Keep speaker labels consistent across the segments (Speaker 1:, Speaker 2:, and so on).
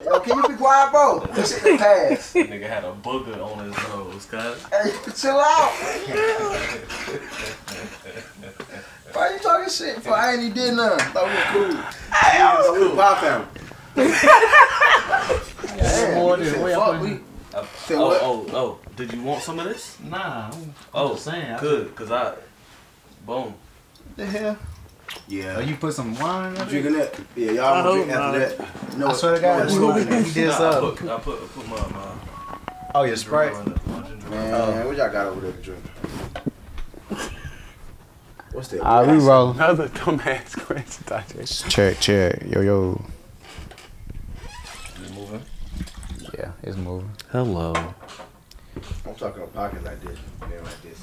Speaker 1: Can you be quiet, bro? This shit the pass.
Speaker 2: That nigga had a booger on his nose, cuz.
Speaker 1: Hey, chill out. Why you talking shit for? I ain't even did nothing. Thought we were cool.
Speaker 3: It's cool. Pop family.
Speaker 1: Damn,
Speaker 4: Boy,
Speaker 1: you
Speaker 4: this
Speaker 1: said
Speaker 4: way up
Speaker 1: fuck
Speaker 4: in-
Speaker 1: we.
Speaker 2: Oh,
Speaker 1: Said what?
Speaker 2: oh, oh. Did you want some of this?
Speaker 4: Nah, I'm, I'm
Speaker 2: Oh,
Speaker 4: just saying. I-
Speaker 2: good, cause I, boom.
Speaker 1: The hell?
Speaker 4: Oh,
Speaker 3: Yeah.
Speaker 4: you put some wine in
Speaker 3: You
Speaker 4: it?
Speaker 3: drinking that? Yeah,
Speaker 5: I
Speaker 3: y'all gonna drink
Speaker 5: hope
Speaker 3: after
Speaker 5: not.
Speaker 3: that. No,
Speaker 4: I swear to God,
Speaker 3: no, it's
Speaker 5: he
Speaker 3: smoking.
Speaker 5: did
Speaker 2: Nah, I
Speaker 5: something.
Speaker 2: put, I put, I put my, my
Speaker 4: Oh, your Sprite?
Speaker 2: on the- on the-
Speaker 4: Oh.
Speaker 3: Man, what y'all got over there to drink? What's that?
Speaker 4: Ah, we rolling.
Speaker 5: Another dumbass question, Dr.
Speaker 4: Check, check. Yo, yo.
Speaker 2: You moving?
Speaker 4: Yeah, it's moving.
Speaker 2: Hello.
Speaker 3: I'm talking on pockets like this. Man, like this.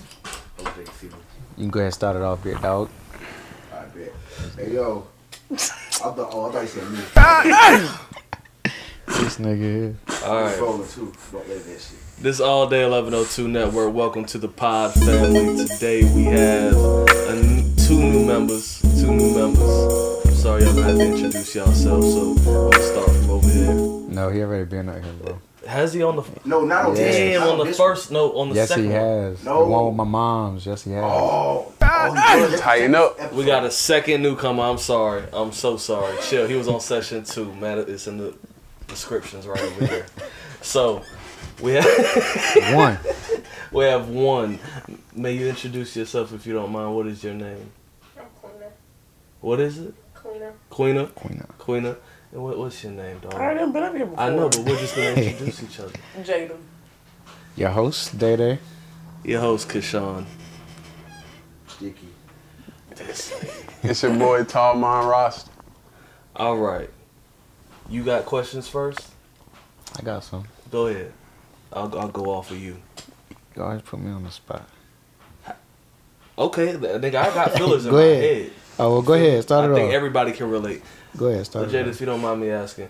Speaker 3: Hope they can see me.
Speaker 4: You can go ahead and start it off, big dog.
Speaker 3: I bet. Hey, yo. I thought, oh, I thought you said me.
Speaker 4: This nigga
Speaker 2: All
Speaker 3: I'm
Speaker 2: right.
Speaker 3: rolling too. Don't let that shit.
Speaker 2: This all day 1102 network. Welcome to the pod family. Today we have a n- two new members. Two new members. I'm sorry y'all gonna have to introduce yourselves. So I'm gonna start from over here.
Speaker 4: No, he already been out here, bro.
Speaker 2: Has he on the?
Speaker 3: No, not on this.
Speaker 2: Damn,
Speaker 3: not
Speaker 2: on the
Speaker 3: this
Speaker 2: first. No, on the
Speaker 4: Yes,
Speaker 2: second.
Speaker 4: he has.
Speaker 3: No.
Speaker 4: The one with my mom's. Yes, he has.
Speaker 3: One. Oh.
Speaker 5: Tighten up.
Speaker 2: We got a second newcomer. I'm sorry. I'm so sorry. Chill. He was on session two. Man, it's in the descriptions right over here. So we have
Speaker 4: One.
Speaker 2: we have one. May you introduce yourself if you don't mind. What is your name?
Speaker 6: I'm cleaner.
Speaker 2: What is it?
Speaker 6: Cleaner.
Speaker 2: Queena.
Speaker 4: Queen of-
Speaker 2: Queena. And what, what's your name, dog?
Speaker 6: I already been up here before.
Speaker 2: I know, but we're just gonna introduce each other.
Speaker 6: Jada.
Speaker 4: Your host, Day Day.
Speaker 2: Your host, Kashawn.
Speaker 3: Sticky.
Speaker 5: It's your boy Tall Mind Ross.
Speaker 2: All right. You got questions first?
Speaker 4: I got some.
Speaker 2: Go ahead. I'll, I'll go off of you.
Speaker 4: You always put me on the spot.
Speaker 2: Okay, th- nigga, I got feelers in
Speaker 4: Go
Speaker 2: my
Speaker 4: ahead.
Speaker 2: head.
Speaker 4: Oh, well, go ahead. Start
Speaker 2: I
Speaker 4: it
Speaker 2: think
Speaker 4: off.
Speaker 2: everybody can relate.
Speaker 4: go ahead.
Speaker 2: But
Speaker 4: Start
Speaker 2: Jada,
Speaker 4: it off.
Speaker 2: if you don't mind me asking,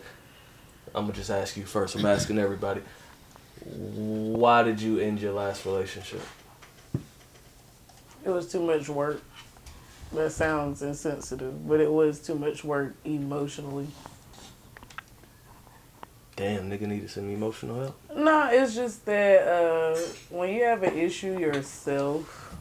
Speaker 2: I'm gonna just ask you first. I'm asking everybody. Why did you end your last relationship?
Speaker 6: It was too much work. That sounds insensitive, but it was too much work emotionally.
Speaker 2: Damn, nigga needed some emotional help.
Speaker 6: No, it's just that uh, when you have an issue yourself,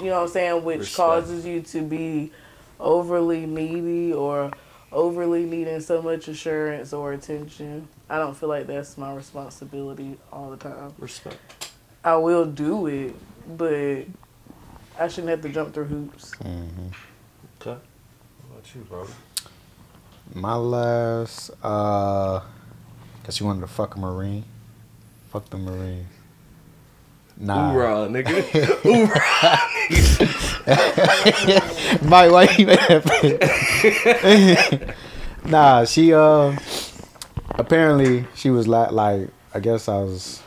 Speaker 6: you know what I'm saying, which
Speaker 2: Respect.
Speaker 6: causes you to be overly needy or overly needing so much assurance or attention. I don't feel like that's my responsibility all the time.
Speaker 2: Respect.
Speaker 6: I will do it, but I shouldn't have to jump through hoops.
Speaker 4: Mm-hmm.
Speaker 2: Okay. What about you, bro?
Speaker 4: My last, uh, guess you wanted to fuck a Marine. Fuck the Marine. Nah.
Speaker 2: Hoorah, nigga.
Speaker 4: Mike, why you make that face? nah, she uh apparently she was la- like I guess I was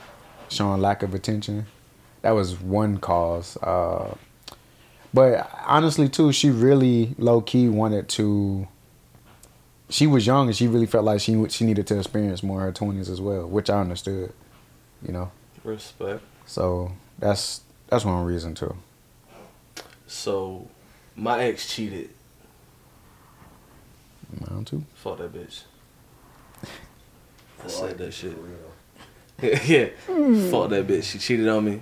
Speaker 4: showing lack of attention. That was one cause. Uh but honestly too, she really low key wanted to she was young and she really felt like she she needed to experience more of her 20s as well, which I understood, you know.
Speaker 2: Respect.
Speaker 4: So, that's that's one reason too.
Speaker 2: So, my ex cheated.
Speaker 4: Mine too.
Speaker 2: Fuck that bitch. I
Speaker 3: For all
Speaker 2: said
Speaker 3: you
Speaker 2: that shit.
Speaker 3: people, you know.
Speaker 2: yeah, fuck that bitch. She cheated on me,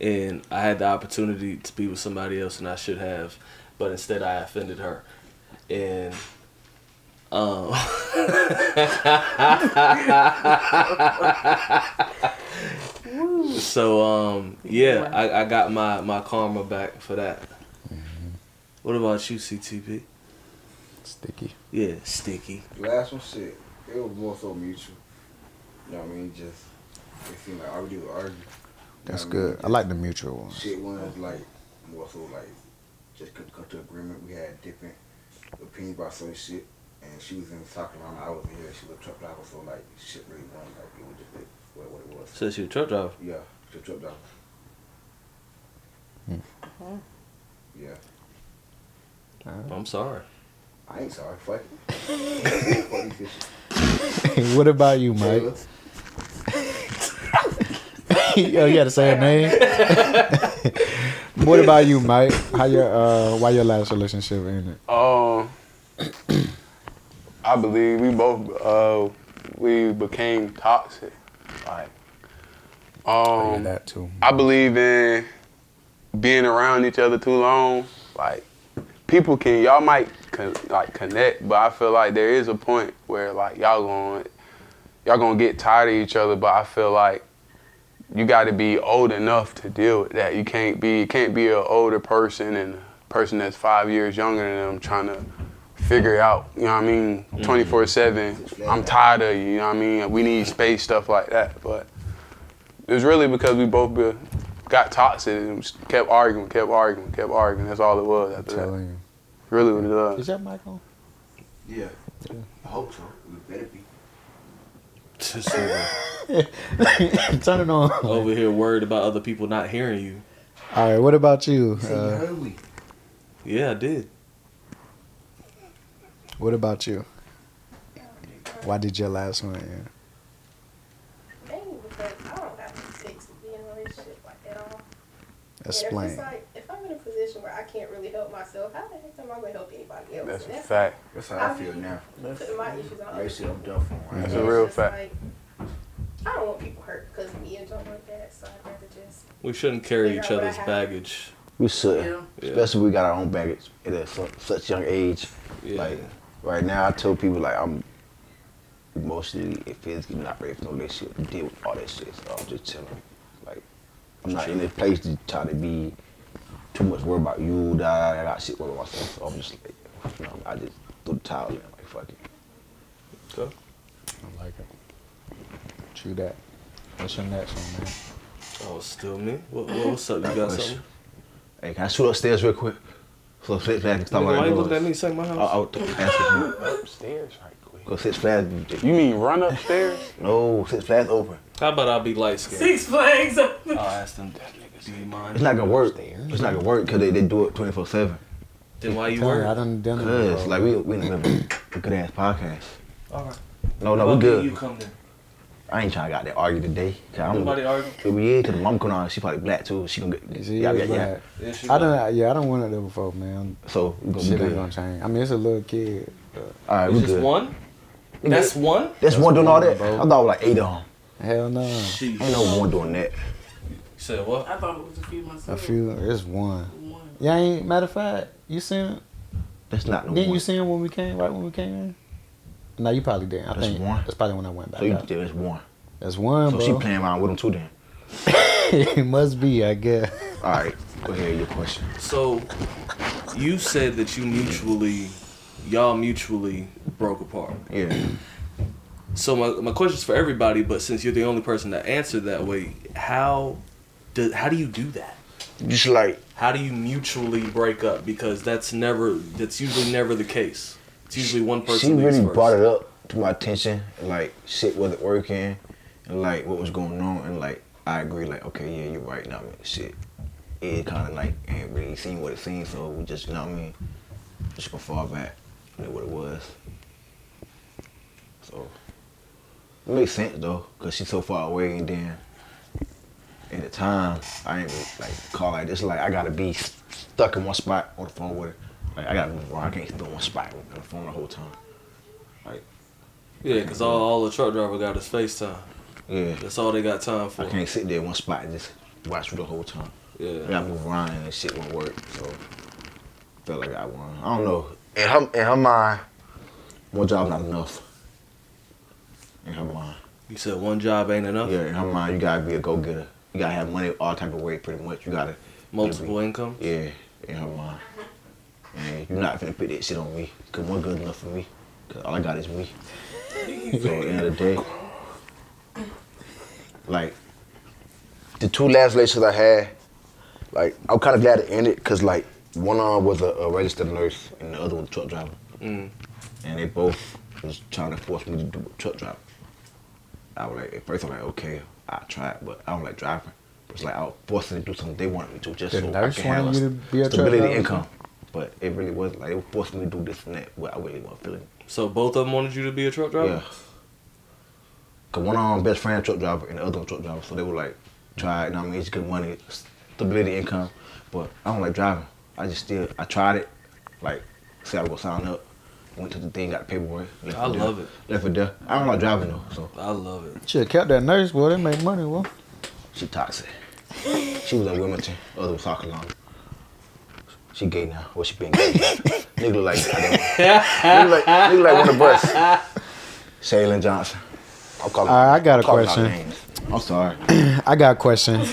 Speaker 2: and I had the opportunity to be with somebody else, and I should have, but instead I offended her, and um, so um, yeah, I, I got my my karma back for that. Mm-hmm. What about you, CTP?
Speaker 4: Sticky.
Speaker 2: Yeah, sticky.
Speaker 3: Last one, shit. It was more so mutual. You know what I mean? Just it seemed like already we argue.
Speaker 4: That's good. I like the mutual ones.
Speaker 3: Shit was like more so like just couldn't come to agreement. We had different opinions about certain shit, and she was in South Carolina. I was in here. She was a truck driver, so like shit really wasn't like it was just like, what, what it was.
Speaker 2: Says she a truck driver.
Speaker 3: Yeah, she a truck driver.
Speaker 4: Hmm.
Speaker 3: Yeah,
Speaker 2: I'm sorry.
Speaker 3: I ain't sorry. Fuck it. Fuck these bitches.
Speaker 4: what about you, Mike?
Speaker 3: Taylor.
Speaker 4: Yo, Oh, you had to say a name. what about you, Mike? How your uh, why your last relationship ended?
Speaker 5: Um, I believe we both uh we became toxic. Like,
Speaker 4: Yeah,
Speaker 5: um,
Speaker 4: that too.
Speaker 5: I believe in being around each other too long. Like people can y'all might con- like connect, but I feel like there is a point where like y'all going y'all gonna get tired of each other. But I feel like you got to be old enough to deal with that. You can't be you can't be an older person and a person that's five years younger than them trying to figure it out. You know what I mean? Twenty four seven. I'm tired of you. You know what I mean? We need space stuff like that, but it was really because we both be, got toxic and just kept arguing, kept arguing, kept arguing. That's all it was
Speaker 4: I'm
Speaker 5: after that.
Speaker 4: telling you.
Speaker 5: Really what it was.
Speaker 4: Is that Michael?
Speaker 7: Yeah. I hope so. We better be.
Speaker 2: Just over-
Speaker 4: Turn it on. All
Speaker 2: over here worried about other people not hearing you.
Speaker 4: right. What about you?
Speaker 7: Say you
Speaker 4: Uh,
Speaker 7: heard me.
Speaker 2: Yeah, I did.
Speaker 4: what about you? Why did your last one? end?
Speaker 8: Mainly because I don't got the six to be in a relationship like that all. And if
Speaker 4: Explain.
Speaker 8: it's like, if I'm in a position where I can't really help myself, how the heck am I going to help anybody
Speaker 5: That's
Speaker 8: else?
Speaker 5: a
Speaker 8: And that's
Speaker 5: fact.
Speaker 7: That's how I feel now.
Speaker 8: putting my issues on other
Speaker 7: Right shit,
Speaker 8: people.
Speaker 7: I'm done for. Right?
Speaker 5: That's
Speaker 8: And
Speaker 5: a
Speaker 8: it's
Speaker 5: real
Speaker 8: just
Speaker 5: fact.
Speaker 8: Like, I don't want people hurt because of me and junk like that, so I'd rather just.
Speaker 2: We shouldn't carry
Speaker 8: Figure
Speaker 2: each
Speaker 8: out what I
Speaker 2: other's
Speaker 8: have.
Speaker 2: baggage.
Speaker 7: We should.
Speaker 6: Yeah.
Speaker 7: Especially we got our own baggage at a, su- such young age.
Speaker 2: Yeah.
Speaker 7: Like right now, I tell people like I'm emotionally and physically not ready for no relationship to deal with all that shit. So I'm just chilling. Like I'm not in a place to try to be too much worried about you. Da, da, da, I got shit worried about myself. So I'm just like, you know, I just threw the towel in. Like fuck it.
Speaker 2: Okay.
Speaker 4: I like it. True that. What's your next one, man?
Speaker 2: Oh, it's still me. What, what, what's up? You got something?
Speaker 7: Hey, can I shoot upstairs real quick? So Six Flags can stop
Speaker 2: Nigga,
Speaker 7: my
Speaker 2: why you
Speaker 7: doors.
Speaker 2: looking at me saying my
Speaker 7: I,
Speaker 2: house?
Speaker 7: I would ask you.
Speaker 5: Upstairs right quick.
Speaker 7: Cause Six Flags,
Speaker 5: You mean run upstairs?
Speaker 7: no, Six Flags open.
Speaker 2: How about I be light skinned?
Speaker 6: Six flags.
Speaker 2: I'll ask them. Do you
Speaker 7: It's
Speaker 2: mind?
Speaker 7: not gonna work. It's not gonna work because they, they do it 24 7.
Speaker 2: Then why you
Speaker 4: Tell me, I
Speaker 2: worried?
Speaker 4: done done it.
Speaker 7: Cause,
Speaker 4: before.
Speaker 7: like, we, we done have a good ass podcast.
Speaker 2: All right.
Speaker 7: No, Oh, no,
Speaker 2: Why
Speaker 7: we
Speaker 2: didn't
Speaker 7: good.
Speaker 2: You come then.
Speaker 7: I ain't trying to got that argue today. Cause I'm
Speaker 2: Nobody argue.
Speaker 7: Cause we is, cause the mom coming on, she probably black too. She gonna get.
Speaker 4: She
Speaker 7: yeah, yeah,
Speaker 4: is
Speaker 7: yeah.
Speaker 2: Yeah, she
Speaker 4: black. I
Speaker 2: like-
Speaker 4: don't. Yeah, I don't want it before, man.
Speaker 7: So, we gonna be
Speaker 4: Shit ain't
Speaker 7: good.
Speaker 4: gonna change. I mean, it's a little kid. but
Speaker 7: Alright, we
Speaker 2: It's
Speaker 7: good.
Speaker 2: just one? That's one?
Speaker 7: That's one doing all
Speaker 4: That's
Speaker 7: that?
Speaker 4: one,
Speaker 7: I
Speaker 4: bro.
Speaker 7: thought it was like eight of them.
Speaker 4: Hell no.
Speaker 2: Sheesh.
Speaker 7: Ain't no one doing that.
Speaker 2: You said what?
Speaker 6: I thought it was a few months ago.
Speaker 4: A few. It's one.
Speaker 6: One.
Speaker 4: Yeah, ain't matter of fact, you seen it?
Speaker 7: That's not no
Speaker 4: Didn't
Speaker 7: one.
Speaker 4: you see him when we came? Right when we came in? No, you probably didn't. I
Speaker 7: That's
Speaker 4: think
Speaker 7: one.
Speaker 4: that's probably when I went back.
Speaker 7: so, you,
Speaker 4: out.
Speaker 7: there's one.
Speaker 4: That's one,
Speaker 7: So,
Speaker 4: bro.
Speaker 7: she playing around with them too then.
Speaker 4: it must be, I guess.
Speaker 7: Alright, go ahead, your question.
Speaker 2: So, you said that you mutually, y'all mutually broke apart.
Speaker 7: Yeah.
Speaker 2: So my, my question's for everybody, but since you're the only person that answered that way, how do how do you do that?
Speaker 7: Just like,
Speaker 2: How do you mutually break up? Because that's never that's usually never the case. It's usually one person.
Speaker 7: she
Speaker 2: leaves
Speaker 7: really
Speaker 2: first.
Speaker 7: brought it up to my attention and like shit wasn't working and like what was going on and like I agree like okay yeah you're right now I mean, shit it kind of like ain't really seen what it seemed so we just you know what I mean just gonna fall back to what it was so it makes sense though because she's so far away and then at the time I ain't really, like call like this like I gotta be stuck in one spot on the phone with her like I gotta move around I can't stay in one spot on the phone the whole time.
Speaker 2: Yeah, because all, all the truck driver got is FaceTime.
Speaker 7: Yeah.
Speaker 2: That's all they got time for.
Speaker 7: I can't sit there in one spot and just watch you the whole time. I
Speaker 2: Yeah.
Speaker 7: gotta move around and shit won't work. So felt like I won. I don't know. In her in her mind, one job's not enough. In her mind.
Speaker 2: You said one job ain't enough.
Speaker 7: Yeah, in her mind you gotta be a go getter. You gotta have money all type of way pretty much. You gotta
Speaker 2: Multiple income.
Speaker 7: Yeah, in her mind. And you're not finna put that shit on me. Cause one good enough for me. Cause all I got is me. so at the end of the day, like the two last relationships I had, like I'm kind of glad it ended. Cause like one of them was a, a registered nurse and the other was a truck driver.
Speaker 2: Mm.
Speaker 7: And they both was trying to force me to do truck driver. I was like, at first I'm like, okay, I tried, but I don't like driving. It's like I was forced to do something they wanted me to just
Speaker 4: The
Speaker 7: so I
Speaker 4: nurse
Speaker 7: can have a
Speaker 4: wanted you to be a truck
Speaker 7: stability
Speaker 4: driver?
Speaker 7: income. But it really wasn't like they were forcing me to do this and that, but I really wasn't feeling it.
Speaker 2: So both of them wanted you to be a truck driver.
Speaker 7: Yeah. Cause one of them best friend truck driver and the other one truck driver, so they were like, try it. know what I mean, it's good money, stability income, but I don't like driving. I just still I tried it, like say I was gonna sign up,
Speaker 3: went to the thing, got the paperwork. left
Speaker 2: I
Speaker 3: there.
Speaker 2: love it.
Speaker 3: Left it there. I don't like driving though, so
Speaker 2: I love it.
Speaker 4: Should have kept that nurse, boy. They make money, boy.
Speaker 3: she toxic. she was at Wilmington, other was South Carolina. She gay now. What she been gay? nigga look like nigga like nigga like one of us. Shaylin Johnson. I'm calling.
Speaker 4: All right, I got a
Speaker 3: calling out
Speaker 4: question.
Speaker 3: names. I'm sorry.
Speaker 4: I got a question.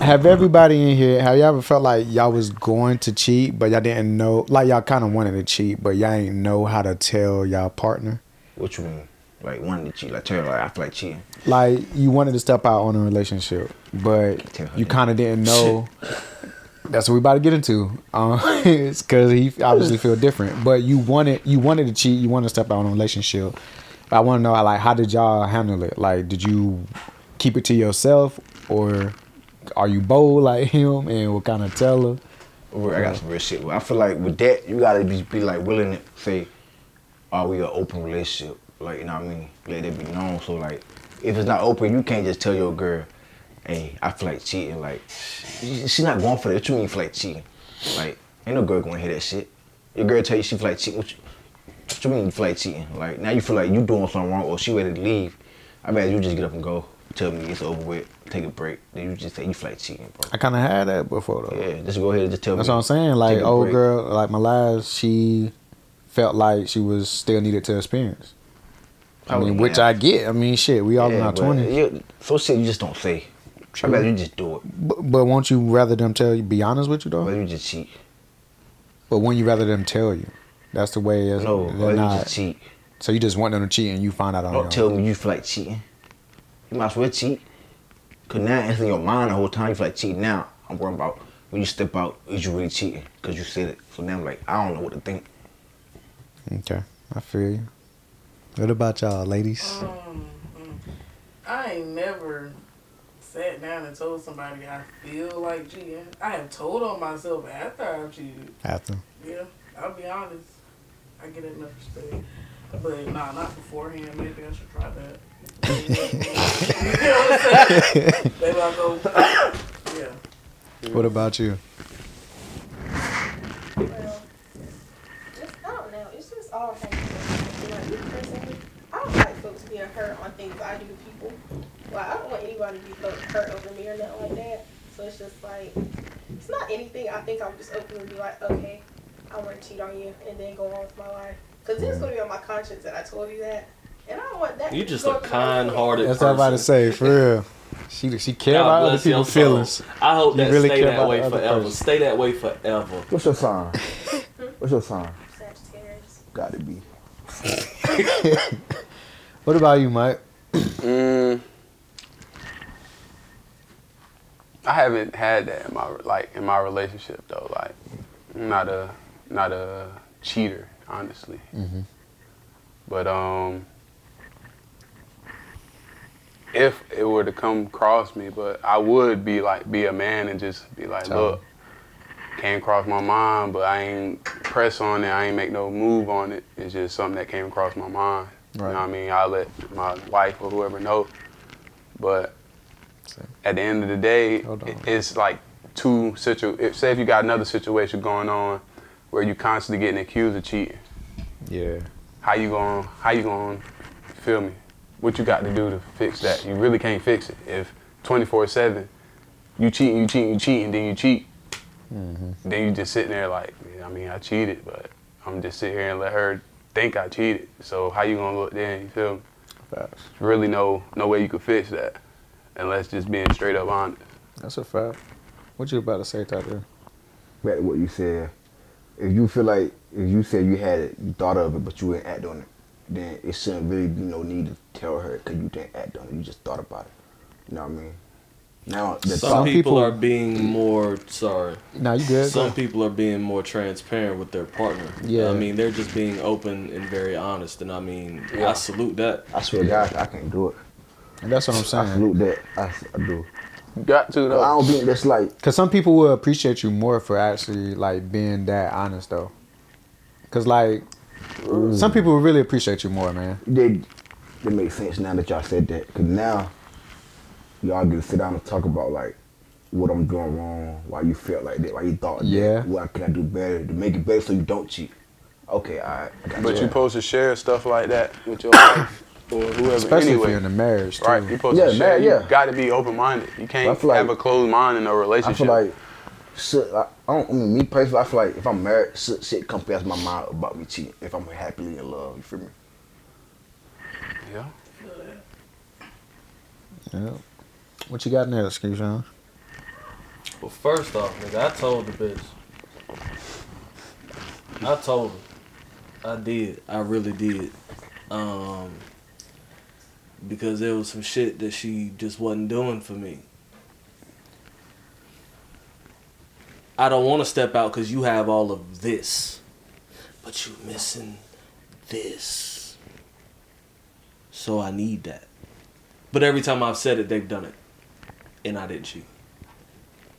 Speaker 4: have everybody in here, have y'all ever felt like y'all was going to cheat, but y'all didn't know, like y'all kind of wanted to cheat, but y'all ain't know how to tell y'all partner?
Speaker 3: What you mean? Like wanting to cheat? Like tell her like I feel like cheating.
Speaker 4: Like you wanted to step out on a relationship, but
Speaker 3: Tell her
Speaker 4: you
Speaker 3: that.
Speaker 4: kind of didn't know. That's what we about to get into. Um, it's because he obviously feel different, but you wanted you wanted to cheat, you wanted to step out on a relationship. I want to know like how did y'all handle it? Like did you keep it to yourself, or are you bold like him and will kind of tell her?
Speaker 3: Real- I got some real shit. I feel like with that, you gotta be, be like willing to say, "Are we an open relationship?" Like you know what I mean? Let that be known. So like, if it's not open, you can't just tell your girl, "Hey, I feel like cheating." Like, she's not going for that. What you mean, feel like cheating? Like, ain't no girl gonna hear that shit. Your girl tell you she feel like cheating. What you, what you mean you feel like cheating? Like now you feel like you doing something wrong, or she ready to leave. I bet you just get up and go. Tell me it's over with. Take a break. Then you just say you feel like cheating, bro.
Speaker 4: I kind of had that before though.
Speaker 3: Yeah, just go ahead and just tell
Speaker 4: That's
Speaker 3: me.
Speaker 4: what I'm saying. Like
Speaker 3: Take a
Speaker 4: old
Speaker 3: break.
Speaker 4: girl, like my last, she felt like she was still needed to experience. I
Speaker 3: Oh,
Speaker 4: mean,
Speaker 3: yeah.
Speaker 4: which I get. I mean, shit, we all in our
Speaker 3: but
Speaker 4: twenties.
Speaker 3: you- So shit, you just don't say. I bet you just do it.
Speaker 4: But, but won't you rather them tell you? Be honest with you
Speaker 3: I
Speaker 4: though.
Speaker 3: bet you just cheat.
Speaker 4: But won't you rather them tell you? That's the way. It's,
Speaker 3: No, I
Speaker 4: they're
Speaker 3: bet you
Speaker 4: not.
Speaker 3: just cheat.
Speaker 4: So you just want them to cheat, and you find out on
Speaker 3: Don't
Speaker 4: your
Speaker 3: tell
Speaker 4: own.
Speaker 3: me you feel like cheating. You might as well cheat. Cause now it's in your mind the whole time you feel like cheating. Now I'm worrying about when you step out, is you really cheating? Cause you said it. So now I'm like, I don't know what to think.
Speaker 4: Okay, I feel you. What about y'all, ladies?
Speaker 6: Um, mm. I ain't never sat down and told somebody I feel like cheating. I have told on myself after I've cheated.
Speaker 4: After
Speaker 6: Yeah, I'll be honest. I get it enough respect. But nah, not beforehand. Maybe I should try that. you know what I'm saying? Maybe I'll go. Yeah.
Speaker 4: what about you?
Speaker 8: Well, just, I don't know. It's just all kinds of things. Like, me personally, I don't like folks being hurt on things I do to people. Like, I don't want anybody to be like, hurt over me or nothing like that. So it's just like, it's not anything. I think I'm just open and be like, okay, I'm going to cheat on you and then go on with my life. Because it's going to be on my conscience that I told you that. And I don't want that.
Speaker 2: You just
Speaker 8: going
Speaker 2: a
Speaker 8: through my head.
Speaker 2: kind-hearted
Speaker 4: That's what I'm about to
Speaker 2: person.
Speaker 4: say. For real, she she care about other
Speaker 2: your
Speaker 4: people's
Speaker 2: soul.
Speaker 4: feelings.
Speaker 2: I hope
Speaker 4: You
Speaker 2: that
Speaker 4: really
Speaker 2: stay
Speaker 4: care
Speaker 2: that
Speaker 4: about
Speaker 2: way
Speaker 4: the other
Speaker 2: forever.
Speaker 4: person.
Speaker 2: Stay that way forever.
Speaker 3: What's your sign? What's your sign?
Speaker 8: Sagittarius.
Speaker 3: Got to be.
Speaker 4: What about you, Mike?
Speaker 5: Mm, I haven't had that in my like in my relationship though. Like, I'm not a not a cheater, honestly. But um, if it were to come across me, but I would be like be a man and just be like,
Speaker 4: Tell 'em.
Speaker 5: look, came across my mind, but I ain't press on it. I ain't make no move on it. It's just something that came across my mind. You
Speaker 4: Right.
Speaker 5: know what I mean? I let my wife or whoever know. But at the end of the day,
Speaker 4: Hold on.
Speaker 5: it- it's like two situ. If, say if you got another situation going on where you constantly getting accused of cheating,
Speaker 4: Yeah.
Speaker 5: how you going how you going feel me what you got to do to fix that you really can't fix it if 24-7 you cheating you cheating you cheating then you cheat
Speaker 4: Mm-hmm.
Speaker 5: then you just sitting there like "Man, i mean i cheated but i'm just sitting here and let her think i cheated so how you gonna look then you feel me
Speaker 4: Facts.
Speaker 5: There's really no no way you could fix that unless just being straight up honest
Speaker 4: That's a fact. What you about to say, Tyler?
Speaker 3: Back to what you said. If you feel like if you said you had it, you thought of it, but you didn't act on it, then it shouldn't really be no need to tell her because you didn't act on it. You just thought about it. You know what I mean? Now the
Speaker 2: Some,
Speaker 3: thought,
Speaker 2: people,
Speaker 4: people-
Speaker 2: are being more sorry.
Speaker 4: Nah, you good?
Speaker 2: Some people are being more transparent with their partner.
Speaker 4: Yeah.
Speaker 2: I mean, they're just being open and very honest, and I mean, I
Speaker 3: Yeah.
Speaker 2: salute that.
Speaker 3: I swear to God, I can't do it.
Speaker 4: And that's what I'm
Speaker 3: I
Speaker 4: saying.
Speaker 3: salute that. I, s- I do.
Speaker 5: you got to
Speaker 3: I
Speaker 2: uh,
Speaker 3: don't think that's like
Speaker 4: Cause some people will appreciate you more for actually like being that honest though. Cause like some people will really appreciate you more, man.
Speaker 3: they. It makes sense now that y'all said that because now y'all get to sit down and talk about like what I'm doing wrong, why you felt like that, why you thought that,
Speaker 4: Yeah.
Speaker 3: what can I do better to make it better so you don't cheat. Okay, all right.
Speaker 5: But
Speaker 3: yeah.
Speaker 5: you're supposed to share stuff like that with your wife or whoever.
Speaker 4: Especially
Speaker 5: anyway.
Speaker 4: if you're in a marriage, too.
Speaker 5: Right, you're supposed
Speaker 3: Yeah,
Speaker 5: to share.
Speaker 3: man,
Speaker 5: you
Speaker 3: yeah.
Speaker 5: got to be open minded. You
Speaker 3: I
Speaker 5: can't
Speaker 3: feel like-
Speaker 5: have a closed mind in a
Speaker 3: I
Speaker 5: relationship.
Speaker 3: feel like, shit, like, I don't, I mean, me personally, I feel like if I'm married, shit, shit come past my mind about me cheating. If I'm happily in love, you feel me?
Speaker 5: yeah.
Speaker 4: Yeah. What you got in there, excuse me?
Speaker 2: Well, first off, nigga, I told the bitch. I told her. I did. I really did. Um, because there was some shit that she just wasn't doing for me. I don't want to step out because you have all of this, but you missing this. So I need that. But every time I've said it, they've done it, and I didn't cheat.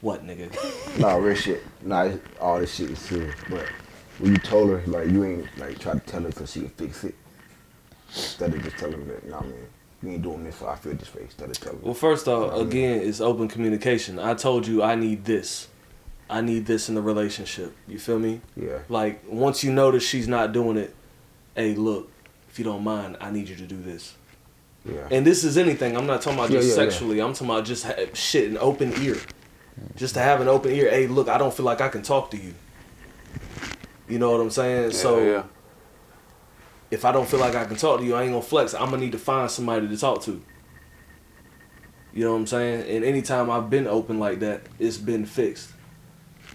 Speaker 2: What, nigga?
Speaker 3: Nah, real shit. Nah, it's- all this shit is serious. But when you told her, like, you ain't, like, try to tell her so she can fix it. Instead of just telling her, you know what I mean? You ain't doing this, so I feel this way. Instead of telling her.
Speaker 2: Well, first off, again, it's open communication. I told you I need this. I need this in the relationship. You feel me?
Speaker 3: Yeah.
Speaker 2: Like, once you notice she's not doing it, hey, look, if you don't mind, I need you to do this.
Speaker 3: Yeah.
Speaker 2: And this is anything. I'm not talking about
Speaker 3: Yeah,
Speaker 2: just
Speaker 3: yeah, yeah.
Speaker 2: sexually. I'm talking about just ha- shit, an open ear. Just to have an open ear. Hey, look, I don't feel like I can talk to you. You know what I'm saying? so,
Speaker 5: yeah,
Speaker 2: if I don't feel like I can talk to you, I ain't gonna flex. I'm gonna need to find somebody to talk to. You know what I'm saying? And anytime I've been open like that, it's been fixed.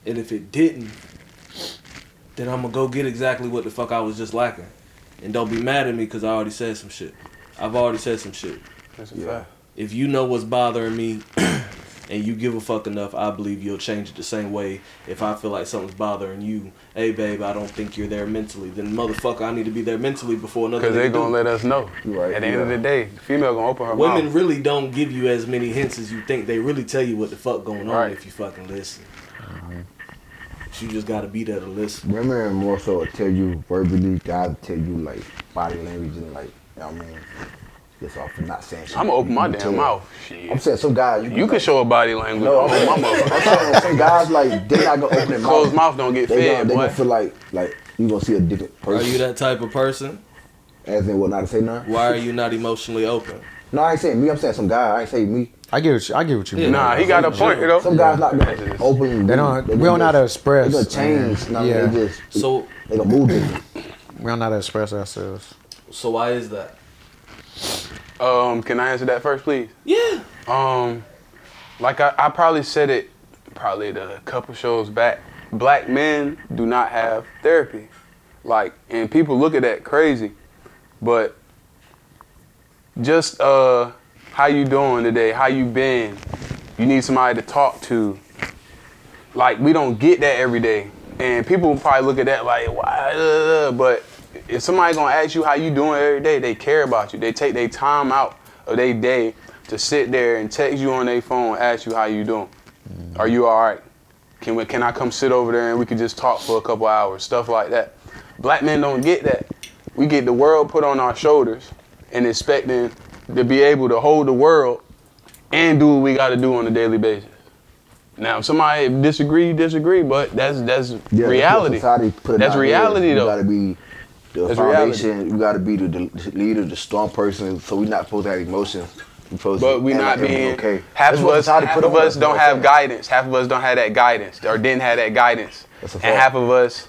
Speaker 2: And if it didn't, then I'm gonna go get exactly what the fuck I was just lacking. And don't be mad at me because I already said some shit. I've already said some shit.
Speaker 5: that's a
Speaker 3: Yeah.
Speaker 5: fact.
Speaker 2: If you know what's bothering me and you give a fuck enough, I believe you'll change it the same way. If I feel like something's bothering you, hey babe, I don't think you're there mentally, then motherfucker, I need to be there mentally before another.
Speaker 5: Because they
Speaker 2: nigga
Speaker 5: gonna
Speaker 2: do.
Speaker 5: let us know.
Speaker 3: You right,
Speaker 5: At the
Speaker 3: you
Speaker 5: end of
Speaker 3: right.
Speaker 5: the day, the female gonna open her
Speaker 2: Women
Speaker 5: mouth.
Speaker 2: really don't give you as many hints as you think. They really tell you what the fuck going on
Speaker 5: Right.
Speaker 2: if you fucking listen. You just gotta be there to listen.
Speaker 3: Women more so tell you verbally, guys tell you, like, body language and, like, you know what I mean? Just off of not saying shit.
Speaker 5: I'm gonna open
Speaker 3: You
Speaker 5: my
Speaker 3: can tell.
Speaker 5: damn mouth. Shit.
Speaker 3: I'm saying some guys.
Speaker 5: you can show a body language.
Speaker 3: No,
Speaker 5: I'm
Speaker 3: I'm,
Speaker 5: open my
Speaker 3: I'm,
Speaker 5: mouth.
Speaker 3: saying some guys like they not gonna open their mouth.
Speaker 5: Closed mouth don't get
Speaker 3: They gonna,
Speaker 5: fed,
Speaker 3: they
Speaker 5: boy.
Speaker 3: gonna feel like like you gonna see a different
Speaker 2: Are
Speaker 3: person.
Speaker 2: you that type of person?
Speaker 3: As in what not to say nothing.
Speaker 2: Why are you not emotionally open?
Speaker 3: No, I ain't saying me. I'm saying some guy. I ain't saying me.
Speaker 4: I get what you, I get what you
Speaker 2: Yeah.
Speaker 4: mean.
Speaker 5: Nah, he got a point, though.
Speaker 3: Some guys not
Speaker 5: That's
Speaker 3: gonna
Speaker 5: just-
Speaker 3: open.
Speaker 4: They don't-
Speaker 3: gonna
Speaker 4: we don't know how to
Speaker 3: just-
Speaker 4: express.
Speaker 3: They gonna change. No,
Speaker 4: Yeah.
Speaker 3: they just
Speaker 2: So
Speaker 3: they gonna move different.
Speaker 4: We don't know how to express ourselves.
Speaker 2: so why is that?
Speaker 5: Um, can I answer that first, please?
Speaker 2: Yeah.
Speaker 5: Um, like I, I probably said it probably the couple shows back. Black men do not have therapy, like, and people look at that crazy, but just uh, how you doing today? How you been? You need somebody to talk to. Like we don't get that every day, and people will probably look at that like, why? uh, But if somebody gonna ask you how you doing every day, they care about you. They take their time out of their day to sit there and text you on their phone, ask you how you doing.
Speaker 3: Mm-hmm.
Speaker 5: Are you all right? Can we, can I come sit over there and we can just talk for a couple hours? Stuff like that. Black men don't get that. We get the world put on our shoulders and expecting to be able to hold the world and do what we got to do on a daily basis. Now, if somebody disagree, disagree, but that's that's
Speaker 3: Yeah, that's what
Speaker 5: reality.
Speaker 3: Society put it
Speaker 5: That's
Speaker 3: out there.
Speaker 5: reality,
Speaker 3: You
Speaker 5: though.
Speaker 3: gotta be the
Speaker 5: That's
Speaker 3: foundation. You gotta be the, the leader, the strong person. So we not supposed to have emotions. We supposed to
Speaker 5: But we
Speaker 3: act
Speaker 5: not
Speaker 3: like everything
Speaker 5: being
Speaker 3: okay.
Speaker 5: half
Speaker 3: That's
Speaker 5: of
Speaker 3: what
Speaker 5: us.
Speaker 3: society
Speaker 5: Half
Speaker 3: put
Speaker 5: of
Speaker 3: on
Speaker 5: us
Speaker 3: That's
Speaker 5: don't
Speaker 3: what I'm
Speaker 5: have
Speaker 3: saying.
Speaker 5: guidance. Half of us don't have that guidance, or didn't have that guidance.
Speaker 3: That's a
Speaker 5: And
Speaker 3: fact.
Speaker 5: half of us,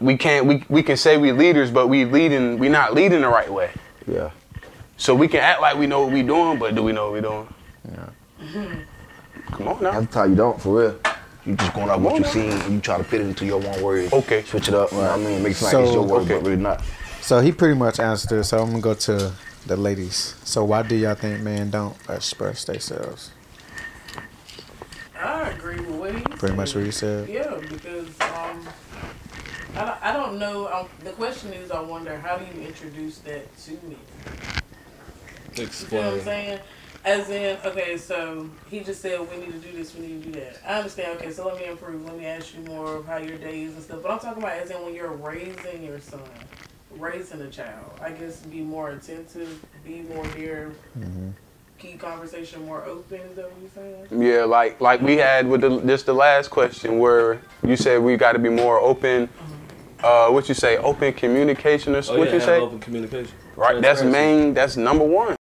Speaker 5: we can't. We, we can say we leaders, but we leading. We not leading the right way.
Speaker 3: Yeah.
Speaker 5: So we can act like we know what we doing, but do we know what we doing?
Speaker 4: Yeah.
Speaker 5: Come on now.
Speaker 3: Half the time you don't, for real. You just going out what
Speaker 5: Come
Speaker 3: you
Speaker 5: on
Speaker 3: seen and you try to fit it into your one word.
Speaker 5: Okay.
Speaker 3: Switch it up. You know what I mean? Make it sound like it's
Speaker 4: So-
Speaker 3: your word,
Speaker 5: Okay.
Speaker 3: but really not.
Speaker 4: So he pretty much answered it. So I'm gonna go to the ladies. So why do y'all think men don't express themselves?
Speaker 6: I agree with what he
Speaker 4: Pretty
Speaker 6: said.
Speaker 4: much what you said.
Speaker 6: Yeah, because um, I don't, I don't know. Um, the question is, I wonder how do you introduce that to me? You know what I'm
Speaker 2: Explain.
Speaker 6: saying? As in, okay, so he just said we need to do this, we need to do that. I understand. Okay, so let me improve. Let me ask you more of how your day is and stuff. But I'm talking about as in when you're raising your son, raising a child. I guess be more attentive, be more there, keep conversation more open. Is that what you're saying?
Speaker 5: Yeah, like like we had with the, just the last question where you said we got to be more open uh, what you say, open communication or s-
Speaker 2: Oh,
Speaker 5: what
Speaker 2: yeah,
Speaker 5: you
Speaker 2: have
Speaker 5: say?
Speaker 2: open communication.
Speaker 5: Right. That's
Speaker 2: Transparency.
Speaker 5: main. That's number one.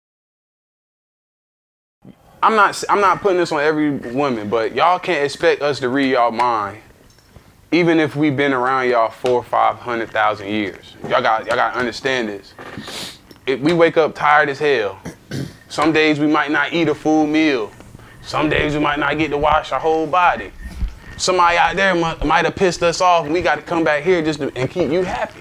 Speaker 5: I'm not. s- I'm not putting this on every woman, but y'all can't expect us to read y'all mind, even if we've been around y'all four, five hundred thousand years. Y'all got. Y'all got to understand this. If we wake up tired as hell, some days we might not eat a full meal. Some days we might not get to wash our whole body. Somebody out there might, might have pissed us off, and we got to come back here just to, and keep you happy.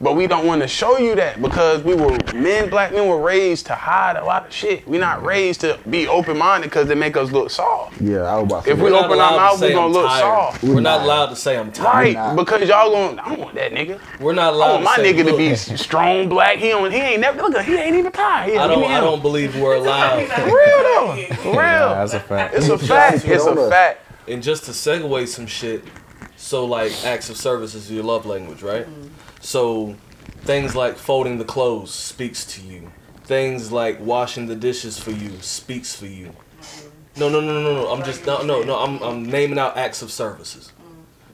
Speaker 5: But we don't want to show you that because we were men, black men were raised to hide a lot of shit. We're not raised to be open minded because they make us look soft.
Speaker 3: Yeah, I was about to
Speaker 5: If
Speaker 3: say
Speaker 5: we
Speaker 3: that.
Speaker 2: We're not
Speaker 5: open
Speaker 2: allowed
Speaker 5: our
Speaker 2: to
Speaker 5: mouth,
Speaker 2: say
Speaker 5: we're
Speaker 2: I'm
Speaker 5: gonna look
Speaker 2: tired.
Speaker 5: soft.
Speaker 2: We're not allowed to say I'm tired.
Speaker 5: Right,
Speaker 3: not.
Speaker 5: because y'all gonna I don't want that nigga.
Speaker 2: We're not
Speaker 5: I
Speaker 2: allowed
Speaker 5: want my
Speaker 2: to say,
Speaker 5: nigga to
Speaker 2: look,
Speaker 5: be strong black. He don't he ain't never look at he ain't even tired. He
Speaker 2: I don't.
Speaker 5: he
Speaker 2: I don't believe we're allowed.
Speaker 5: real though. For real.
Speaker 4: Yeah, that's a fact.
Speaker 5: it's a fact. It's a fact.
Speaker 2: And just to segue some shit, so like acts of service is your love language, right? So things like folding the clothes speaks to you. Things like washing the dishes for you speaks for you. No, no, no, no, no. I'm just no, no, no. I'm I'm naming out acts of services.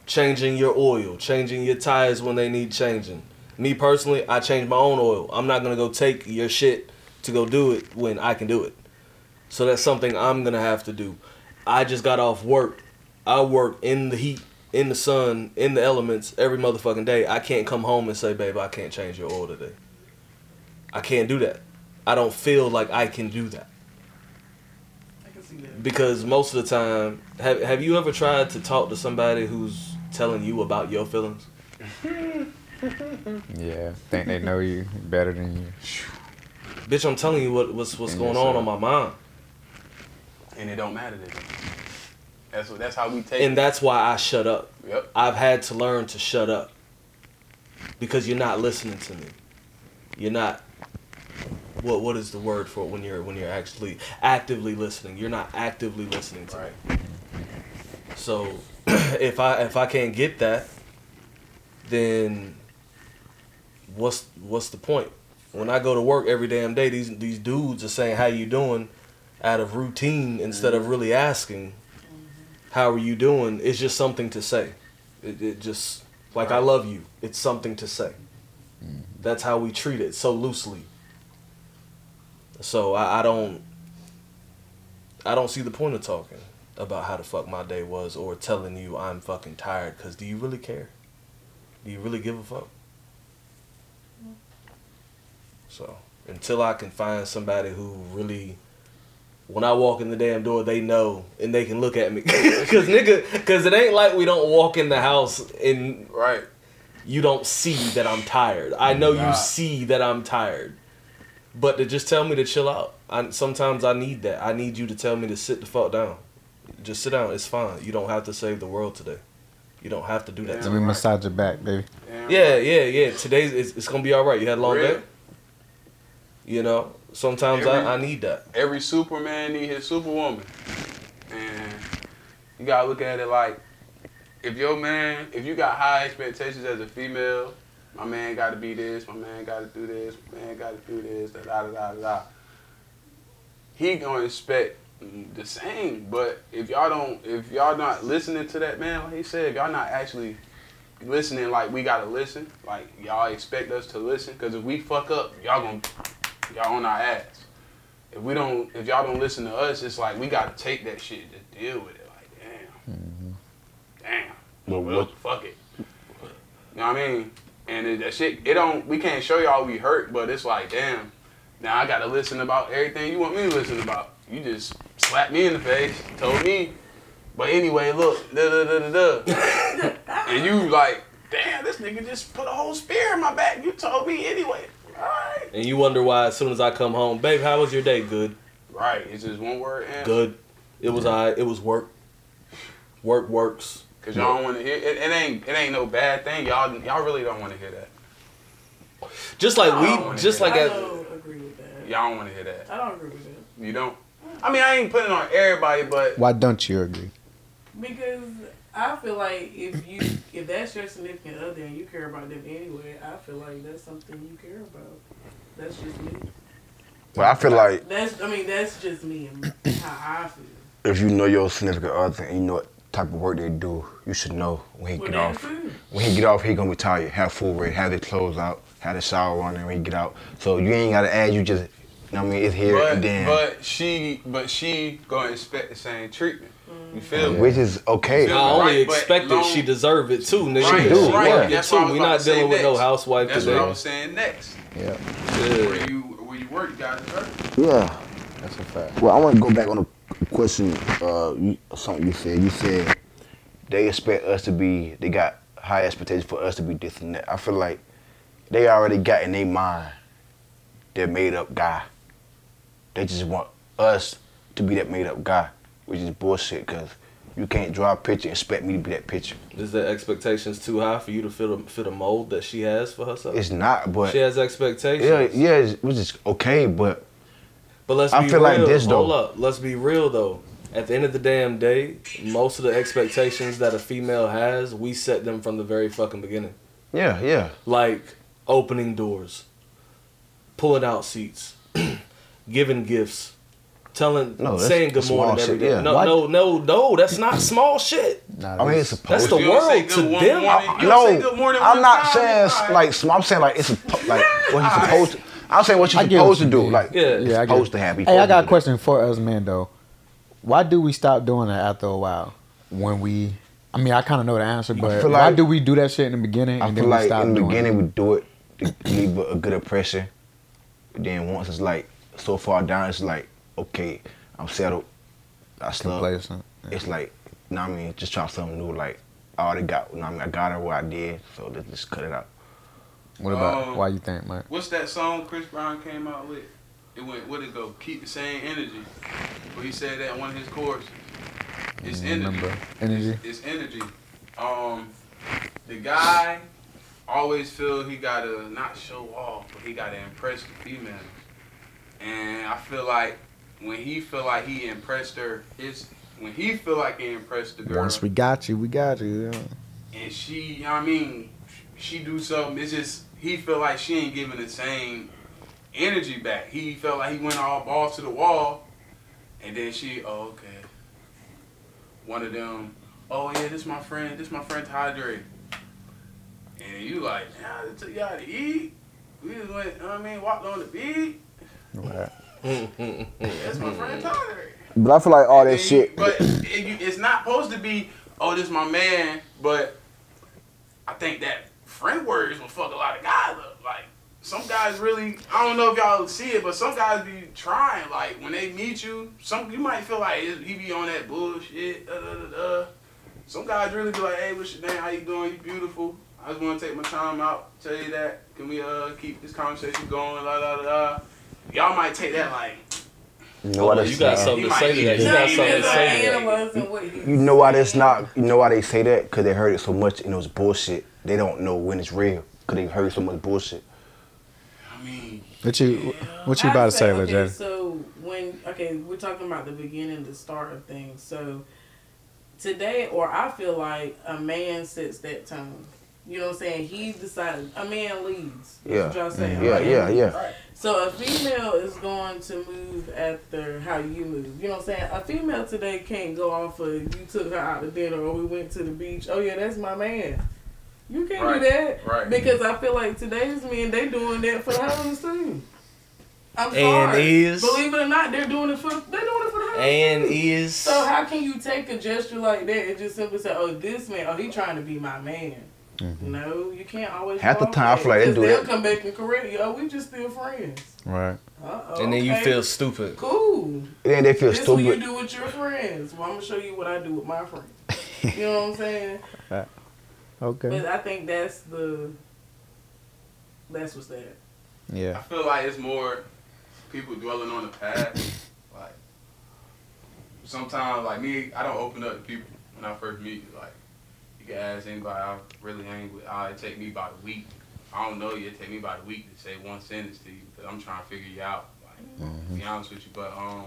Speaker 2: Changing your oil, changing your tires when they need changing. Me personally, I change my own oil. I'm not gonna go take your shit to go do it when I can do it. So that's something I'm gonna have to do. I just got off work. I work in the heat, in the sun, in the elements every motherfucking day. I can't come home and say, babe, I can't change your oil today. I can't do that. I don't feel like I can do that.
Speaker 6: I can see that.
Speaker 2: Because most of the time, have, have you ever tried to talk to somebody who's telling you about your feelings?
Speaker 4: Yeah, think they know you better than you.
Speaker 2: Bitch, I'm telling you what, what's, what's
Speaker 4: And
Speaker 2: going
Speaker 4: that's
Speaker 2: on
Speaker 4: it.
Speaker 2: on my mind.
Speaker 5: And it don't matter to them. That's what that's how we take
Speaker 2: And that's why I shut up.
Speaker 5: Yep.
Speaker 2: I've had to learn to shut up because you're not listening to me. You're not. What what is the word for it when you're when you're actually actively listening? You're not actively listening to me. So if I if I can't get that, then what's what's the point? When I go to work every damn day, these these dudes are saying how you doing, out of routine instead of really asking, how are you doing? It's just something to say. It, it just like I love you. It's something to say. That's how we treat it so loosely. So I, I don't, I don't see the point of talking about how the fuck my day was or telling you I'm fucking tired. Cause do you really care? Do you really give a fuck? So until I can find somebody who really, when I walk in the damn door, they know and they can look at me. cause nigga, cause it ain't like we don't walk in the house and
Speaker 5: Right.
Speaker 2: you don't see that I'm tired. I know
Speaker 5: Nah.
Speaker 2: you see that I'm tired. But to just tell me to chill out. I, sometimes I need that. I need you to tell me to sit the fuck down. Just sit down. It's fine. You don't have to save the world today. You don't have to do that.
Speaker 5: Yeah.
Speaker 4: Let me massage your back, baby.
Speaker 5: Damn
Speaker 2: Yeah,
Speaker 5: right.
Speaker 2: yeah, yeah. Today's it's, it's gonna be all right. You had a long
Speaker 5: Really?
Speaker 2: day. You know, sometimes
Speaker 5: Every-
Speaker 2: I, I need that.
Speaker 5: every Superman need his Superwoman, and you gotta look at it like if your man, if you got high expectations as a female, my man got to be this, my man got to do this, my man got to do this, da da da da da. He gonna expect the same, but if y'all don't, if y'all not listening to that man, like he said, if y'all not actually listening, like we gotta listen, like y'all expect us to listen, cause if we fuck up, y'all gonna y'all on our ass if we don't, if y'all don't listen to us, it's like we gotta take that shit to deal with it. Like, damn, damn. Well, fuck it. You know what I mean? And it, that shit, it don't. We can't show y'all we hurt, but it's like, damn. Now I gotta listen about everything you want me to listen about. You just slapped me in the face, told me. But anyway, look, da da da da da. and you like, damn, this nigga just put a whole spear in my back. You told me anyway. All right.
Speaker 2: And you wonder why as soon as I come home, babe, how was your day? Good.
Speaker 5: Right. It's just one word. Answer.
Speaker 2: Good. It was I. It was work. Work works.
Speaker 5: Cause y'all don't want to hear it, it. Ain't it ain't no bad thing. Y'all y'all really don't want to hear that.
Speaker 2: Just like
Speaker 5: I don't
Speaker 2: we.
Speaker 5: wanna
Speaker 2: Just
Speaker 5: hear
Speaker 2: like
Speaker 5: that.
Speaker 6: I
Speaker 2: at,
Speaker 6: don't agree with that.
Speaker 5: Y'all don't want to hear that.
Speaker 6: I don't agree with that
Speaker 5: You don't. I mean, I ain't putting on everybody, but
Speaker 4: Why don't you agree?
Speaker 6: because I feel like if you if that's your significant other and you care about them anyway, I feel like that's something you care about. That's just me.
Speaker 3: But I feel like
Speaker 6: That's I mean that's just me and how I feel.
Speaker 3: if you know your significant other and you know type of work they do, you should know when he
Speaker 6: Well,
Speaker 3: get
Speaker 6: that's
Speaker 3: off.
Speaker 6: it.
Speaker 3: When he get off, he gonna retire, have full rate, have their clothes out, have the shower on, and when he get out. So you ain't gotta add. You just, you know what I mean, it's here
Speaker 5: But,
Speaker 3: and then,
Speaker 5: but she but she gonna expect the same treatment. You feel me?
Speaker 3: which is okay.
Speaker 5: Yeah.
Speaker 2: I only
Speaker 5: Right, but
Speaker 2: expect it.
Speaker 5: long-
Speaker 2: She deserve it too, nigga.
Speaker 5: Right,
Speaker 2: she
Speaker 4: do,
Speaker 2: deserve
Speaker 4: yeah.
Speaker 2: it
Speaker 5: That's what I
Speaker 2: too.
Speaker 5: was
Speaker 2: We
Speaker 5: about
Speaker 2: not
Speaker 5: to say
Speaker 2: dealing with no
Speaker 5: next.
Speaker 2: housewife
Speaker 5: That's
Speaker 2: today.
Speaker 5: what I was saying next.
Speaker 4: Yeah.
Speaker 2: Yeah.
Speaker 5: Where you where you work, you got to
Speaker 3: Yeah.
Speaker 4: That's a fact.
Speaker 3: Well, I want to go back on a question. Uh, you, something you said. You said they expect us to be. They got high expectations for us to be this and that. I feel like they already got in their mind their made up guy. They just want us to be that made up guy, which is bullshit. Cause you can't draw a picture and expect me to be that picture.
Speaker 2: Is the expectations too high for you to fit a fit a mold that she has for herself?
Speaker 3: It's not. But
Speaker 2: she has expectations.
Speaker 3: yeah, yeah, it's- which is okay. But
Speaker 2: But let's
Speaker 3: I
Speaker 2: be
Speaker 3: feel
Speaker 2: real.
Speaker 3: like this, though.
Speaker 2: Hold up. Let's be real though. At the end of the damn day, most of the expectations that a female has, we set them from the very fucking beginning.
Speaker 3: yeah, yeah,
Speaker 2: Like opening doors, pulling out seats, giving gifts, telling,
Speaker 3: No, that's
Speaker 2: saying good
Speaker 3: small
Speaker 2: morning
Speaker 3: shit,
Speaker 2: every day.
Speaker 3: yeah.
Speaker 2: No,
Speaker 4: What?
Speaker 2: no, no, no. That's not small shit.
Speaker 4: Nah,
Speaker 3: I mean, it's
Speaker 4: this-
Speaker 3: supposed
Speaker 2: That's
Speaker 3: to
Speaker 2: the
Speaker 5: you don't say
Speaker 2: world
Speaker 5: good
Speaker 2: to
Speaker 5: one
Speaker 2: them.
Speaker 5: morning, you don't say good
Speaker 3: No,
Speaker 5: morning
Speaker 3: I'm
Speaker 5: one
Speaker 3: not
Speaker 5: time,
Speaker 3: saying
Speaker 5: it's
Speaker 3: like sm- I'm saying like it's a, like what he's supposed to. I'm saying what you're
Speaker 4: I get what
Speaker 3: supposed
Speaker 4: you
Speaker 3: to do.
Speaker 4: mean.
Speaker 3: Like
Speaker 2: Yeah.
Speaker 3: yeah,
Speaker 4: Yeah, I get
Speaker 3: supposed
Speaker 4: it.
Speaker 3: to have.
Speaker 4: Hey, I got a
Speaker 3: supposed
Speaker 4: question for us men though. Why do we stop doing that after a while? When we, I mean, I kind of know the answer, but
Speaker 3: feel
Speaker 4: why
Speaker 3: like-
Speaker 4: do we do that shit in the beginning
Speaker 3: to do
Speaker 4: and
Speaker 3: that. I
Speaker 4: then
Speaker 3: feel
Speaker 4: we
Speaker 3: like
Speaker 4: stop
Speaker 3: in the
Speaker 4: doing
Speaker 3: beginning we do it to leave a, a good impression. But then once it's like so far down, it's like okay, I'm settled. I
Speaker 4: it?
Speaker 3: slept.
Speaker 4: Complacent.
Speaker 3: It's like, you know what I mean, just try something new. Like I already got, you know what I mean, I got her what I did, so let's just cut it out.
Speaker 4: What about
Speaker 5: Um,
Speaker 4: why you think, Mike?
Speaker 5: What's that song Chris Brown came out with? It went what it go? Keep the same energy. But he said that in one of his courses. It's energy.
Speaker 4: Remember energy?
Speaker 5: It's energy. Um, the guy always feel he gotta not show off, but he gotta impress the female. And I feel like when he feel like he impressed her, his when he feel like he impressed the girl,
Speaker 4: Once we got you, we got you. Yeah.
Speaker 5: and she, you know what I mean, she do something. It's just he feel like she ain't giving the same energy back. He felt like he went all balls to the wall, and then she, oh okay, one of them, oh yeah, this my friend, this my friend Tydre, and you like, yeah, I just took y'all to eat. We just went, you know what I mean, walked on the beach. That's my friend Tydre.
Speaker 3: But I feel like all
Speaker 5: And you- But it, you- it's not supposed to be, oh, this my man. But I think that friend words will fuck a lot of guys up. Like some guys really, I don't know if y'all see it, but some guys be trying. Like when they meet you, some you might feel like it- he be on that bullshit. Da, da, da, da. Some guys really be like, hey, what's your name? How you doing? You beautiful. I just want to take my time out, tell you that. Can we uh keep this conversation going? La la la. la. Y'all might take that like
Speaker 3: know
Speaker 2: Oh,
Speaker 3: why
Speaker 2: you
Speaker 3: that's
Speaker 2: got
Speaker 3: not-
Speaker 2: something
Speaker 5: You
Speaker 2: to say
Speaker 5: might
Speaker 2: to that. You got
Speaker 6: Not
Speaker 2: something
Speaker 6: even
Speaker 2: to say to
Speaker 6: saying
Speaker 2: that.
Speaker 6: it wasn't what you
Speaker 3: You know why that's not? You know why they say that? Cause they heard it so much and it was bullshit. They don't know when it's real. Cause they heard so much bullshit.
Speaker 5: I mean.
Speaker 4: What you What you about
Speaker 6: I'd
Speaker 4: to say,
Speaker 6: okay,
Speaker 4: Legend?
Speaker 6: So when okay, we're talking about the beginning, the start of things. So today, or I feel like a man sets that tone. You know what I'm saying? He's decided. A man leads. That's
Speaker 3: Yeah.
Speaker 6: What y'all saying?
Speaker 2: Mm-hmm.
Speaker 3: Yeah,
Speaker 6: right?
Speaker 3: yeah, yeah.
Speaker 6: So a female is going to move after how you move. You know what I'm saying? A female today can't go off of you took her out to dinner or we went to the beach. Oh yeah, that's my man. You can't
Speaker 5: Right,
Speaker 6: do that.
Speaker 5: right.
Speaker 6: Because I feel like today's men they doing that for the hoes too. I'm
Speaker 2: And
Speaker 6: sorry.
Speaker 2: is-
Speaker 6: Believe it or not, they're doing it for they're doing it for the hoes.
Speaker 2: And
Speaker 6: too.
Speaker 2: is
Speaker 6: So how can you take a gesture like that and just simply say, "Oh, this man, oh, he trying to be my man"? No, you can't always.
Speaker 3: Mm-hmm. Half the
Speaker 6: go off
Speaker 3: time, I feel like they
Speaker 6: 'cause
Speaker 3: do
Speaker 6: They'll
Speaker 3: that.
Speaker 6: come back and correct you. Oh, we just still friends.
Speaker 4: Right.
Speaker 6: Uh-oh,
Speaker 2: and then you
Speaker 6: okay.
Speaker 2: feel stupid.
Speaker 6: cool.
Speaker 3: And then they feel
Speaker 6: This is what you
Speaker 3: stupid.
Speaker 6: do with your friends. Well, I'm gonna show you what I do with my friends. You know what I'm saying? But
Speaker 4: Okay.
Speaker 6: I think that's the that's what's there.
Speaker 5: I
Speaker 4: Yeah.
Speaker 5: feel like it's more people dwelling on the past. like sometimes, like me, I don't open up to people when I first meet you. Like you can ask anybody I really hang with. I it take me about a week. I don't know you. It take me about a week to say one sentence to you because I'm trying to figure you out. Like to be honest with you, but um,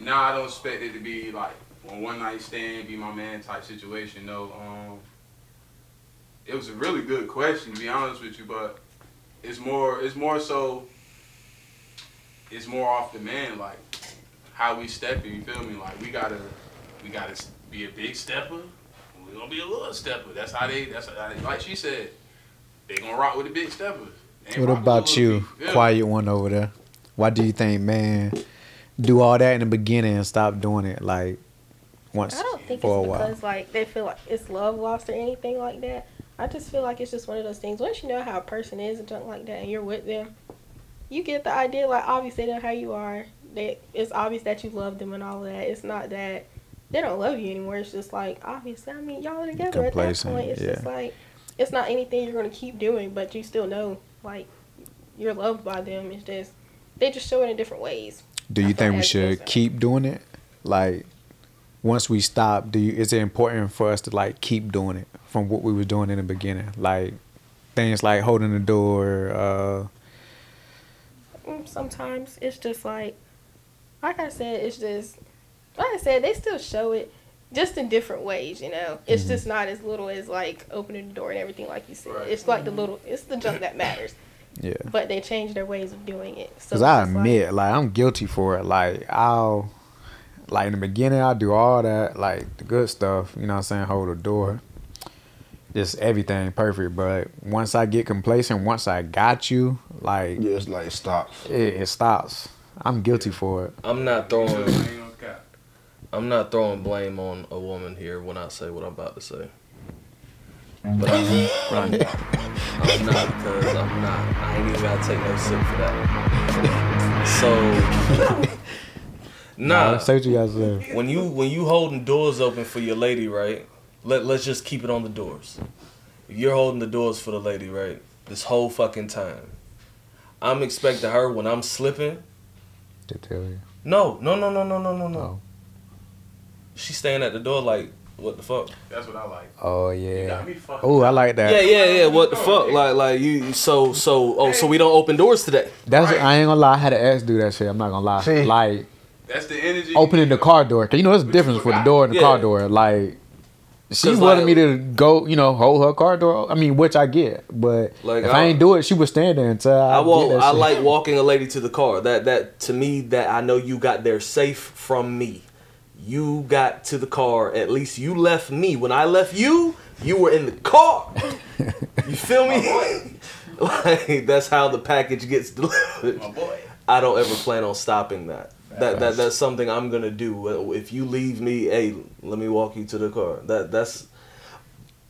Speaker 5: now I don't expect it to be like on one night stand, be my man type situation. No, um, it was a really good question to be honest with you, but it's more it's more so it's more off the man like how we stepping you feel me like we gotta we gotta
Speaker 9: be a big stepper. We're gonna be a little stepper. That's how they. That's how they, like she said. They gonna rock with the big steppers. They ain't
Speaker 4: What
Speaker 9: rocking with
Speaker 4: about
Speaker 9: the little
Speaker 4: you,
Speaker 9: people. Yeah.
Speaker 4: quiet one over there? Why do you think, man, do all that in the beginning and stop doing it like once
Speaker 8: I don't think
Speaker 4: for
Speaker 8: it's
Speaker 4: a while?
Speaker 8: because like they feel like it's love lost or anything like that. I just feel like it's just one of those things. Once you know how a person is and something like that, and you're with them, you get the idea. Like obviously they know how you are. They it's obvious that you love them and all of that. It's not that they don't love you anymore. It's just like obviously. I mean, y'all are together at that
Speaker 4: Complacent,
Speaker 8: point. It's just
Speaker 4: yeah.
Speaker 8: like it's not anything you're gonna keep doing, but you still know like you're loved by them. It's just they just show it in different ways.
Speaker 4: Do you
Speaker 8: I
Speaker 4: think we
Speaker 8: think
Speaker 4: should
Speaker 8: it's-
Speaker 4: keep doing it? Like once we stop, do you is it important for us to like keep doing it from what we were doing in the beginning? Like things like holding the door, uh
Speaker 8: Mm, sometimes it's just like like i said it's just like i said they still show it just in different ways you know it's
Speaker 4: Mm-hmm.
Speaker 8: just not as little as like opening the door and everything like you said
Speaker 9: Right.
Speaker 8: it's like the
Speaker 4: Mm-hmm.
Speaker 8: little it's the junk that matters
Speaker 4: yeah.
Speaker 8: but they change their ways of doing it so
Speaker 4: Cause I
Speaker 8: it's like-
Speaker 4: admit, like I'm guilty for it. Like I'll, like in the beginning, I do all that, like the good stuff. You know, what I'm saying hold the door, just everything perfect. But once I get complacent, once I got you, like
Speaker 3: Yeah, it's like stop.
Speaker 4: it, it stops. I'm guilty for it.
Speaker 2: I'm not throwing.
Speaker 9: I ain't gonna cap.
Speaker 2: I'm not throwing blame on a woman here when I say what I'm about to say. But I'm, I'm not. I'm not because I'm not. I ain't even gotta take no sip for that. So, nah.
Speaker 4: Say what you guys say.
Speaker 2: When you when you holding doors open for your lady, right? Let let's just keep it on the doors. If you're holding the doors for the lady, right? This whole fucking time, I'm expecting her when I'm slipping.
Speaker 4: To tell you,
Speaker 2: No, no, no, no, no, no, no, no.
Speaker 4: Oh.
Speaker 2: She's staying at the door like, what the fuck?
Speaker 9: That's what I like.
Speaker 4: oh
Speaker 9: You got
Speaker 4: yeah.
Speaker 9: me fucking.
Speaker 4: Oh, I like that.
Speaker 2: Yeah, yeah, yeah. What the fuck? Like, like you. So, so. Oh, so we don't open doors today.
Speaker 4: That's I ain't gonna lie. I had an ex do that shit. I'm not gonna lie.
Speaker 3: See.
Speaker 4: Like
Speaker 9: That's the energy.
Speaker 4: opening the car door. 'Cause you know, there's a difference with the door and the car
Speaker 2: Yeah.
Speaker 4: door. Like, she
Speaker 2: 'Cause,
Speaker 4: wanted
Speaker 2: like-
Speaker 4: me to go, you know, hold her car door. open. I mean, which I get, but
Speaker 2: Like,
Speaker 4: if I,
Speaker 2: I-
Speaker 4: ain't do it, she would stand there until I,
Speaker 2: I walk.
Speaker 4: Get that
Speaker 2: I
Speaker 4: shit.
Speaker 2: like walking a lady to the car. That that to me that I know you got there safe from me. You got to the car. At least you left me. When I left you, you were in the car. You feel me? like that's how the package gets delivered.
Speaker 9: My boy.
Speaker 2: I don't ever plan on stopping that. That, that that's something I'm gonna do. If you leave me, hey, let me walk you to the car. That that's.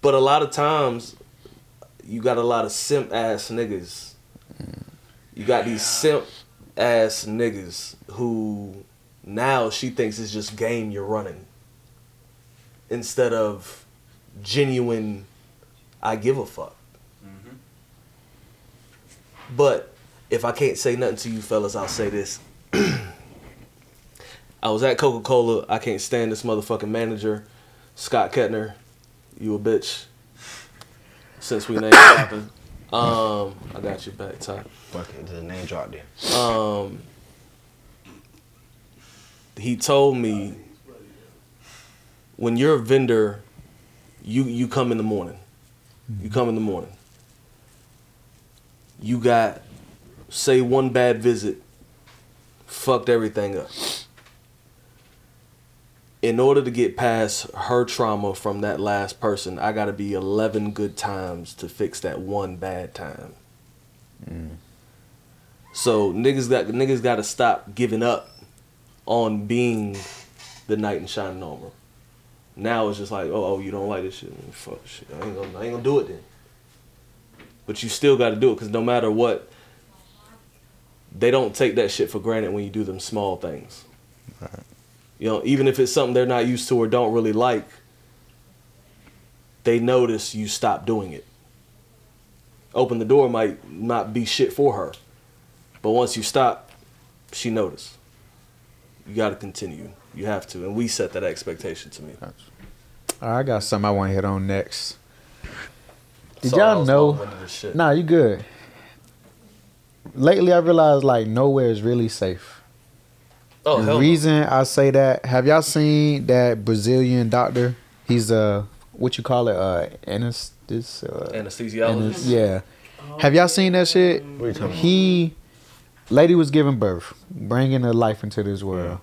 Speaker 2: But a lot of times, you got a lot of simp ass niggas. You got these simp ass niggas who now she thinks it's just game you're running. Instead of genuine, I give a fuck. But if I can't say nothing to you fellas, I'll say this. I was at Coca Cola. I can't stand this motherfucking manager, Scott Kettner. You a bitch. Since we named Toppin. Um, I got you back, Ty.
Speaker 3: Fucking the name drop there.
Speaker 2: Um, he told me when you're a vendor, you you come in the morning. You come in the morning. You got say one bad visit, fucked everything up. In order to get past her trauma from that last person, I got to be 11 good times to fix that one bad time. So niggas got niggas got to stop giving up on being the knight in shining armor. Now it's just like, oh, oh, you don't like this shit. Mm, Fuck shit. I ain't gonna, I ain't gonna do it then. But you still got to do it because no matter what, they don't take that shit for granted when you do them small things. You know, even if it's something they're not used to or don't really like, they notice you stop doing it. Open the door might not be shit for her. But once you stop, she noticed. You got to continue. You have to, and we set that expectation to me.
Speaker 4: All right, I got something I want to hit on next. Did
Speaker 2: Sorry, I
Speaker 4: y'all
Speaker 2: was
Speaker 4: know?
Speaker 2: long-winded as shit.
Speaker 4: Nah, you good. Lately, I realized like nowhere is really safe.
Speaker 2: oh
Speaker 4: the
Speaker 2: hell, no.
Speaker 4: reason I say that, have y'all seen that Brazilian doctor? He's a what you call it, uh, anesthetist. Uh, And it's-
Speaker 2: anesthesiologist.
Speaker 4: yeah. Have y'all seen that shit? He, lady was giving birth, bringing her life into this world.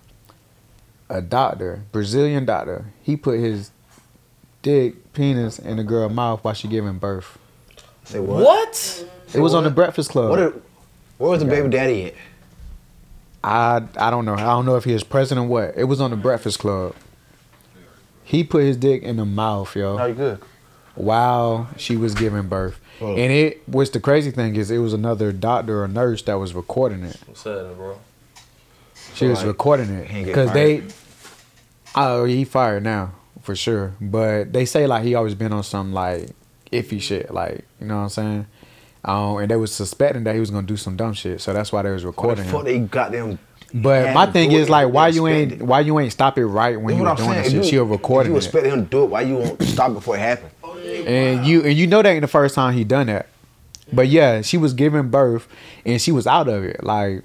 Speaker 4: a doctor, Brazilian doctor. He put his dick penis in a girl's mouth while she giving birth.
Speaker 7: Say what?
Speaker 10: What?
Speaker 4: It was on the
Speaker 7: what?
Speaker 4: Breakfast Club.
Speaker 7: What? Are, where was the baby daddy at?
Speaker 4: I I don't know. I don't know if he was present or what. It was on the Breakfast Club. He put his dick in the mouth, yo,
Speaker 7: Oh, you good?
Speaker 4: while she was giving birth.
Speaker 7: Oh.
Speaker 4: And it was the crazy thing is it was another doctor or nurse that was recording it.
Speaker 2: What's that, bro?
Speaker 4: She was
Speaker 7: like,
Speaker 4: recording it
Speaker 7: he ain't get
Speaker 4: because they.
Speaker 7: fired?
Speaker 4: Oh, he fired now for sure. But they say like he always been on some like iffy shit, like you know what I'm saying. Um, and they was suspecting that he was gonna do some dumb shit, so that's why they was
Speaker 7: What the
Speaker 4: recording.
Speaker 7: fuck
Speaker 4: Him.
Speaker 7: they got them?
Speaker 4: But
Speaker 7: had
Speaker 4: my
Speaker 7: him
Speaker 4: thing
Speaker 7: do
Speaker 4: is
Speaker 7: it
Speaker 4: like,
Speaker 7: and
Speaker 4: why
Speaker 7: they
Speaker 4: you ain't
Speaker 7: expected-
Speaker 4: why you ain't stop it right when
Speaker 7: That's what
Speaker 4: you were
Speaker 7: I'm
Speaker 4: doing
Speaker 7: saying.
Speaker 4: this shit?
Speaker 7: If
Speaker 4: She
Speaker 7: you,
Speaker 4: was recording
Speaker 7: If you
Speaker 4: it.
Speaker 7: expect him to do it, why you won't stop it before it happened?
Speaker 4: and you and you know that ain't the first time he done that. But yeah, she was giving birth and she was out of it. Like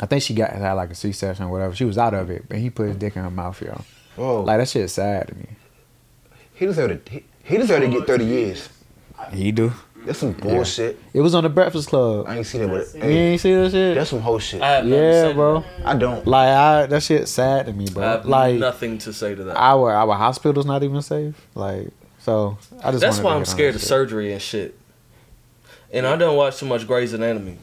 Speaker 4: I think she got had like a C section or whatever. She was out of it, but he put his dick in her mouth, yo.
Speaker 7: Whoa.
Speaker 4: Like that shit's sad to me.
Speaker 7: he deserved to. He, he deserved to get 30 years.
Speaker 4: He do.
Speaker 7: That's some bullshit.
Speaker 4: It was on the Breakfast Club.
Speaker 7: I ain't seen it, but
Speaker 4: You
Speaker 7: hey,
Speaker 4: ain't see that shit?
Speaker 7: that's some whole shit.
Speaker 2: I
Speaker 7: I,
Speaker 2: have nothing to
Speaker 4: yeah,
Speaker 2: say
Speaker 4: bro.
Speaker 2: To
Speaker 7: don't.
Speaker 4: Like I, that shit's sad to me,
Speaker 2: that. I
Speaker 4: bro.
Speaker 2: have
Speaker 4: Like
Speaker 2: nothing to say to that.
Speaker 4: our our hospital's not even safe. Like so, I just
Speaker 2: That's
Speaker 4: wanted to
Speaker 2: why
Speaker 4: hit
Speaker 2: I'm
Speaker 4: on
Speaker 2: scared
Speaker 4: that
Speaker 2: of
Speaker 4: shit.
Speaker 2: surgery and shit. And I don't watch too much Grey's Anatomy.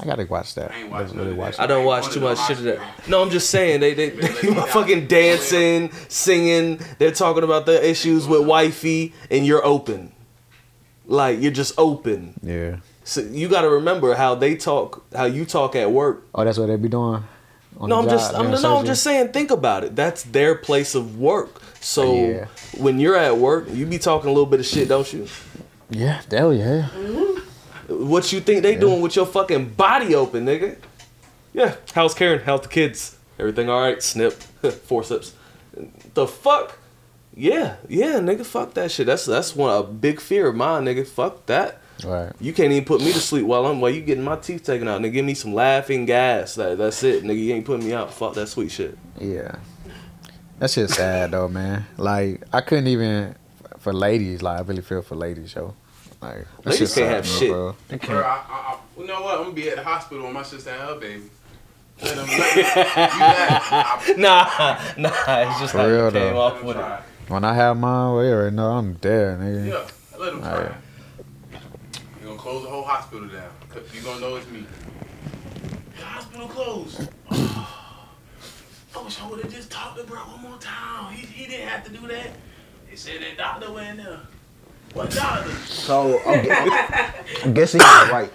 Speaker 4: I gotta watch that.
Speaker 9: I
Speaker 4: Let's
Speaker 9: ain't watching
Speaker 4: really
Speaker 9: none of
Speaker 4: watch
Speaker 9: that.
Speaker 2: I don't watch too much shit of that. No, I'm just saying they they, they fucking dancing, singing. They're talking about their issues with wifey, and you're open. Like you're just open.
Speaker 4: it. Yeah.
Speaker 2: So you got to remember how they talk, how you talk at work.
Speaker 4: Oh, that's what they be doing. on
Speaker 2: No,
Speaker 4: the
Speaker 2: I'm
Speaker 4: job,
Speaker 2: just, I'm,
Speaker 4: doing
Speaker 2: no, I'm
Speaker 4: surgery?
Speaker 2: just saying. Think about it. That's their place of work. So
Speaker 4: Yeah.
Speaker 2: when you're at work, you be talking a little bit of shit, don't you?
Speaker 4: Yeah, hell yeah.
Speaker 2: What you think they doing with your fucking body open, nigga? Yeah. How's Karen? How's the kids? Everything all right? Snip. Forceps. The fuck? Yeah, yeah, nigga. Fuck that shit. That's that's one a big fear of mine, nigga. Fuck that.
Speaker 4: Right.
Speaker 2: You can't even put me to sleep while I'm while you getting my teeth taken out, nigga. Give me some laughing gas. That, that's it, nigga. You ain't putting me out. Fuck that sweet shit.
Speaker 4: Yeah. That shit's sad though, man. Like I couldn't even for ladies. Like I really feel for ladies, yo. Like that
Speaker 2: Ladies
Speaker 4: shit's
Speaker 2: can't have
Speaker 4: sad, bro,
Speaker 2: shit.
Speaker 4: Bro.
Speaker 9: Bro, I, I, I, you know what? I'm gonna be at the hospital when my sister had her baby. Let them- let them- you back. I-
Speaker 2: Nah, nah. It's just
Speaker 4: For
Speaker 2: how you
Speaker 4: real,
Speaker 2: came
Speaker 4: though.
Speaker 9: let
Speaker 2: off
Speaker 9: 'em
Speaker 2: with it.
Speaker 9: try.
Speaker 4: When I have mine, well, you already know I'm dead, nigga.
Speaker 9: Yeah, let them
Speaker 4: Alright.
Speaker 9: try. You're gonna close the whole hospital down. You're gonna know it's me. The hospital closed. I wish I would have just talked to bro one more time. He, he didn't have to do that. They said that doctor went in there. What doctor?
Speaker 7: So I'm, gu- I'm guessing he's white.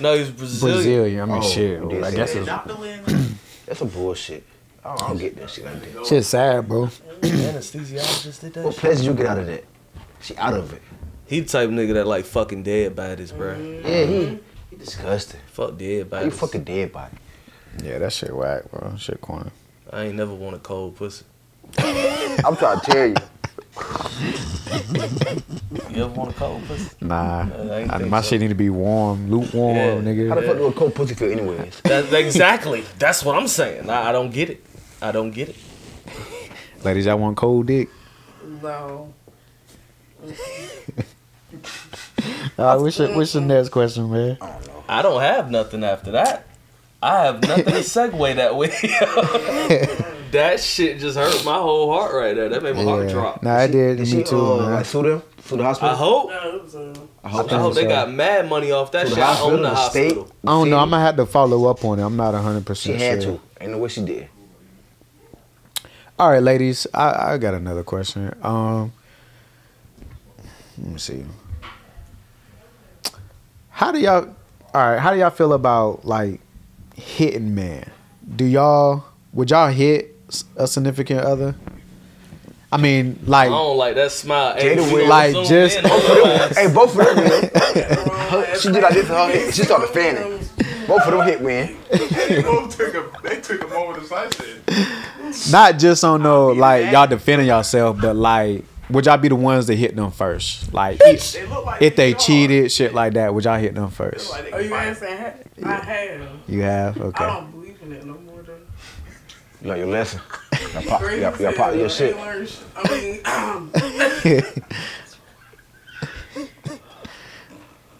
Speaker 2: No, he's Brazilian.
Speaker 4: Brazilian, I mean,
Speaker 7: Oh,
Speaker 4: shit.
Speaker 7: it is
Speaker 4: I
Speaker 7: sad.
Speaker 4: guess
Speaker 9: That
Speaker 4: it's
Speaker 9: doctor went in there.
Speaker 7: That's some bullshit. I don't, I don't get that shit like that.
Speaker 4: shit's sad, bro.
Speaker 2: Anesthesiologist did that.
Speaker 7: What
Speaker 2: shit.
Speaker 7: pleasure you get out of that? She out of it.
Speaker 2: He the type of nigga that like fucking dead bodies, bruh.
Speaker 7: Yeah, he he disgusting.
Speaker 2: Fuck dead
Speaker 7: He
Speaker 2: bodies.
Speaker 7: fucking dead body.
Speaker 4: Yeah, that shit whack, bro. Shit corner.
Speaker 2: I ain't never want a cold pussy.
Speaker 5: I'm trying to tell you.
Speaker 2: You ever want a cold pussy?
Speaker 4: Nah,
Speaker 2: I ain't
Speaker 4: I-
Speaker 2: think
Speaker 4: my
Speaker 2: so.
Speaker 4: shit need to be warm, lukewarm,
Speaker 2: Yeah.
Speaker 7: How the
Speaker 4: nigga.
Speaker 7: fuck do a cold pussy feel anyways?
Speaker 2: That, exactly. That's what I'm saying. I, I don't get it. I don't get it.
Speaker 4: Ladies, I want cold dick.
Speaker 6: No.
Speaker 4: Uh, what's your what's your next question, man?
Speaker 2: I don't have nothing after that. I have nothing to segue that way. that shit just hurt my whole heart right there. That made my heart drop.
Speaker 4: Nah, I did.
Speaker 7: she,
Speaker 4: Me too,
Speaker 7: uh,
Speaker 4: man.
Speaker 7: Like sue them? Sue the hospital?
Speaker 2: I hope.
Speaker 6: No, it was uh, a.
Speaker 2: I
Speaker 4: think
Speaker 2: hope they
Speaker 4: so.
Speaker 2: got mad money off that
Speaker 7: Sue
Speaker 2: shit. I own the
Speaker 7: the
Speaker 2: hospital.
Speaker 4: I don't know.
Speaker 7: city?
Speaker 4: I'm gonna have to follow up on it. I'm not 100
Speaker 7: She
Speaker 4: percent
Speaker 7: had
Speaker 4: sure.
Speaker 7: to. Ain't no way she did.
Speaker 4: All right, ladies. I, I got another question. Um, let me see. How do y'all? All right. How do y'all feel about like hitting man? Do y'all? Would y'all hit s- a significant other? I mean,
Speaker 2: I
Speaker 4: like,
Speaker 2: don't like that smile.
Speaker 7: Jada
Speaker 2: Hey, you
Speaker 7: Will-
Speaker 2: gonna
Speaker 4: Like,
Speaker 2: zoom
Speaker 4: just-
Speaker 2: in on your ass.
Speaker 7: Hey, both of them. man.
Speaker 6: Her-
Speaker 7: She did like this to her. hip. She started fanning. Both of them hit win.
Speaker 9: They both took a, they took a moment of silence.
Speaker 4: not just on no like
Speaker 9: mad.
Speaker 4: y'all defending yourself, but like, would y'all be the ones that hit them first? Like,
Speaker 9: They look like
Speaker 4: if they
Speaker 9: are.
Speaker 4: cheated, shit like that, would y'all hit them
Speaker 9: They
Speaker 4: first?
Speaker 9: look like they
Speaker 6: Are you
Speaker 9: fight.
Speaker 6: asking? ha- I have.
Speaker 4: You have
Speaker 6: I
Speaker 4: okay.
Speaker 6: don't believe in it no more though.
Speaker 7: You got your lesson. You got pop, you
Speaker 6: Greg
Speaker 7: got, you
Speaker 6: said,
Speaker 7: got pop
Speaker 6: uh,
Speaker 7: your shit.
Speaker 6: they learned sh- I mean,
Speaker 4: yeah,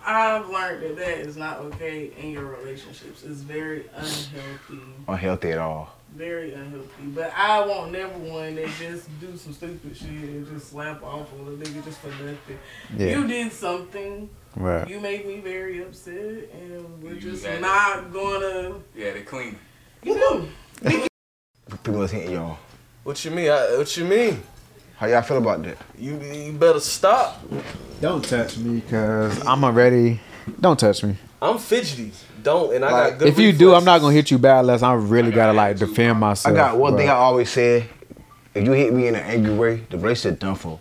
Speaker 6: I I've learned that that is not okay in your relationships. It's very unhealthy.
Speaker 7: Unhealthy at all.
Speaker 6: Very unhealthy. But I won't never one that just do some stupid shit and just slap off on a nigga just for nothing.
Speaker 4: Yeah.
Speaker 6: You did something.
Speaker 4: Right.
Speaker 6: You made me very upset, and we're
Speaker 9: You
Speaker 6: just
Speaker 9: had it.
Speaker 6: not gonna.
Speaker 9: Yeah, the clean.
Speaker 6: You know,
Speaker 7: People was hitting y'all.
Speaker 2: What you mean? I, what you mean?
Speaker 7: How y'all feel about that?
Speaker 2: You you better stop.
Speaker 1: Don't touch me, cause
Speaker 4: I'm already. Don't touch me.
Speaker 2: I'm fidgety. Don't and I got
Speaker 7: Like,
Speaker 2: good.
Speaker 4: if you do, I'm not gonna
Speaker 2: reflexes.
Speaker 4: hit you bad unless I really gotta like defend
Speaker 7: I
Speaker 4: myself.
Speaker 7: got one
Speaker 4: bro.
Speaker 7: thing I always said. If you hit me in an angry way, the relationship done for.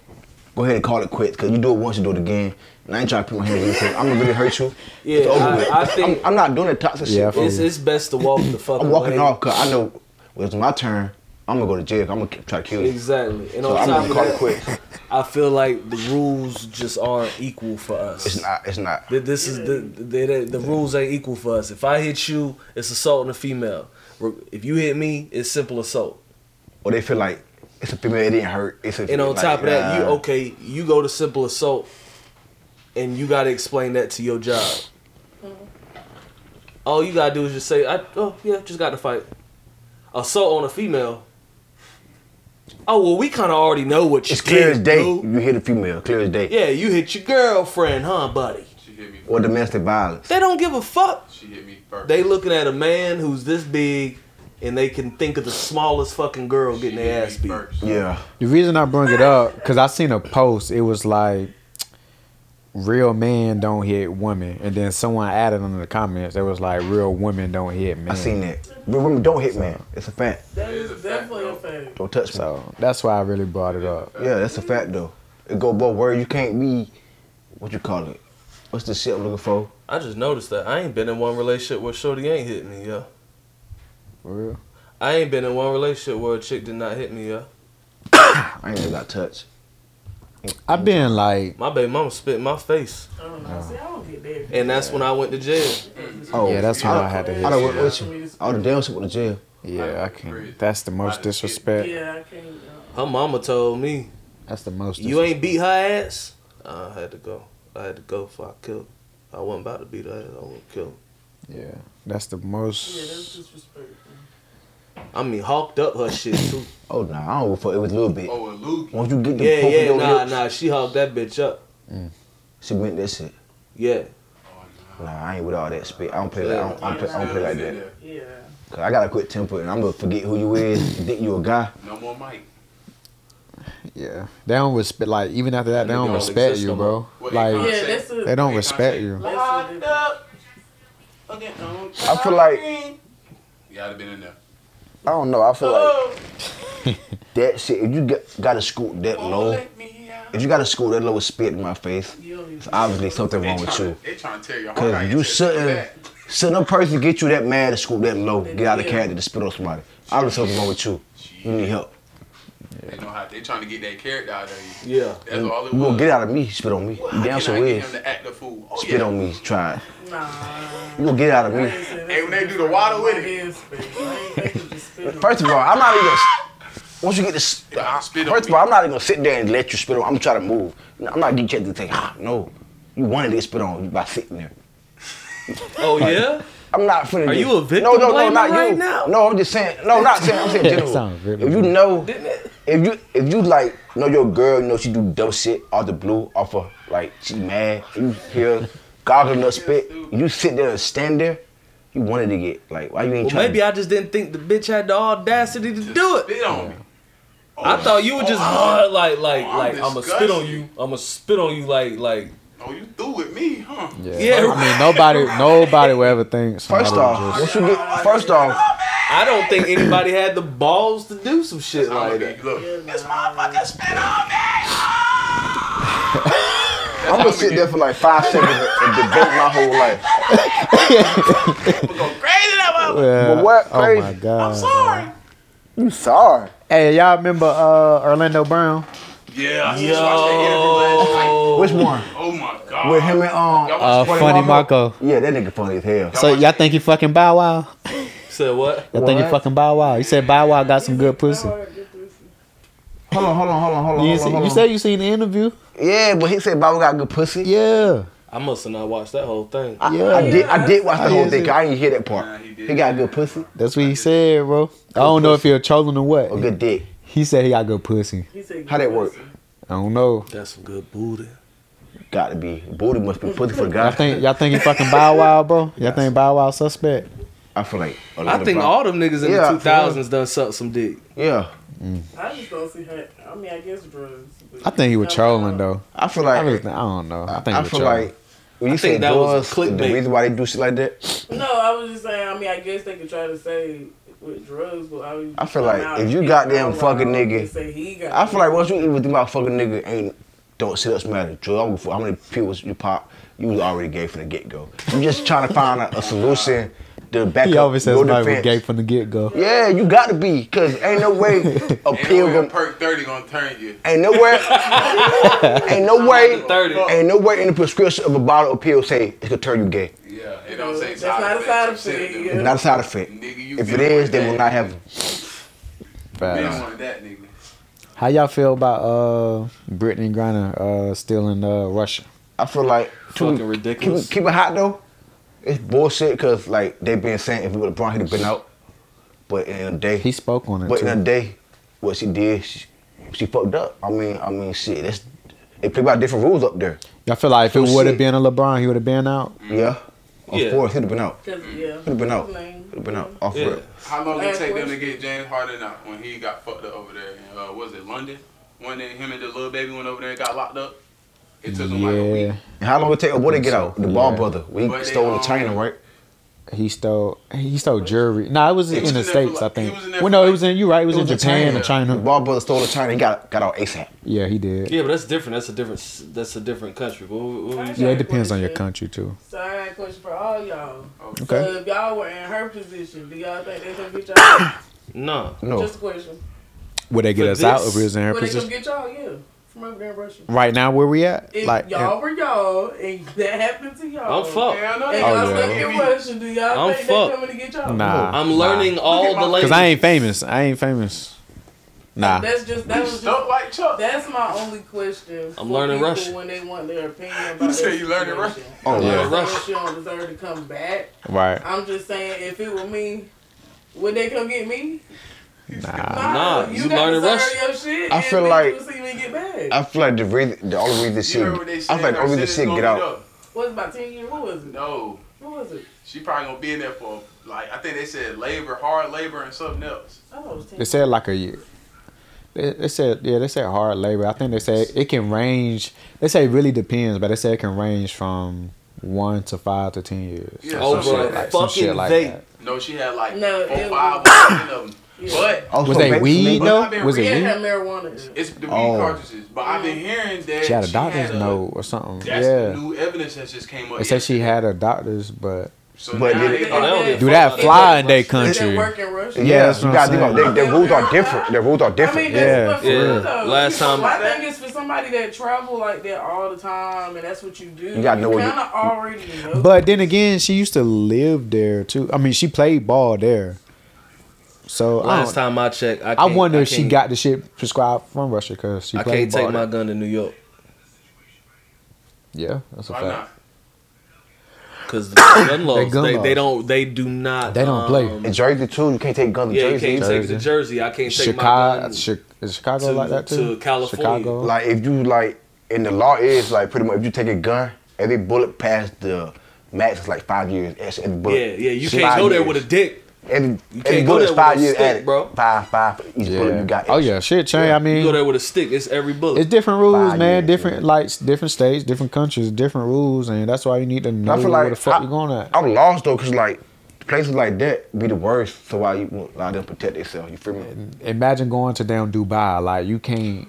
Speaker 7: Go ahead and call it quits, cause you do it once, you do it again. And I ain't trying to put my hands in your face. I'm gonna really hurt you.
Speaker 2: Yeah,
Speaker 7: It's over
Speaker 2: I-
Speaker 7: with.
Speaker 2: I think-
Speaker 7: I'm, I'm not doing that toxic
Speaker 4: Yeah, I
Speaker 7: shit. bro.
Speaker 4: feel
Speaker 2: It's, it's best to walk the fuck
Speaker 7: I'm walking
Speaker 2: away.
Speaker 7: off, cause I know when it's my turn. I'm gonna go to jail. I'm gonna k- try to kill you.
Speaker 2: Exactly. And
Speaker 7: So
Speaker 2: on
Speaker 7: I'm
Speaker 2: top
Speaker 7: gonna
Speaker 2: of
Speaker 7: call it
Speaker 2: that,
Speaker 7: quits.
Speaker 2: I feel like the rules just aren't equal for us.
Speaker 7: It's not. It's not.
Speaker 2: Th- This is the the, the the rules ain't equal for us. If I hit you, it's assaulting a female. Re- If you hit me, it's simple assault.
Speaker 7: Or they feel like it's a female. It didn't hurt. It's a.
Speaker 2: And on
Speaker 7: like, uh,
Speaker 2: top of that, you
Speaker 7: nah.
Speaker 2: okay? You go to simple assault, and you got to explain that to your job. All you gotta do is just say, "I oh yeah, just got to fight." Assault on a female. Oh well, we kind of already know what you
Speaker 7: It's clear as
Speaker 2: did,
Speaker 7: day.
Speaker 2: dude.
Speaker 7: You hit a female. Clear as day.
Speaker 2: Yeah, you hit your girlfriend, huh, buddy?
Speaker 9: She hit me.
Speaker 7: Or domestic violence.
Speaker 2: They don't give a fuck.
Speaker 9: She hit me first.
Speaker 2: They looking at a man who's this big, and they can think of the smallest fucking girl
Speaker 9: She
Speaker 2: getting their
Speaker 9: hit
Speaker 2: ass
Speaker 9: me
Speaker 2: beat.
Speaker 9: first.
Speaker 7: Yeah.
Speaker 4: The reason I bring it up because I seen a post. It was like, "Real man don't hit women," and then someone added under the comments. It was like, "Real women don't hit men."
Speaker 7: I seen that. But women don't hit man. It's a fact.
Speaker 6: that
Speaker 9: is
Speaker 6: is,
Speaker 9: a fact,
Speaker 6: definitely a
Speaker 9: though.
Speaker 6: fact.
Speaker 7: Don't touch me.
Speaker 4: So that's why I really brought it up.
Speaker 7: Yeah, that's a fact though. It go both ways. You can't be what you call it. What's the shit I'm looking for?
Speaker 2: I just noticed that I ain't been in one relationship where Shorty ain't hit me, yo.
Speaker 4: For real.
Speaker 2: I ain't been in one relationship where a chick did not hit me, yo.
Speaker 7: I ain't never got touched.
Speaker 4: I've been like,
Speaker 2: My baby mama spit in my face,
Speaker 6: I don't know. See, I don't get that.
Speaker 2: and that's when I went to jail.
Speaker 7: Oh
Speaker 4: yeah, that's when I, had to
Speaker 7: I done
Speaker 4: hit.
Speaker 7: went with you. I done danced with the jail.
Speaker 4: Yeah, I can't. That's the most disrespect.
Speaker 6: Yeah, I can't. Uh,
Speaker 2: Her mama told me,
Speaker 4: That's the most.
Speaker 2: "You ain't beat her ass." I had to go. I had to go before I killed. her. I wasn't about to beat her ass. I was to kill. her.
Speaker 4: Yeah, that's the
Speaker 6: yeah, that's
Speaker 4: most.
Speaker 6: disrespectful.
Speaker 2: I mean, hawked up her shit too.
Speaker 7: Oh nah, I don't give a fuck. It was a little bit.
Speaker 9: Oh, and Luke.
Speaker 7: Once you get the
Speaker 2: Yeah,
Speaker 7: poke in
Speaker 2: yeah,
Speaker 7: your
Speaker 2: nah,
Speaker 7: lips,
Speaker 2: nah. She hawked that bitch up.
Speaker 7: she meant that shit.
Speaker 2: Yeah.
Speaker 7: Nah, I ain't with all that spit. I don't play like I don't, I don't, play, I don't play like that.
Speaker 6: Yeah.
Speaker 7: Cause I got a quick temper and I'm gonna forget who you is. think you a guy?
Speaker 9: No more Mike.
Speaker 4: Yeah, they don't respect. Like even after that, they
Speaker 2: Nigga
Speaker 4: don't
Speaker 2: don't
Speaker 4: respect
Speaker 2: exist
Speaker 4: you,
Speaker 2: no
Speaker 4: bro.
Speaker 2: more.
Speaker 9: What
Speaker 4: Like
Speaker 9: they
Speaker 6: Yeah, that's a.
Speaker 4: they don't
Speaker 9: They
Speaker 4: respect
Speaker 9: can't
Speaker 4: you.
Speaker 6: That's a
Speaker 9: up.
Speaker 6: okay, um,
Speaker 7: I feel like
Speaker 9: Y'all have been in there.
Speaker 7: I don't know. I feel like that shit. If you got, got to scoop that low,
Speaker 9: Let me out.
Speaker 7: if you got to scoop that low with spit in my face, it's obviously something
Speaker 9: They
Speaker 7: wrong with
Speaker 9: tryna-
Speaker 7: you.
Speaker 9: They trying to tear your heart out.
Speaker 7: Cause
Speaker 9: Your
Speaker 7: you
Speaker 9: chest
Speaker 7: shouldn't.
Speaker 9: back.
Speaker 7: Should no person get you that mad to scoop that low, get out of
Speaker 6: Yeah.
Speaker 7: character to spit on somebody? Obviously something wrong with you. You need help.
Speaker 9: They know how they trying to get that character out of you.
Speaker 2: Yeah.
Speaker 9: That's all it
Speaker 7: You
Speaker 9: was.
Speaker 7: gonna get out of me? Spit on me.
Speaker 9: Well, how
Speaker 7: Damn,
Speaker 9: can
Speaker 7: so
Speaker 9: I get
Speaker 7: weird.
Speaker 9: him to act the fool. Oh,
Speaker 7: Spit
Speaker 9: yeah.
Speaker 7: on me. Try. it.
Speaker 6: Nah.
Speaker 7: You gonna get out of me?
Speaker 9: Hey, when they do the water with it.
Speaker 6: it.
Speaker 7: First of all, I'm not even. Gonna, s- once you get this,
Speaker 9: Yeah, spit on
Speaker 7: first of
Speaker 9: me.
Speaker 7: all, I'm not even gonna sit there and let you spit on. I'm gonna try to move. No, I'm not getting you to think. Ah, no, you wanted to get spit on by sitting there.
Speaker 2: Oh yeah.
Speaker 7: I'm not finna.
Speaker 2: Are
Speaker 7: do-
Speaker 2: you a victim
Speaker 7: No, no, no,
Speaker 2: blamer
Speaker 7: not
Speaker 2: right
Speaker 7: you.
Speaker 2: now?
Speaker 7: No, I'm just saying. No, not saying. I'm saying
Speaker 4: That
Speaker 7: general.
Speaker 4: sounds
Speaker 7: If
Speaker 4: very
Speaker 7: you know, if you if you like know your girl, you know she do dumb shit out the blue, off her like she mad. You hear goggling her spit. You sit there and stand there. You wanted to get like why you ain't
Speaker 2: Well,
Speaker 7: trying.
Speaker 2: maybe I just didn't think the bitch had the audacity to do it.
Speaker 9: Spit on me.
Speaker 2: I thought you were just hard, like, like,
Speaker 9: Oh, I'm
Speaker 2: like. I'm gonna spit on
Speaker 9: disgusted.
Speaker 2: you. I'm gonna spit on you, like, like.
Speaker 9: Oh, you through with me, huh?
Speaker 4: Yeah.
Speaker 2: Yeah,
Speaker 4: I mean, nobody, nobody will ever think. somebody
Speaker 7: first
Speaker 4: would
Speaker 7: off,
Speaker 4: just-
Speaker 7: once you get first off,
Speaker 2: I don't think anybody had the balls to do some shit
Speaker 9: I'm
Speaker 2: like
Speaker 9: gonna
Speaker 2: that.
Speaker 9: be- Look,
Speaker 7: I'm gonna sit there for like five seconds and, and debate my whole life.
Speaker 4: Yeah.
Speaker 7: But what
Speaker 4: Oh
Speaker 7: crazy-
Speaker 4: my god.
Speaker 7: You sorry.
Speaker 4: Hey, y'all remember uh, Orlando Brown?
Speaker 9: yeah, I just watched that interview last night.
Speaker 7: Which one?
Speaker 9: Oh my god.
Speaker 7: With him and um.
Speaker 9: Y'all watched
Speaker 4: Uh, Funny
Speaker 9: that?
Speaker 4: Marco.
Speaker 7: Yeah, that nigga funny as hell.
Speaker 4: So y'all think he fucking Bow Wow?
Speaker 2: Said what?
Speaker 4: Y'all think he
Speaker 7: What?
Speaker 4: fucking Bow Wow? You said Bow Wow got some good pussy.
Speaker 7: Hold on, hold on, hold on, hold on.
Speaker 4: You,
Speaker 7: hold
Speaker 4: see,
Speaker 7: on,
Speaker 4: you
Speaker 7: hold on.
Speaker 4: said you seen the interview?
Speaker 7: yeah, but he said Bob got good pussy.
Speaker 4: Yeah.
Speaker 2: I I must have not watched that whole thing.
Speaker 7: I,
Speaker 4: Yeah.
Speaker 7: I did. I did watch the
Speaker 4: I
Speaker 7: whole
Speaker 4: did
Speaker 7: thing.
Speaker 4: see-
Speaker 7: 'cause I didn't hear that part.
Speaker 9: Nah, he
Speaker 7: he,
Speaker 9: did.
Speaker 7: got good pussy
Speaker 4: That's what he said, bro. I don't know if you're trolling or
Speaker 7: or
Speaker 4: what.
Speaker 7: Oh, good dick.
Speaker 4: He said he got good pussy.
Speaker 6: He said,
Speaker 7: How that work?
Speaker 4: I don't know.
Speaker 2: That's some good booty.
Speaker 7: Got to be booty must be pussy for the
Speaker 4: Y'all
Speaker 7: guy.
Speaker 4: think y'all think he fucking Bow Wow, bro? Y'all think Bow Wow suspect?
Speaker 7: I feel like a lot
Speaker 2: I
Speaker 7: of
Speaker 2: think
Speaker 7: black-
Speaker 2: all them niggas in
Speaker 7: Yeah,
Speaker 2: the 2000s done sucked some dick.
Speaker 7: Yeah,
Speaker 6: I just don't see her. I mean, I guess drugs. but-
Speaker 4: I think he was trolling though.
Speaker 7: I feel
Speaker 4: I
Speaker 7: like
Speaker 4: really think, I don't know. I think
Speaker 7: I
Speaker 4: he was
Speaker 7: feel
Speaker 4: trolling.
Speaker 7: like when you
Speaker 2: I think
Speaker 7: say
Speaker 2: that was
Speaker 7: doors, the
Speaker 2: clickbait.
Speaker 7: reason why they do shit like that,
Speaker 6: No, I was just saying. I mean, I guess they could try to say with drugs, but I, would-
Speaker 7: I feel like
Speaker 6: Nah,
Speaker 7: if you
Speaker 6: he
Speaker 7: goddamn
Speaker 6: got
Speaker 7: fucking
Speaker 6: wild,
Speaker 7: nigga-
Speaker 6: they say he got.
Speaker 7: I feel like once you eat with the motherfucking nigga, ain't don't sit us matter. Joe, I don't give a fuck how many pills you pop, you was already gay from the get go. You just trying to find a, a solution to back
Speaker 4: He
Speaker 7: up
Speaker 4: always says
Speaker 7: your
Speaker 4: somebody was
Speaker 7: defense.
Speaker 4: gay from the get go.
Speaker 7: Yeah, you got to be, cause ain't no way a
Speaker 9: Ain't no
Speaker 7: pill
Speaker 9: way a
Speaker 7: gonna
Speaker 9: perk 30 gonna turn you.
Speaker 7: Ain't nowhere, ain't no way,
Speaker 2: 30.
Speaker 7: ain't nowhere in the prescription of a bottle of pills say it could turn you gay.
Speaker 9: Yeah, it don't say
Speaker 6: That's
Speaker 9: side
Speaker 6: not a
Speaker 9: effects
Speaker 6: side
Speaker 9: or
Speaker 6: effect,
Speaker 9: symptoms.
Speaker 6: yeah.
Speaker 7: It's not a side effect.
Speaker 9: Nigga, you
Speaker 7: If
Speaker 9: been
Speaker 7: it is,
Speaker 9: on
Speaker 7: they
Speaker 9: that.
Speaker 7: will not have.
Speaker 9: Been
Speaker 4: Facts.
Speaker 9: on that nigga.
Speaker 4: How y'all feel about uh Brittany Griner uh still in uh Russia?
Speaker 7: I feel like
Speaker 2: Fucking
Speaker 7: keep-
Speaker 2: ridiculous.
Speaker 7: Keep, keep it hot though. It's bullshit because like they been saying if we would have brought, he'd have been out. But in a day,
Speaker 4: He spoke on it
Speaker 7: But
Speaker 4: too.
Speaker 7: in a day, what she did, she, she fucked up. I mean, I mean, shit. That's they play by different rules up there.
Speaker 4: Y'all feel like if it
Speaker 7: Oh,
Speaker 4: would have
Speaker 7: shit.
Speaker 4: been a LeBron, he would have been out.
Speaker 7: Yeah, of
Speaker 2: Yeah.
Speaker 7: course, he'd have been out.
Speaker 6: 'Cause, yeah,
Speaker 7: He'd have been out.
Speaker 6: Lame.
Speaker 7: He'd have been out. Off
Speaker 2: Yeah.
Speaker 7: rip.
Speaker 9: How long did it
Speaker 6: Last
Speaker 9: take them to
Speaker 6: question.
Speaker 9: get James Harden out when he got fucked up over there? In, uh, was it London? When they, him and the little baby went over there and got locked up? It took them like a week.
Speaker 4: Yeah,
Speaker 7: And how long it take? What they get out? The Ball
Speaker 4: Yeah.
Speaker 7: Brother. We
Speaker 9: But they,
Speaker 7: stole in
Speaker 9: um,
Speaker 7: China, right?
Speaker 4: he stole he stole jewelry. Nah, it was
Speaker 9: He was
Speaker 4: in the
Speaker 9: in there for
Speaker 4: states, I
Speaker 9: like- he
Speaker 4: think.
Speaker 9: was in there
Speaker 4: Well,
Speaker 9: for
Speaker 4: no, it
Speaker 9: like-
Speaker 4: was in you right. It was,
Speaker 7: It was
Speaker 4: in
Speaker 7: in
Speaker 4: Japan
Speaker 7: China.
Speaker 4: or China.
Speaker 7: The Ball Brother stole in China. He got got out ASAP.
Speaker 4: Yeah, he did. Yeah,
Speaker 2: Yeah, but that's different. That's a different. s- That's a different country. What, what, what
Speaker 6: Alright.
Speaker 2: you
Speaker 4: it depends on your country too.
Speaker 6: So I got a question for all y'all.
Speaker 4: Okay.
Speaker 6: So if y'all were in her position, do y'all think they gonna get y'all?
Speaker 2: no.
Speaker 7: No.
Speaker 6: Just a question.
Speaker 4: Would they get
Speaker 2: For
Speaker 4: us out
Speaker 2: this-
Speaker 4: if we was in her
Speaker 6: Would they come
Speaker 4: position?
Speaker 6: get y'all? Yeah, from over there in Russia.
Speaker 4: Right now, where we at?
Speaker 6: If
Speaker 4: Like,
Speaker 6: y'all were y'all and that happened to
Speaker 2: I'm
Speaker 6: y'all,
Speaker 2: fucked.
Speaker 9: Hell no.
Speaker 6: And
Speaker 4: Oh,
Speaker 6: y'all
Speaker 4: yeah.
Speaker 6: stuck in Russia, do y'all
Speaker 2: I'm
Speaker 6: think
Speaker 2: fucked.
Speaker 6: they coming to get y'all?
Speaker 4: nah,
Speaker 2: I'm learning all the
Speaker 4: because
Speaker 2: latest.
Speaker 4: I ain't famous. I ain't famous. Nah,
Speaker 6: That's just that
Speaker 9: You
Speaker 6: was
Speaker 9: stuck
Speaker 6: just,
Speaker 9: like Chuck.
Speaker 6: that's my only question.
Speaker 2: I'm
Speaker 6: for
Speaker 2: learning
Speaker 6: people
Speaker 2: Russian.
Speaker 6: when they want their opinion about
Speaker 9: said
Speaker 6: that
Speaker 9: you learning
Speaker 6: situation.
Speaker 9: Russian?
Speaker 7: Oh
Speaker 2: Yeah.
Speaker 7: yeah.
Speaker 6: I'm not saying She don't deserve to come back.
Speaker 4: right?
Speaker 6: I'm just saying, if it were me, would they come get me?
Speaker 4: Nah,
Speaker 6: Nah,
Speaker 2: Nah,
Speaker 6: you,
Speaker 2: you
Speaker 6: got
Speaker 2: learning
Speaker 6: to
Speaker 2: Russian.
Speaker 6: serve your shit.
Speaker 7: I
Speaker 6: and
Speaker 7: feel
Speaker 6: bitch,
Speaker 7: like-
Speaker 6: you see me get back.
Speaker 7: I feel like the reason, the only reason this
Speaker 9: You
Speaker 7: shit, I
Speaker 9: heard what they said?
Speaker 7: feel like the only
Speaker 9: Her shit
Speaker 7: reason
Speaker 9: is
Speaker 7: this shit get
Speaker 9: gonna be
Speaker 7: out.
Speaker 9: up.
Speaker 6: What was about ten years? Who was it?
Speaker 9: No.
Speaker 6: Who was it?
Speaker 9: She probably gonna be in there for, like, I think they said labor, hard labor, and something else.
Speaker 6: I thought Oh, it was ten.
Speaker 4: they said like a year. They, they said yeah, they said hard labor. I think they said it can range. They say it really depends, but they say it can range from one to five to ten years.
Speaker 9: Yeah,
Speaker 4: Or
Speaker 2: Over
Speaker 4: some
Speaker 9: something
Speaker 2: a
Speaker 4: shit like- some
Speaker 2: fucking
Speaker 4: shit like
Speaker 2: vape.
Speaker 4: that.
Speaker 9: No, she had like
Speaker 6: No,
Speaker 9: four,
Speaker 6: it
Speaker 9: five,
Speaker 6: was-
Speaker 9: or something of them. But
Speaker 7: Also,
Speaker 4: Was they
Speaker 7: back to
Speaker 4: weed
Speaker 7: me-
Speaker 9: I've
Speaker 4: though?
Speaker 9: been
Speaker 4: Was
Speaker 6: Yeah,
Speaker 4: it
Speaker 6: it
Speaker 4: weed?
Speaker 6: had marijuana. in it.
Speaker 9: it's the weed
Speaker 4: Oh.
Speaker 9: cartridges. But I've been hearing that
Speaker 4: She had a doctor's
Speaker 9: had
Speaker 4: note or something.
Speaker 9: That's
Speaker 4: Yeah,
Speaker 9: the new evidence that just came up.
Speaker 4: they said she had a doctor's, but
Speaker 9: So
Speaker 7: But
Speaker 9: now
Speaker 7: did
Speaker 9: they
Speaker 6: it-
Speaker 9: thought-
Speaker 6: Oh, that
Speaker 4: do that
Speaker 6: They
Speaker 4: fly
Speaker 6: work-
Speaker 4: in their
Speaker 6: Does
Speaker 4: country?
Speaker 6: that work in Russia?
Speaker 7: Yeah,
Speaker 4: Yeah, that's
Speaker 7: you
Speaker 4: what I'm
Speaker 7: gotta think about
Speaker 4: saying.
Speaker 7: their, their rules are different. Their rules are
Speaker 6: I
Speaker 7: different.
Speaker 6: mean,
Speaker 4: Yeah,
Speaker 6: that's what
Speaker 2: yeah.
Speaker 6: for real though.
Speaker 2: Last
Speaker 6: You know,
Speaker 2: time-
Speaker 6: my thing is for somebody that travel like that all the time, and that's what you do.
Speaker 7: You gotta know what you-
Speaker 6: kind of already know.
Speaker 4: But then again, she used to live there too. I mean, she played ball there. So I,
Speaker 2: Last
Speaker 4: don't-
Speaker 2: time I checked, I,
Speaker 4: I
Speaker 2: can't-
Speaker 4: wonder
Speaker 2: I
Speaker 4: if she
Speaker 2: can't-
Speaker 4: got the shit prescribed from Russia because she
Speaker 2: I
Speaker 4: played
Speaker 2: can't
Speaker 4: ball.
Speaker 2: take my
Speaker 4: there.
Speaker 2: gun to New York
Speaker 4: yeah, that's a
Speaker 9: Why
Speaker 4: fact.
Speaker 9: not?
Speaker 2: because the gun laws.
Speaker 4: gun
Speaker 2: they, they
Speaker 4: laws.
Speaker 2: don't. They do not.
Speaker 4: They don't
Speaker 2: um,
Speaker 4: play.
Speaker 7: In Jersey too, you can't take guns to
Speaker 2: Yeah, you
Speaker 7: Jersey.
Speaker 2: can't take it to
Speaker 4: Jersey.
Speaker 2: Jersey. I can't take my
Speaker 4: Chicago,
Speaker 2: gun.
Speaker 4: Chi- is Chicago
Speaker 2: to-
Speaker 4: like that too?
Speaker 2: to California.
Speaker 4: Chicago.
Speaker 7: Like if you like, and the law is like pretty much if you take a gun, every bullet past the max is like five years. That's Every
Speaker 2: Yeah,
Speaker 7: bullet.
Speaker 2: yeah. You
Speaker 7: It's
Speaker 2: can't
Speaker 7: five
Speaker 2: go there
Speaker 7: years.
Speaker 2: with a dick.
Speaker 7: Every, every bullet's
Speaker 2: can't go there with
Speaker 7: five
Speaker 2: a
Speaker 7: years
Speaker 2: stick,
Speaker 7: added.
Speaker 2: bro.
Speaker 7: Five, five. for Each bullet you got.
Speaker 4: Oh
Speaker 7: extra.
Speaker 4: yeah, shit change. I
Speaker 2: You go
Speaker 4: mean,
Speaker 2: there with a stick. It's every bullet.
Speaker 4: it's different rules,
Speaker 7: Five
Speaker 4: man.
Speaker 7: years,
Speaker 4: different like different states, different countries, different rules, and that's why you need to know
Speaker 7: I feel
Speaker 4: where
Speaker 7: like
Speaker 4: the fuck
Speaker 7: I,
Speaker 4: you going at.
Speaker 7: am lost though, cause like places like that be the worst. So why you won't allow them to protect themselves? You feel me?
Speaker 4: Imagine going to down Dubai. Like you can't,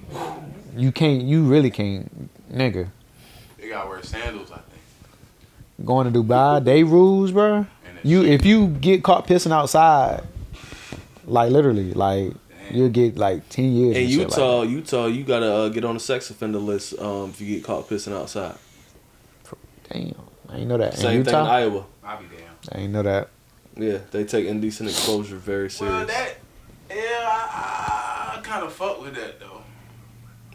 Speaker 4: you can't, you really can't, nigga.
Speaker 9: They gotta wear sandals, I think.
Speaker 4: Going to Dubai, they rules, bro.
Speaker 9: And
Speaker 4: You if you get caught pissing outside, like literally, like you'll get like ten years.
Speaker 2: In
Speaker 4: and shit like that.
Speaker 2: Utah, Utah, you gotta uh, get on the sex offender list um, if you get caught pissing outside.
Speaker 4: Damn, I ain't know that. In
Speaker 2: Same thing in
Speaker 4: Utah,
Speaker 2: Iowa.
Speaker 9: I'll be damn.
Speaker 4: I ain't know that.
Speaker 2: Yeah, they take indecent exposure very serious.
Speaker 9: Well, that, yeah, I, I, I kind of fuck with that though.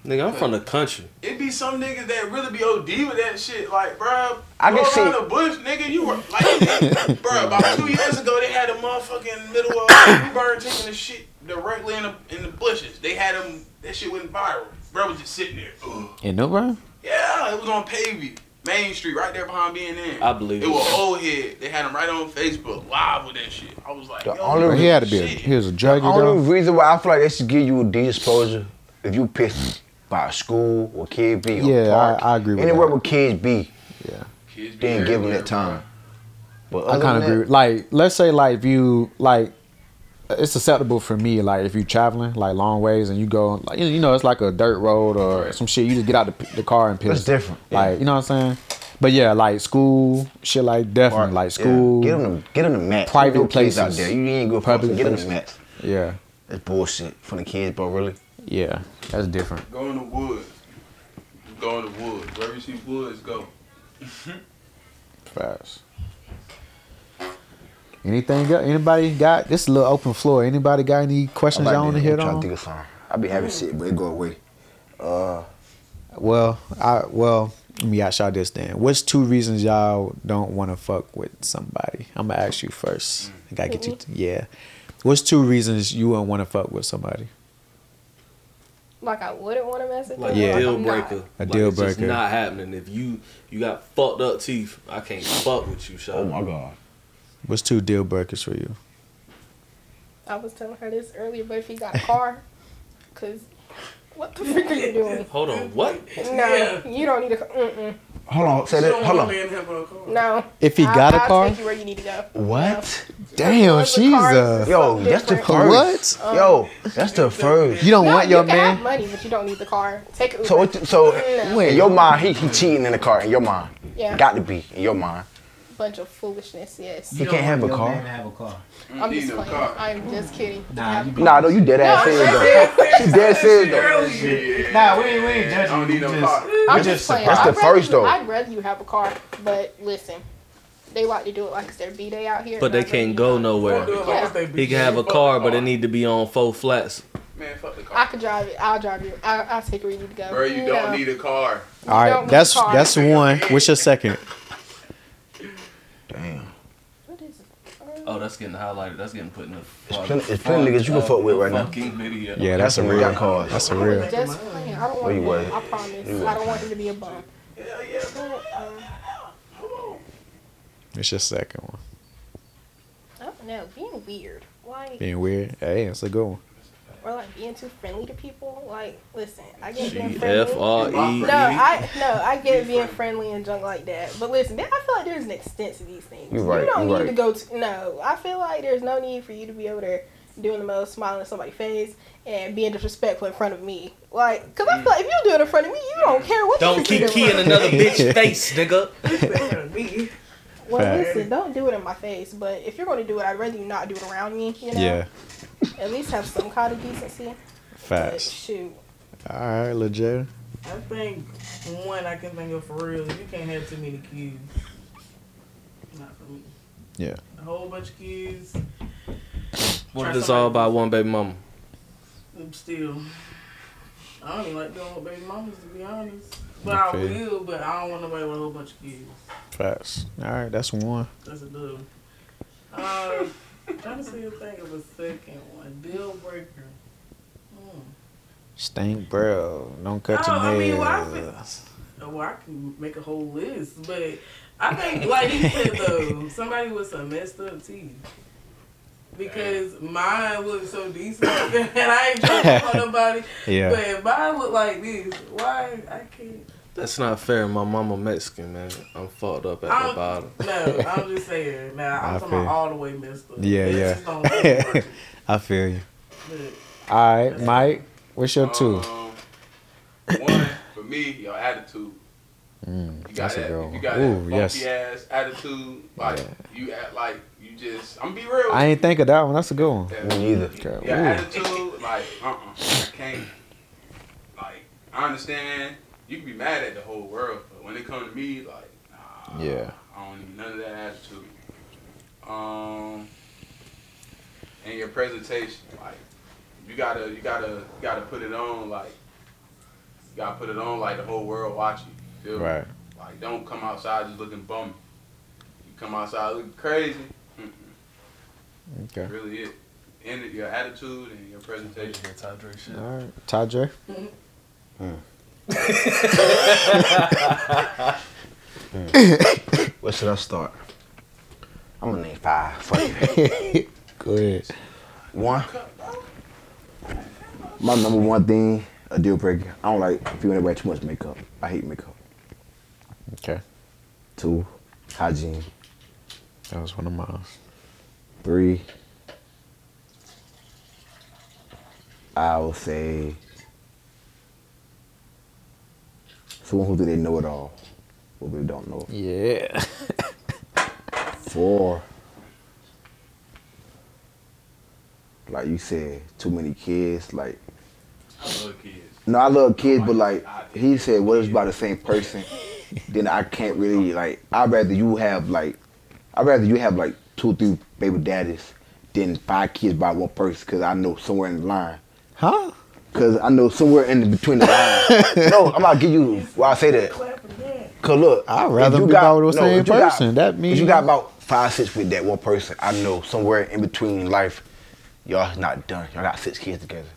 Speaker 2: Nigga, I'm from the country.
Speaker 5: It be some niggas that really be OD with that shit. Like, bruh,
Speaker 7: I
Speaker 5: go
Speaker 7: can see-
Speaker 5: around the bush, nigga. You were like, bruh, about two years ago, they had a motherfucking middle of Bluebird taking the shit directly in the, in the bushes. They had them, that shit went viral. Bruh was just sitting there. Ugh.
Speaker 4: In Newburn?
Speaker 5: Yeah, it was on Pavey, Main Street, right there behind BNN.
Speaker 2: I believe
Speaker 5: it
Speaker 2: it.
Speaker 5: was old head. They had him right on Facebook, live with that shit. I was like,
Speaker 7: The
Speaker 5: yo,
Speaker 7: only-
Speaker 4: Bro, he had to be. A,
Speaker 5: shit.
Speaker 4: he was a druggie
Speaker 7: only
Speaker 4: though.
Speaker 7: reason why I feel like they should give you a D exposure if you pissed by a school or kid be or
Speaker 4: Yeah,
Speaker 7: park,
Speaker 4: I- I agree with
Speaker 7: anywhere
Speaker 4: that.
Speaker 7: where kids be,
Speaker 5: Kids
Speaker 7: they
Speaker 5: be
Speaker 7: ain't give them
Speaker 5: everywhere,
Speaker 7: that time. But
Speaker 4: I kind of agree. with- Like, let's say like if you like, it's acceptable for me. Like if you traveling like long ways and you go like you you know it's like a dirt road or some shit. You just get out the, the car and piss.
Speaker 7: That's different, yeah.
Speaker 4: Like you know what I'm saying. But yeah, like school, shit like definitely like school.
Speaker 7: Get them, the, get them the mat.
Speaker 4: private
Speaker 7: Your kids out
Speaker 4: places.
Speaker 7: there. You ain't go
Speaker 4: Public
Speaker 7: public. Get them the mat.
Speaker 4: places. Yeah,
Speaker 7: That's bullshit from the kids, bro. Really.
Speaker 4: yeah, that's different.
Speaker 5: Go in the woods. Go in the woods. Wherever you see woods, go.
Speaker 4: Facts. Anything got? Anybody got? This is a little open floor. Anybody got any questions y'all want to hit
Speaker 7: trying
Speaker 4: on?
Speaker 7: to think of something. I be having shit, but it go away.
Speaker 4: Well, I well, let me ask y'all this then. What's two reasons y'all don't want to fuck with somebody? I'm gonna ask you first. I gotta get you. yeah. What's two reasons you wouldn't want to fuck with somebody?
Speaker 8: Like I wouldn't want to mess with
Speaker 2: Like
Speaker 8: them.
Speaker 4: Yeah.
Speaker 2: a
Speaker 8: like,
Speaker 2: deal
Speaker 8: I'm not.
Speaker 2: breaker.
Speaker 4: A
Speaker 2: Like,
Speaker 4: deal
Speaker 2: it's just
Speaker 4: breaker.
Speaker 2: not happening. If you you got fucked up teeth, I can't fuck with you,
Speaker 4: Oh
Speaker 2: shot.
Speaker 7: Oh, god.
Speaker 4: What's two deal breakers for you?
Speaker 8: I was telling her this earlier, but if he got a car, cause what the freak are you doing?
Speaker 2: Hold on, what?
Speaker 8: No, you don't need a. Mm-mm.
Speaker 7: Hold on, say that. Hold on.
Speaker 8: No.
Speaker 4: If he
Speaker 8: I'll-
Speaker 4: got a
Speaker 8: I'll
Speaker 4: car?
Speaker 8: take you where you need to go.
Speaker 7: What?
Speaker 4: Damn,
Speaker 8: Because the
Speaker 4: she's
Speaker 8: car
Speaker 4: a
Speaker 8: is
Speaker 7: Yo,
Speaker 8: something
Speaker 7: that's the
Speaker 8: different. Um,
Speaker 7: first.
Speaker 4: what?
Speaker 7: Yo, that's the first.
Speaker 4: You don't
Speaker 8: No,
Speaker 4: want your
Speaker 8: you can have
Speaker 4: man?
Speaker 8: money, but you don't need the car. Take Uber.
Speaker 7: So, what- so
Speaker 8: No.
Speaker 7: in your mind, he, he cheating in the car. In your mind,
Speaker 8: yeah,
Speaker 7: got to be in your mind.
Speaker 8: bunch of foolishness. Yes,
Speaker 7: He can't have a
Speaker 11: Your man
Speaker 7: car.
Speaker 11: have a car.
Speaker 8: I'm
Speaker 5: need
Speaker 8: just
Speaker 5: no
Speaker 8: playing.
Speaker 5: car.
Speaker 8: I'm just kidding.
Speaker 11: Nah, you be-
Speaker 7: Nah, no, you dead ass serious though. She dead serious though.
Speaker 11: Nah, we ain't, we ain't
Speaker 5: I don't
Speaker 11: judging. you.
Speaker 5: need no
Speaker 11: just,
Speaker 5: car.
Speaker 8: I'm
Speaker 11: we
Speaker 8: just,
Speaker 11: just
Speaker 8: playing.
Speaker 11: surprised.
Speaker 7: That's the
Speaker 8: I'd rather
Speaker 7: first,
Speaker 8: you-
Speaker 7: though.
Speaker 8: I'd rather you have a car, but listen, they like to do it like it's their b day out here.
Speaker 2: But
Speaker 8: and
Speaker 2: they
Speaker 8: I'd rather
Speaker 2: can't
Speaker 8: you
Speaker 2: go
Speaker 8: not.
Speaker 2: nowhere. He can have a car, but it need to be on four flats.
Speaker 5: Man, fuck the
Speaker 8: I
Speaker 5: car.
Speaker 8: could drive it. I'll drive you. I, I'll take where you need to go.
Speaker 5: Bro, you
Speaker 8: No.
Speaker 5: don't need a car.
Speaker 4: All
Speaker 8: don't
Speaker 4: right,
Speaker 8: want
Speaker 4: that's
Speaker 8: the car.
Speaker 4: that's one. What's your second?
Speaker 8: What is it?
Speaker 2: Oh, that's getting highlighted. That's getting put in the.
Speaker 7: It's plenty- it's plenty niggas you can fuck with right now.
Speaker 2: Video.
Speaker 4: Yeah, that's a
Speaker 7: That's real
Speaker 4: real.
Speaker 7: cars.
Speaker 4: That's a
Speaker 8: I was
Speaker 4: real.
Speaker 8: just playing. I
Speaker 7: Where
Speaker 8: don't want
Speaker 7: you
Speaker 8: him.
Speaker 7: was?
Speaker 8: I promise. I don't want him to be a bum. um,
Speaker 5: Hell yeah, bro.
Speaker 4: It's your second one.
Speaker 8: I don't know. Oh, Being weird. Like,
Speaker 4: Being weird. Hey, that's a good one.
Speaker 8: or like being too friendly to people. Like, listen, I get
Speaker 2: G
Speaker 8: being
Speaker 2: F
Speaker 8: friendly.
Speaker 2: R E.
Speaker 8: No, I no, I get being friendly and junk like that. But listen, man, I feel like there's an extent to these things.
Speaker 7: You right,
Speaker 8: You don't
Speaker 7: you
Speaker 8: need
Speaker 7: right.
Speaker 8: to go to. No, I feel like there's no need for you to be over there doing the most, smiling at somebody's face, and being disrespectful in front of me. Like, cause I feel like if you do it in front of me, you don't care what.
Speaker 2: Don't
Speaker 8: you do
Speaker 2: keep
Speaker 8: in front
Speaker 2: keying
Speaker 8: of me.
Speaker 2: another bitch face, nigga.
Speaker 8: Well,
Speaker 4: Fact.
Speaker 8: listen, don't do it in my face. But if you're going to do it, I'd rather you not do it around me. You know.
Speaker 4: Yeah,
Speaker 8: At least have some kind of decency. But
Speaker 4: fast.
Speaker 8: shoot,
Speaker 4: All right, legit.
Speaker 6: I think one I can think of for real is you can't have too many kids. Not for me.
Speaker 4: Yeah.
Speaker 6: A whole bunch of kids.
Speaker 2: What if it's all about one baby mama?
Speaker 6: I'm still. I don't even like dealing with baby mamas to be honest. But
Speaker 4: Okay.
Speaker 6: I will, but I don't want nobody with a whole bunch of kids.
Speaker 4: Facts. All right, that's one.
Speaker 6: That's a dub. Uh, trying to see if I think of a second one. Deal breaker. Hmm.
Speaker 4: Stank, bro. Don't cut
Speaker 6: Oh,
Speaker 4: your
Speaker 6: I mean,
Speaker 4: nails.
Speaker 6: well, I Oh, Well, I can make a whole list, but I think, like you said, though, somebody with some messed up teeth. Because mine look so decent, and I ain't judging on nobody. But
Speaker 4: yeah.
Speaker 6: if mine look like this, why I can't?
Speaker 2: That's not fair. My mama Mexican, man. I'm fucked up at the
Speaker 6: I'm,
Speaker 2: bottom.
Speaker 6: no, I'm just saying. Now
Speaker 4: I
Speaker 6: I'm talking about
Speaker 4: feel-
Speaker 6: all the way messed up.
Speaker 4: Yeah,
Speaker 6: It
Speaker 4: yeah.
Speaker 6: just don't look right.
Speaker 4: I feel you.
Speaker 6: But
Speaker 4: All right, Mike. What's your two?
Speaker 7: Um,
Speaker 5: Um, one, for me, your attitude.
Speaker 4: Mm,
Speaker 5: You got
Speaker 4: that's a
Speaker 5: that.
Speaker 4: good
Speaker 5: You
Speaker 4: one.
Speaker 5: got
Speaker 4: Ooh,
Speaker 5: that
Speaker 4: yes.
Speaker 5: funky ass attitude. Like, you act like you just, I'm gonna be real.
Speaker 4: I ain't think of that one. That's a good one.
Speaker 5: Yeah.
Speaker 7: Me neither.
Speaker 4: Okay.
Speaker 5: Your
Speaker 4: Ooh.
Speaker 5: attitude, like, uh uh I can't. Like, I understand you can be mad at the whole world, but when it comes to me, like, nah,
Speaker 4: Yeah.
Speaker 5: I don't need none of that attitude. Um, and your presentation, like, you gotta, you gotta, you gotta put it on, like,
Speaker 9: You gotta put it on like the whole world watch you. feel me?
Speaker 4: Right.
Speaker 9: Like don't come outside just looking bummy. You come outside looking crazy. Mm-mm.
Speaker 4: Okay.
Speaker 9: Really it. And your attitude and your presentation.
Speaker 5: Mm-hmm.
Speaker 4: All right. Tadre.
Speaker 7: Where should I start? I'm gonna name five. Fuck it.
Speaker 4: Go ahead.
Speaker 7: One. My number one thing, a deal breaker. I don't like feeling wear too much makeup. I hate makeup.
Speaker 4: Okay.
Speaker 7: Two, hygiene.
Speaker 4: That was one of mine.
Speaker 7: Three. I would say someone who do they know it all, but they don't know.
Speaker 4: Yeah.
Speaker 7: Four. Like you said, too many kids. Like
Speaker 9: I love kids.
Speaker 7: no, I love kids, but like he said, what is about the same person? then I can't really like. I'd rather you have like, I'd rather you have like two, three baby daddies than five kids by one person. Cause I know somewhere in the line.
Speaker 4: Huh?
Speaker 7: Cause I know somewhere in the, between the lines. no, I'm not give you why I say that.
Speaker 6: Clapping that.
Speaker 7: Cause look,
Speaker 4: I'd
Speaker 7: if
Speaker 4: rather
Speaker 7: you
Speaker 4: be
Speaker 7: got-
Speaker 4: about the
Speaker 7: no,
Speaker 4: same
Speaker 7: if you got-
Speaker 4: person. That
Speaker 7: if
Speaker 4: means-
Speaker 7: you got about five, six with that one person. I know somewhere in between life, y'all not done. Y'all got six kids together.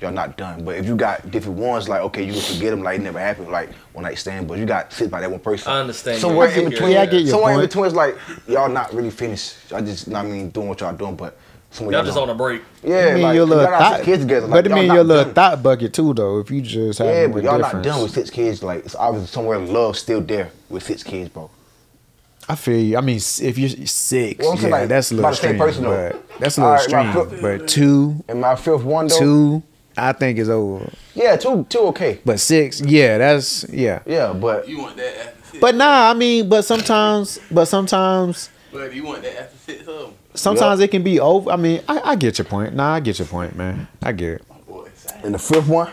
Speaker 7: Y'all not done. But if you got different ones, like okay, you can forget them, like it never happened, like one night stand. But you got six by that one person.
Speaker 2: I understand your
Speaker 7: Somewhere in
Speaker 2: insecurity.
Speaker 7: between,
Speaker 4: Yeah, I get your
Speaker 7: somewhere in
Speaker 4: point.
Speaker 7: between is like y'all not really finished. Y'all just, not I mean, doing what y'all doing, but somewhere
Speaker 2: Y'all just
Speaker 7: don't.
Speaker 2: on a break.
Speaker 7: Yeah,
Speaker 4: I mean
Speaker 7: like,
Speaker 4: your
Speaker 7: y'all
Speaker 4: little
Speaker 7: got
Speaker 4: thought,
Speaker 7: six kids together.
Speaker 4: but
Speaker 7: like,
Speaker 4: I mean
Speaker 7: y'all
Speaker 4: your
Speaker 7: not
Speaker 4: little
Speaker 7: done.
Speaker 4: thought bucket too, though. If you just have
Speaker 7: Yeah,
Speaker 4: a
Speaker 7: but y'all
Speaker 4: difference.
Speaker 7: not done with six kids. Like it's obviously somewhere love still there with six kids, bro.
Speaker 4: I feel you. I mean, s- if you're six,
Speaker 7: Well, I'm saying,
Speaker 4: yeah,
Speaker 7: like,
Speaker 4: that's a little
Speaker 7: about the same
Speaker 4: extreme.
Speaker 7: person, though.
Speaker 4: but that's a little
Speaker 7: All right, my
Speaker 4: extreme. But two,
Speaker 7: And my fifth one though.
Speaker 4: two, I think is over.
Speaker 7: Yeah, two, two. Okay.
Speaker 4: But six, yeah, that's yeah.
Speaker 7: Yeah, but
Speaker 9: You want that after six.
Speaker 4: But nah, I mean, but sometimes, but sometimes,
Speaker 9: But you want that after six huh?
Speaker 4: sometimes it can be over. I mean, I, I get your point. Nah, I get your point, man. I get it.
Speaker 9: Boy, sad.
Speaker 7: and the fifth one,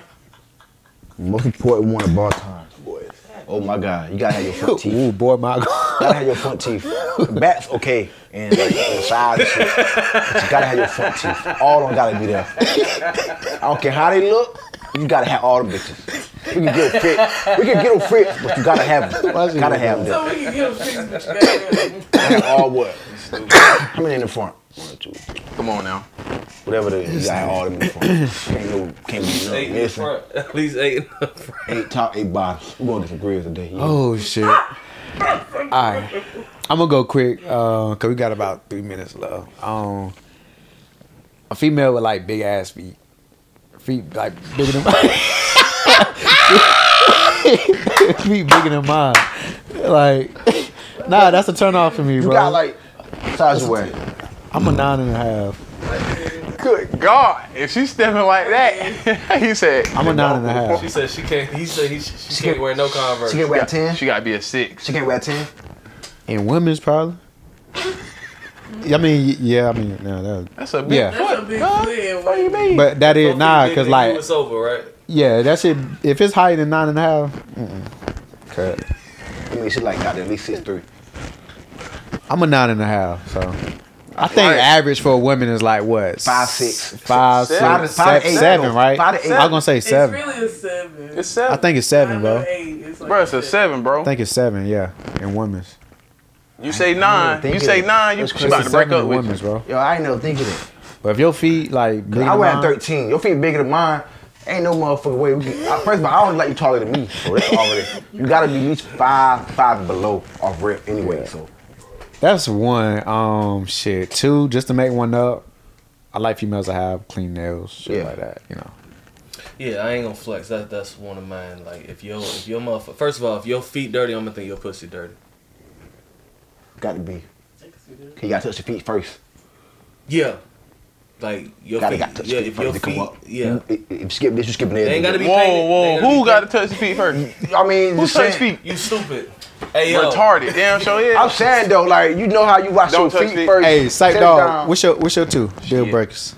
Speaker 7: most important one of all time, boys. Oh my God, you gotta have your front teeth. You
Speaker 4: Ooh, boy, my God.
Speaker 7: gotta have your front teeth. The Backs okay, and like the sides, and shit. But you gotta have your front teeth. All of them gotta be there. I don't care how they look. You gotta have all them bitches. We can get them fit. We can get them fit, but you gotta have them. Gotta have them.
Speaker 6: So we can give them six, but you gotta give them.
Speaker 7: Gotta have all what? How many in the front? One, two, three.
Speaker 9: Come on now.
Speaker 7: Whatever the you got all them in the front. Ain't no can't be
Speaker 2: Eight
Speaker 7: nothing
Speaker 2: in the
Speaker 7: missing.
Speaker 2: front. At least eight in the front.
Speaker 7: Eight top, eight bottoms. We going to some grills today. You know?
Speaker 4: Oh shit. All right, I'm gonna go quick uh, cause we got about three minutes left. Um, a female with like big ass feet, feet like bigger than mine. feet bigger than mine. Like, nah, that's a turn off for me,
Speaker 7: you
Speaker 4: bro.
Speaker 7: got like size away.
Speaker 4: I'm a nine and a half.
Speaker 5: Good God, if she's stepping like that, he said
Speaker 4: I'm a nine and a
Speaker 2: She
Speaker 4: half.
Speaker 2: said she can't. He said he, she, she can't wear no Converse.
Speaker 7: She can wear ten.
Speaker 5: she gotta be a six.
Speaker 7: She can wear ten.
Speaker 4: And women's probably. I mean, y- yeah, I mean, no, that,
Speaker 5: That's a big
Speaker 4: yeah,
Speaker 6: That's a big plan. What do you mean?
Speaker 4: but that is
Speaker 2: Don't
Speaker 4: nah,
Speaker 2: think
Speaker 4: cause
Speaker 2: they
Speaker 4: like
Speaker 2: knew it's over, right?
Speaker 4: Yeah, that shit. If it's higher than nine and a half, mm-mm. cut.
Speaker 7: I mean, she like got at least six three.
Speaker 4: I'm a nine and a half. So I think
Speaker 5: Right.
Speaker 4: average for a woman is like what
Speaker 7: Five, six.
Speaker 4: five, six,
Speaker 7: Five to-
Speaker 4: se-
Speaker 7: five to eight.
Speaker 4: seven, right?
Speaker 7: Five to eight.
Speaker 4: I'm gonna say
Speaker 6: It's
Speaker 4: seven.
Speaker 6: really a seven.
Speaker 5: It's
Speaker 4: I
Speaker 5: seven.
Speaker 4: think it's
Speaker 6: I
Speaker 4: seven,
Speaker 6: know
Speaker 4: bro.
Speaker 6: eight. It's like
Speaker 5: Bro, it's a seven,
Speaker 4: I
Speaker 5: bro.
Speaker 4: think it's seven. Yeah, in women's.
Speaker 5: You say nine.
Speaker 7: think
Speaker 5: You
Speaker 7: it-
Speaker 5: say nine. You
Speaker 7: it's
Speaker 5: she
Speaker 7: crazy.
Speaker 5: about
Speaker 4: It's
Speaker 5: to
Speaker 4: a
Speaker 5: break
Speaker 4: seven
Speaker 5: up
Speaker 4: in
Speaker 5: with you.
Speaker 4: women's, bro.
Speaker 7: Yo, I ain't never thinking it.
Speaker 4: But if your feet like bigger
Speaker 7: I
Speaker 4: than
Speaker 7: wear
Speaker 4: mine-
Speaker 7: thirteen. Your feet bigger than mine. Ain't no motherfucking way. We can, I, first of all, I don't like you taller than me. So that's already. You gotta be at least five, five below off rip anyway. So
Speaker 4: That's one. Um, shit. Two, just to make one up. I like females that have clean nails, shit
Speaker 7: Yeah.
Speaker 4: like that. You know.
Speaker 2: Yeah, I ain't gonna flex. That that's one of mine. Like if your if your motherfucker. First of all, if your feet dirty, I'm gonna think your pussy dirty.
Speaker 7: gotta be. 'Cause you gotta touch your feet first.
Speaker 2: Yeah. Like your
Speaker 7: Gotta
Speaker 2: feet.
Speaker 7: got touch
Speaker 2: yeah,
Speaker 7: your feet
Speaker 2: if your
Speaker 7: first to come
Speaker 2: feet.
Speaker 7: up.
Speaker 2: Yeah.
Speaker 7: If if you skip this, you skip
Speaker 2: They ain't
Speaker 7: that.
Speaker 2: gotta be painted.
Speaker 5: Whoa,
Speaker 2: They
Speaker 5: whoa,
Speaker 2: gotta be
Speaker 5: who got to
Speaker 2: painted.
Speaker 5: touch the feet first?
Speaker 7: I mean,
Speaker 5: Who
Speaker 7: just
Speaker 5: touched
Speaker 7: saying-
Speaker 5: feet?
Speaker 2: You stupid. Hey yo.
Speaker 5: Retarded. Damn, show
Speaker 7: I'm
Speaker 5: yeah.
Speaker 7: saying though, like you know how you wash
Speaker 5: Don't
Speaker 7: your
Speaker 5: touch
Speaker 7: feet
Speaker 5: feet.
Speaker 7: first.
Speaker 4: Hey, psych
Speaker 7: sit
Speaker 4: dog.
Speaker 7: down.
Speaker 4: What's your what's your two deal
Speaker 5: Shit.
Speaker 4: breakers?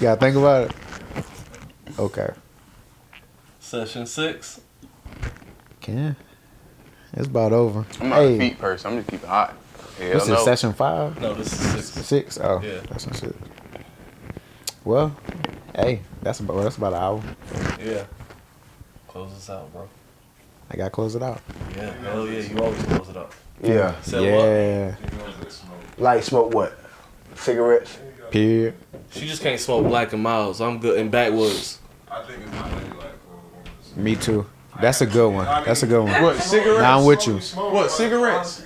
Speaker 4: Yeah, think about it. Okay.
Speaker 2: Session six.
Speaker 4: Can. It's about over.
Speaker 5: I'm not a
Speaker 4: hey,
Speaker 5: feet person. I'm just keeping hot. Hell
Speaker 4: this is
Speaker 5: no.
Speaker 4: session five,
Speaker 2: No, this is six.
Speaker 4: six. Oh,
Speaker 2: Yeah.
Speaker 4: that's some shit. Well, Hey, that's about that's about an hour.
Speaker 2: Yeah. Close us out, bro.
Speaker 4: I gotta close it out.
Speaker 2: Yeah. Hell yeah. You always close it up.
Speaker 7: Yeah.
Speaker 2: Sell up.
Speaker 4: yeah.
Speaker 7: Like smoke what? Cigarettes?
Speaker 4: Period.
Speaker 2: She just can't smoke black and miles. I'm good in backwoods.
Speaker 9: I think it's not really like for a woman.
Speaker 4: Me too. That's a good one. That's a good one.
Speaker 12: What cigarettes?
Speaker 4: Now I'm with you.
Speaker 12: What
Speaker 9: Oh,
Speaker 12: cigarettes?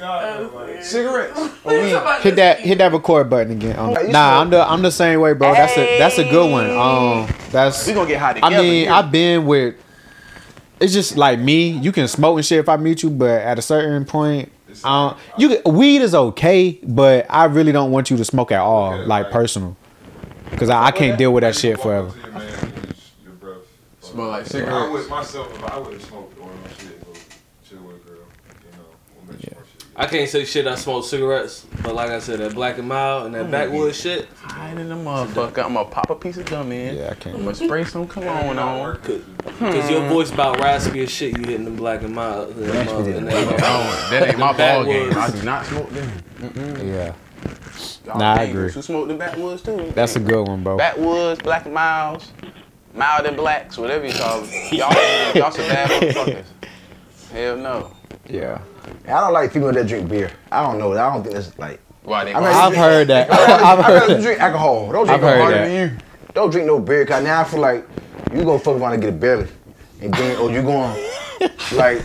Speaker 12: Cigarettes.
Speaker 4: Hit that hit that record button again. Um, nah, I'm the I'm the same way, bro. That's a that's a good one. Um, that's
Speaker 12: We gonna get high
Speaker 4: I
Speaker 12: together.
Speaker 4: mean,
Speaker 12: here.
Speaker 4: I've been with. It's just like me. You can smoke and shit if I meet you, but at a certain point, um, you can- weed is okay, but I really don't want you to smoke at all, like personal, because I, I can't deal with that shit forever.
Speaker 12: smell like
Speaker 9: I
Speaker 12: cigarettes.
Speaker 9: would myself if I would have smoked oil and shit and go chill with a girl, you know, we'll make yeah. more shit.
Speaker 2: I can't say shit. I smoke cigarettes, but like I said, that black and mild and
Speaker 5: Hmm.
Speaker 2: that backwoods shit.
Speaker 5: Hiding in the motherfucker. I'm gonna pop a piece of gum in.
Speaker 4: Yeah, I
Speaker 5: I'm
Speaker 4: can't.
Speaker 5: gonna spray some cologne on.
Speaker 2: Cause your
Speaker 5: Um,
Speaker 2: voice about raspy as shit. You hitting them black and mild. and that mother- and that mother-
Speaker 5: that ain't my ball game. I
Speaker 2: Backwoods.
Speaker 5: do not smoke them.
Speaker 4: Yeah,
Speaker 5: Y'all
Speaker 4: Nah, I
Speaker 5: dangerous
Speaker 4: agree.
Speaker 5: Who smoke the backwoods too?
Speaker 4: that's a good one, bro.
Speaker 5: backwoods, black miles, mild and blacks, whatever you call it. Y'all, y'all some bad motherfuckers. Hell no.
Speaker 4: Yeah,
Speaker 7: I don't like people that drink beer. I don't know. I don't think that's like.
Speaker 5: Why they?
Speaker 7: I mean,
Speaker 4: I've heard that. I've
Speaker 7: I'd
Speaker 4: heard
Speaker 7: rather
Speaker 4: that.
Speaker 7: drink alcohol. Don't
Speaker 4: I've
Speaker 7: drink
Speaker 4: heard
Speaker 7: alcohol.
Speaker 4: that.
Speaker 7: Don't drink no beer, cause now I feel like you gonna fuck around and get a belly, and then or Oh, you going like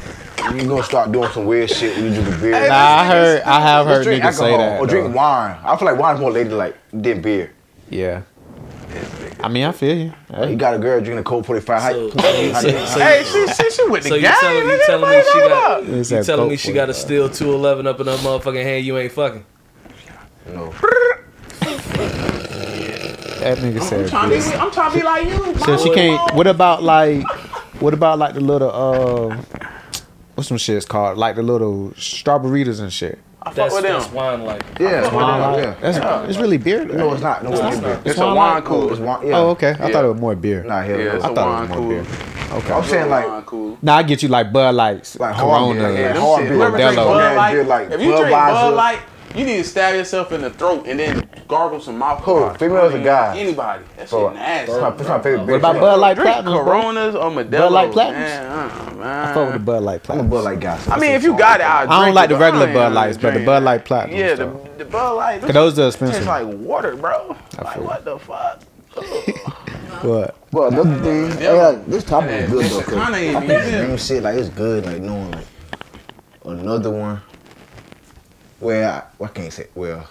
Speaker 7: you gonna start doing some weird shit when you drink a beer.
Speaker 4: Nah, I heard. I have
Speaker 7: Just
Speaker 4: heard
Speaker 7: drink
Speaker 4: niggas say that.
Speaker 7: or
Speaker 4: though.
Speaker 7: drink wine. I feel like wine's more ladylike than beer.
Speaker 4: Yeah. I mean, I feel you.
Speaker 7: You
Speaker 4: Hey,
Speaker 7: got a girl drinking a cold forty five.
Speaker 2: So-
Speaker 7: How,
Speaker 2: so- so-
Speaker 5: Hey, she, she, she with the
Speaker 2: So you
Speaker 5: gang.
Speaker 2: telling, you
Speaker 5: nigga,
Speaker 2: telling me
Speaker 5: fuck
Speaker 2: she
Speaker 5: it
Speaker 2: got
Speaker 5: up.
Speaker 4: It
Speaker 2: you
Speaker 4: said
Speaker 2: telling me
Speaker 4: coke
Speaker 2: she
Speaker 4: was-
Speaker 2: got a steel two eleven up in her motherfucking hand? You ain't fucking.
Speaker 4: that nigga
Speaker 5: I'm
Speaker 4: said.
Speaker 5: trying to be, I'm trying to be like you.
Speaker 4: So she can't. What about like? What about like the little uh? What's some shit's called? Like the little strawberries and shit.
Speaker 5: I fuck
Speaker 2: That's,
Speaker 5: with
Speaker 2: that's
Speaker 5: them.
Speaker 2: wine like.
Speaker 7: yeah,
Speaker 5: uh,
Speaker 7: wine, Oh, yeah.
Speaker 4: That's it's really beer. right?
Speaker 7: No, it's not. No, it's, not beer.
Speaker 5: It's a wine cooler.
Speaker 7: It's wine. Yeah.
Speaker 4: Oh, okay. I
Speaker 5: Yeah.
Speaker 4: thought it was more beer.
Speaker 7: Nah, hell
Speaker 5: Yeah,
Speaker 7: no.
Speaker 5: it's
Speaker 4: I
Speaker 5: a
Speaker 4: thought
Speaker 5: wine
Speaker 4: it was more
Speaker 5: cooler.
Speaker 4: beer.
Speaker 7: I'm saying
Speaker 5: Wine
Speaker 7: like
Speaker 5: cooler.
Speaker 4: Nah, I get you like Bud Lights,
Speaker 7: like hard
Speaker 4: Corona.
Speaker 7: beer. Yeah,
Speaker 4: like-
Speaker 7: hard beer.
Speaker 5: Whoever drinks
Speaker 4: Modelo.
Speaker 5: Bud
Speaker 7: Yeah,
Speaker 5: Light,
Speaker 7: like
Speaker 5: if you drink Bud
Speaker 7: Budweiser.
Speaker 5: Light, you need to stab yourself in the throat and then gargle some mouth.
Speaker 7: Who?
Speaker 5: water.
Speaker 7: Females
Speaker 5: I
Speaker 7: or
Speaker 5: mean,
Speaker 7: guys?
Speaker 5: Anybody. That
Speaker 7: Bro,
Speaker 5: shit nasty.
Speaker 7: That's my, that's my favorite beer.
Speaker 4: What about Bud Light
Speaker 5: Drink
Speaker 4: Platinum? bro?
Speaker 5: Coronas or Modelo.
Speaker 4: Bud Light Platinums?
Speaker 5: Man, uh, man.
Speaker 4: I fuck with the Bud Light
Speaker 7: I'm a
Speaker 4: Platinum.
Speaker 7: Bud Light guy. so
Speaker 5: I
Speaker 7: that's
Speaker 5: mean,
Speaker 7: it.
Speaker 5: if you got it, I'll
Speaker 4: I don't
Speaker 5: drink
Speaker 4: like
Speaker 5: it,
Speaker 4: the regular
Speaker 5: I
Speaker 4: Bud
Speaker 5: ain't
Speaker 4: Lights, but the
Speaker 5: drink
Speaker 4: Bud
Speaker 5: it.
Speaker 4: Light Platinums,
Speaker 5: Yeah, the,
Speaker 4: though.
Speaker 5: the Bud Light.
Speaker 4: Cause those are expensive.
Speaker 5: Tastes like water, bro. Like
Speaker 4: feel
Speaker 5: what the fuck?
Speaker 4: but
Speaker 7: Well, another thing, yeah. like, this topic is good though, cause
Speaker 5: Kinda
Speaker 7: I
Speaker 5: ain't
Speaker 7: think the
Speaker 5: even.
Speaker 7: dream shit like it's good, like knowing like another one. Where I, well, I can't say well.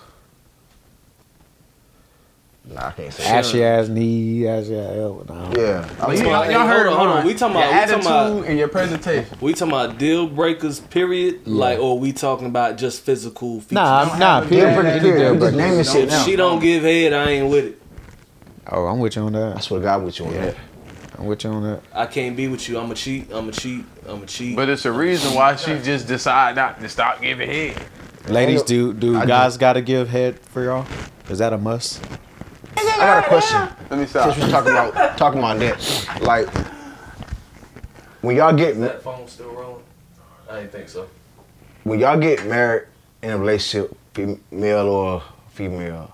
Speaker 7: Nah, I can't say. that.
Speaker 4: ashy ass knee, ashy ass elbow. Nah.
Speaker 7: Yeah, I mean,
Speaker 2: Y'all- y'all heard him, hold on. We talking
Speaker 5: Your
Speaker 2: about- we talking about-
Speaker 5: attitude and your presentation.
Speaker 2: We talking about deal breakers, period. Like, or we talking about just physical features?
Speaker 4: Nah, I'm nah,
Speaker 7: deal
Speaker 4: period.
Speaker 7: breaker,
Speaker 4: Any
Speaker 7: period.
Speaker 4: deal
Speaker 7: We just
Speaker 4: breaker.
Speaker 7: naming shit
Speaker 2: If
Speaker 7: now.
Speaker 2: she don't give head, I ain't with it.
Speaker 4: Oh, I'm with you on
Speaker 7: I
Speaker 4: that.
Speaker 7: swear to God, with you on that.
Speaker 4: I'm with you on that.
Speaker 2: I can't be with you. I'm a cheat. I'm a cheat. I'm a cheat.
Speaker 5: But it's a reason why she just decided not to stop giving head.
Speaker 4: Ladies, do do
Speaker 7: I
Speaker 4: guys gotta give head for y'all? Is that a must?
Speaker 7: I got a question.
Speaker 5: Let me
Speaker 7: Since
Speaker 5: stop.
Speaker 7: we talking about talking about that, like when y'all get
Speaker 2: Is that phone still rolling? I didn't think so.
Speaker 7: when y'all get married in a relationship, fem- male or female,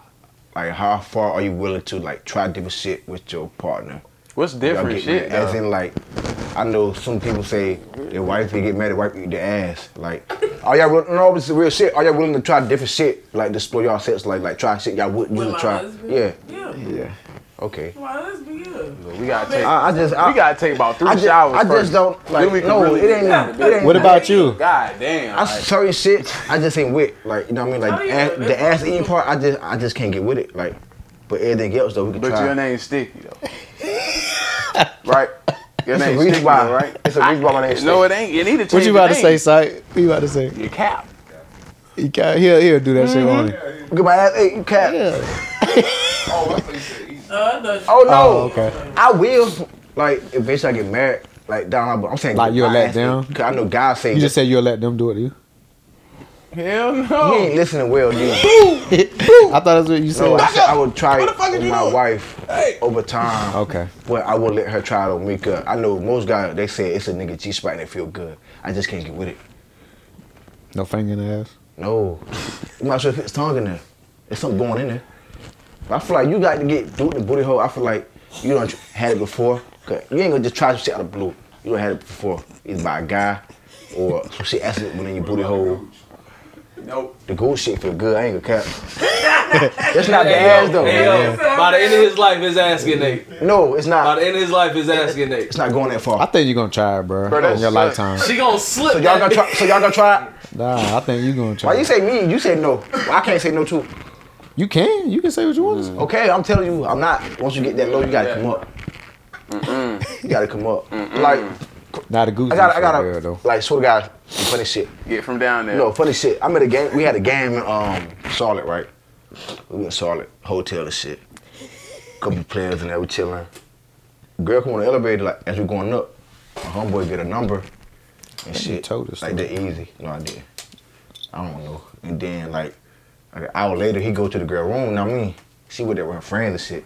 Speaker 7: like how far are you willing to like try different shit with your partner?
Speaker 5: What's
Speaker 7: Y'all
Speaker 5: different
Speaker 7: get
Speaker 5: shit?
Speaker 7: married? As
Speaker 5: though?
Speaker 7: in like, I know some people say their wife they get married, wife eat their ass. Like, are y'all will- no? This is real shit. Are y'all willing to try different shit? Like, to explore y'all sex, like like try shit y'all wouldn't
Speaker 6: With
Speaker 7: usually
Speaker 6: my
Speaker 7: try.
Speaker 6: husband?
Speaker 7: Yeah.
Speaker 6: Yeah.
Speaker 7: Yeah. Okay.
Speaker 6: My husband, yeah.
Speaker 5: We gotta take.
Speaker 7: I, I just I,
Speaker 5: we gotta take about three
Speaker 7: I just,
Speaker 5: showers
Speaker 7: I just
Speaker 5: first.
Speaker 7: don't
Speaker 5: Then we
Speaker 7: like
Speaker 5: can
Speaker 7: no.
Speaker 5: really
Speaker 7: It ain't.
Speaker 6: get
Speaker 7: It ain't
Speaker 4: What about you?
Speaker 5: God damn.
Speaker 7: I
Speaker 5: like,
Speaker 7: certain shit I just ain't with. Like you know what I mean? Like
Speaker 6: Oh,
Speaker 7: the
Speaker 6: yeah,
Speaker 7: ass, the
Speaker 6: that's-
Speaker 7: ass eating part, I just I just can't get with it. Like, but everything else though, we can
Speaker 5: but
Speaker 7: try.
Speaker 5: your name's sticky though. right? Your
Speaker 7: it's a
Speaker 5: name's
Speaker 7: reason
Speaker 5: sticky
Speaker 7: why,
Speaker 5: though, right?
Speaker 7: It's a reason why my name's
Speaker 5: No, it ain't. You need to change.
Speaker 4: What you about to
Speaker 5: your
Speaker 4: say, Sight? What you about to say?
Speaker 5: name. Your cap.
Speaker 4: He got, he'll he'll do that shit on it.
Speaker 7: Sticky. Look at my ass, hey, you cap.
Speaker 9: Oh, I thought you said easy.
Speaker 6: Uh, the,
Speaker 7: Oh no,
Speaker 4: Oh, okay.
Speaker 7: I will. Like eventually I get married. Like down, but I'm saying
Speaker 4: Like, you'll
Speaker 7: my
Speaker 4: let
Speaker 7: ass
Speaker 4: down?
Speaker 7: eat, 'cause I know God say
Speaker 4: You just said you'll let them do it to you.
Speaker 5: Hell
Speaker 7: he
Speaker 5: no.
Speaker 7: ain't listening well, dude.
Speaker 4: I thought that's what you said.
Speaker 7: No, I, said I would try it with my wife over time.
Speaker 4: Okay.
Speaker 7: But I would let her try it on me. Cause I know most guys they say it's a nigga G spot and they feel good. I just can't get with it.
Speaker 4: No finger in the ass.
Speaker 7: No. I'm not sure if it's tongue in there. There's something going in there. But I feel like you got to get through the booty hole. I feel like You don't had it before. 'Kay, You ain't gonna just try some shit out of the blue. You don't had it before, either by a guy or some shit accident within your booty hole.
Speaker 9: Nope.
Speaker 7: The gold shit feel good. I ain't gonna cap. That's not the ass though.
Speaker 2: Hey, yo, By the end of his life, his ass getting ate.
Speaker 7: No, it's not.
Speaker 2: By the end of his life, his ass getting ate.
Speaker 7: It's not going that far.
Speaker 4: I think you're gonna try it, bro.
Speaker 7: Bro,
Speaker 4: in
Speaker 7: that's
Speaker 4: your
Speaker 7: suck.
Speaker 4: lifetime.
Speaker 2: She gonna slip.
Speaker 7: So y'all
Speaker 2: that
Speaker 7: gonna try? So y'all gonna try? it?
Speaker 4: Nah, I think you're gonna try.
Speaker 7: Why you
Speaker 4: it.
Speaker 7: say me? You said no. Well, I can't say Mm. no too.
Speaker 4: You can. You can say what you want. to say.
Speaker 7: Okay, I'm telling you, I'm not. Once you get that low, you gotta come up. You gotta come up. Like
Speaker 4: Not a goose.
Speaker 7: I gotta, I
Speaker 4: Good,
Speaker 7: gotta,
Speaker 4: though.
Speaker 7: like sort of got funny shit.
Speaker 9: Get from down there.
Speaker 7: No, funny shit. I'm at a game. We had a game in um, Charlotte, right? We in Charlotte, hotel and shit. Couple players in there, we chilling. Girl come on the elevator like as we going up. My homeboy get a number and
Speaker 4: think you
Speaker 7: shit.
Speaker 4: told us
Speaker 7: like
Speaker 4: that.
Speaker 7: that easy. No, I didn't. I don't know. And then like, like an hour later, he go to the girl room. Now me, she with there with her friends and shit.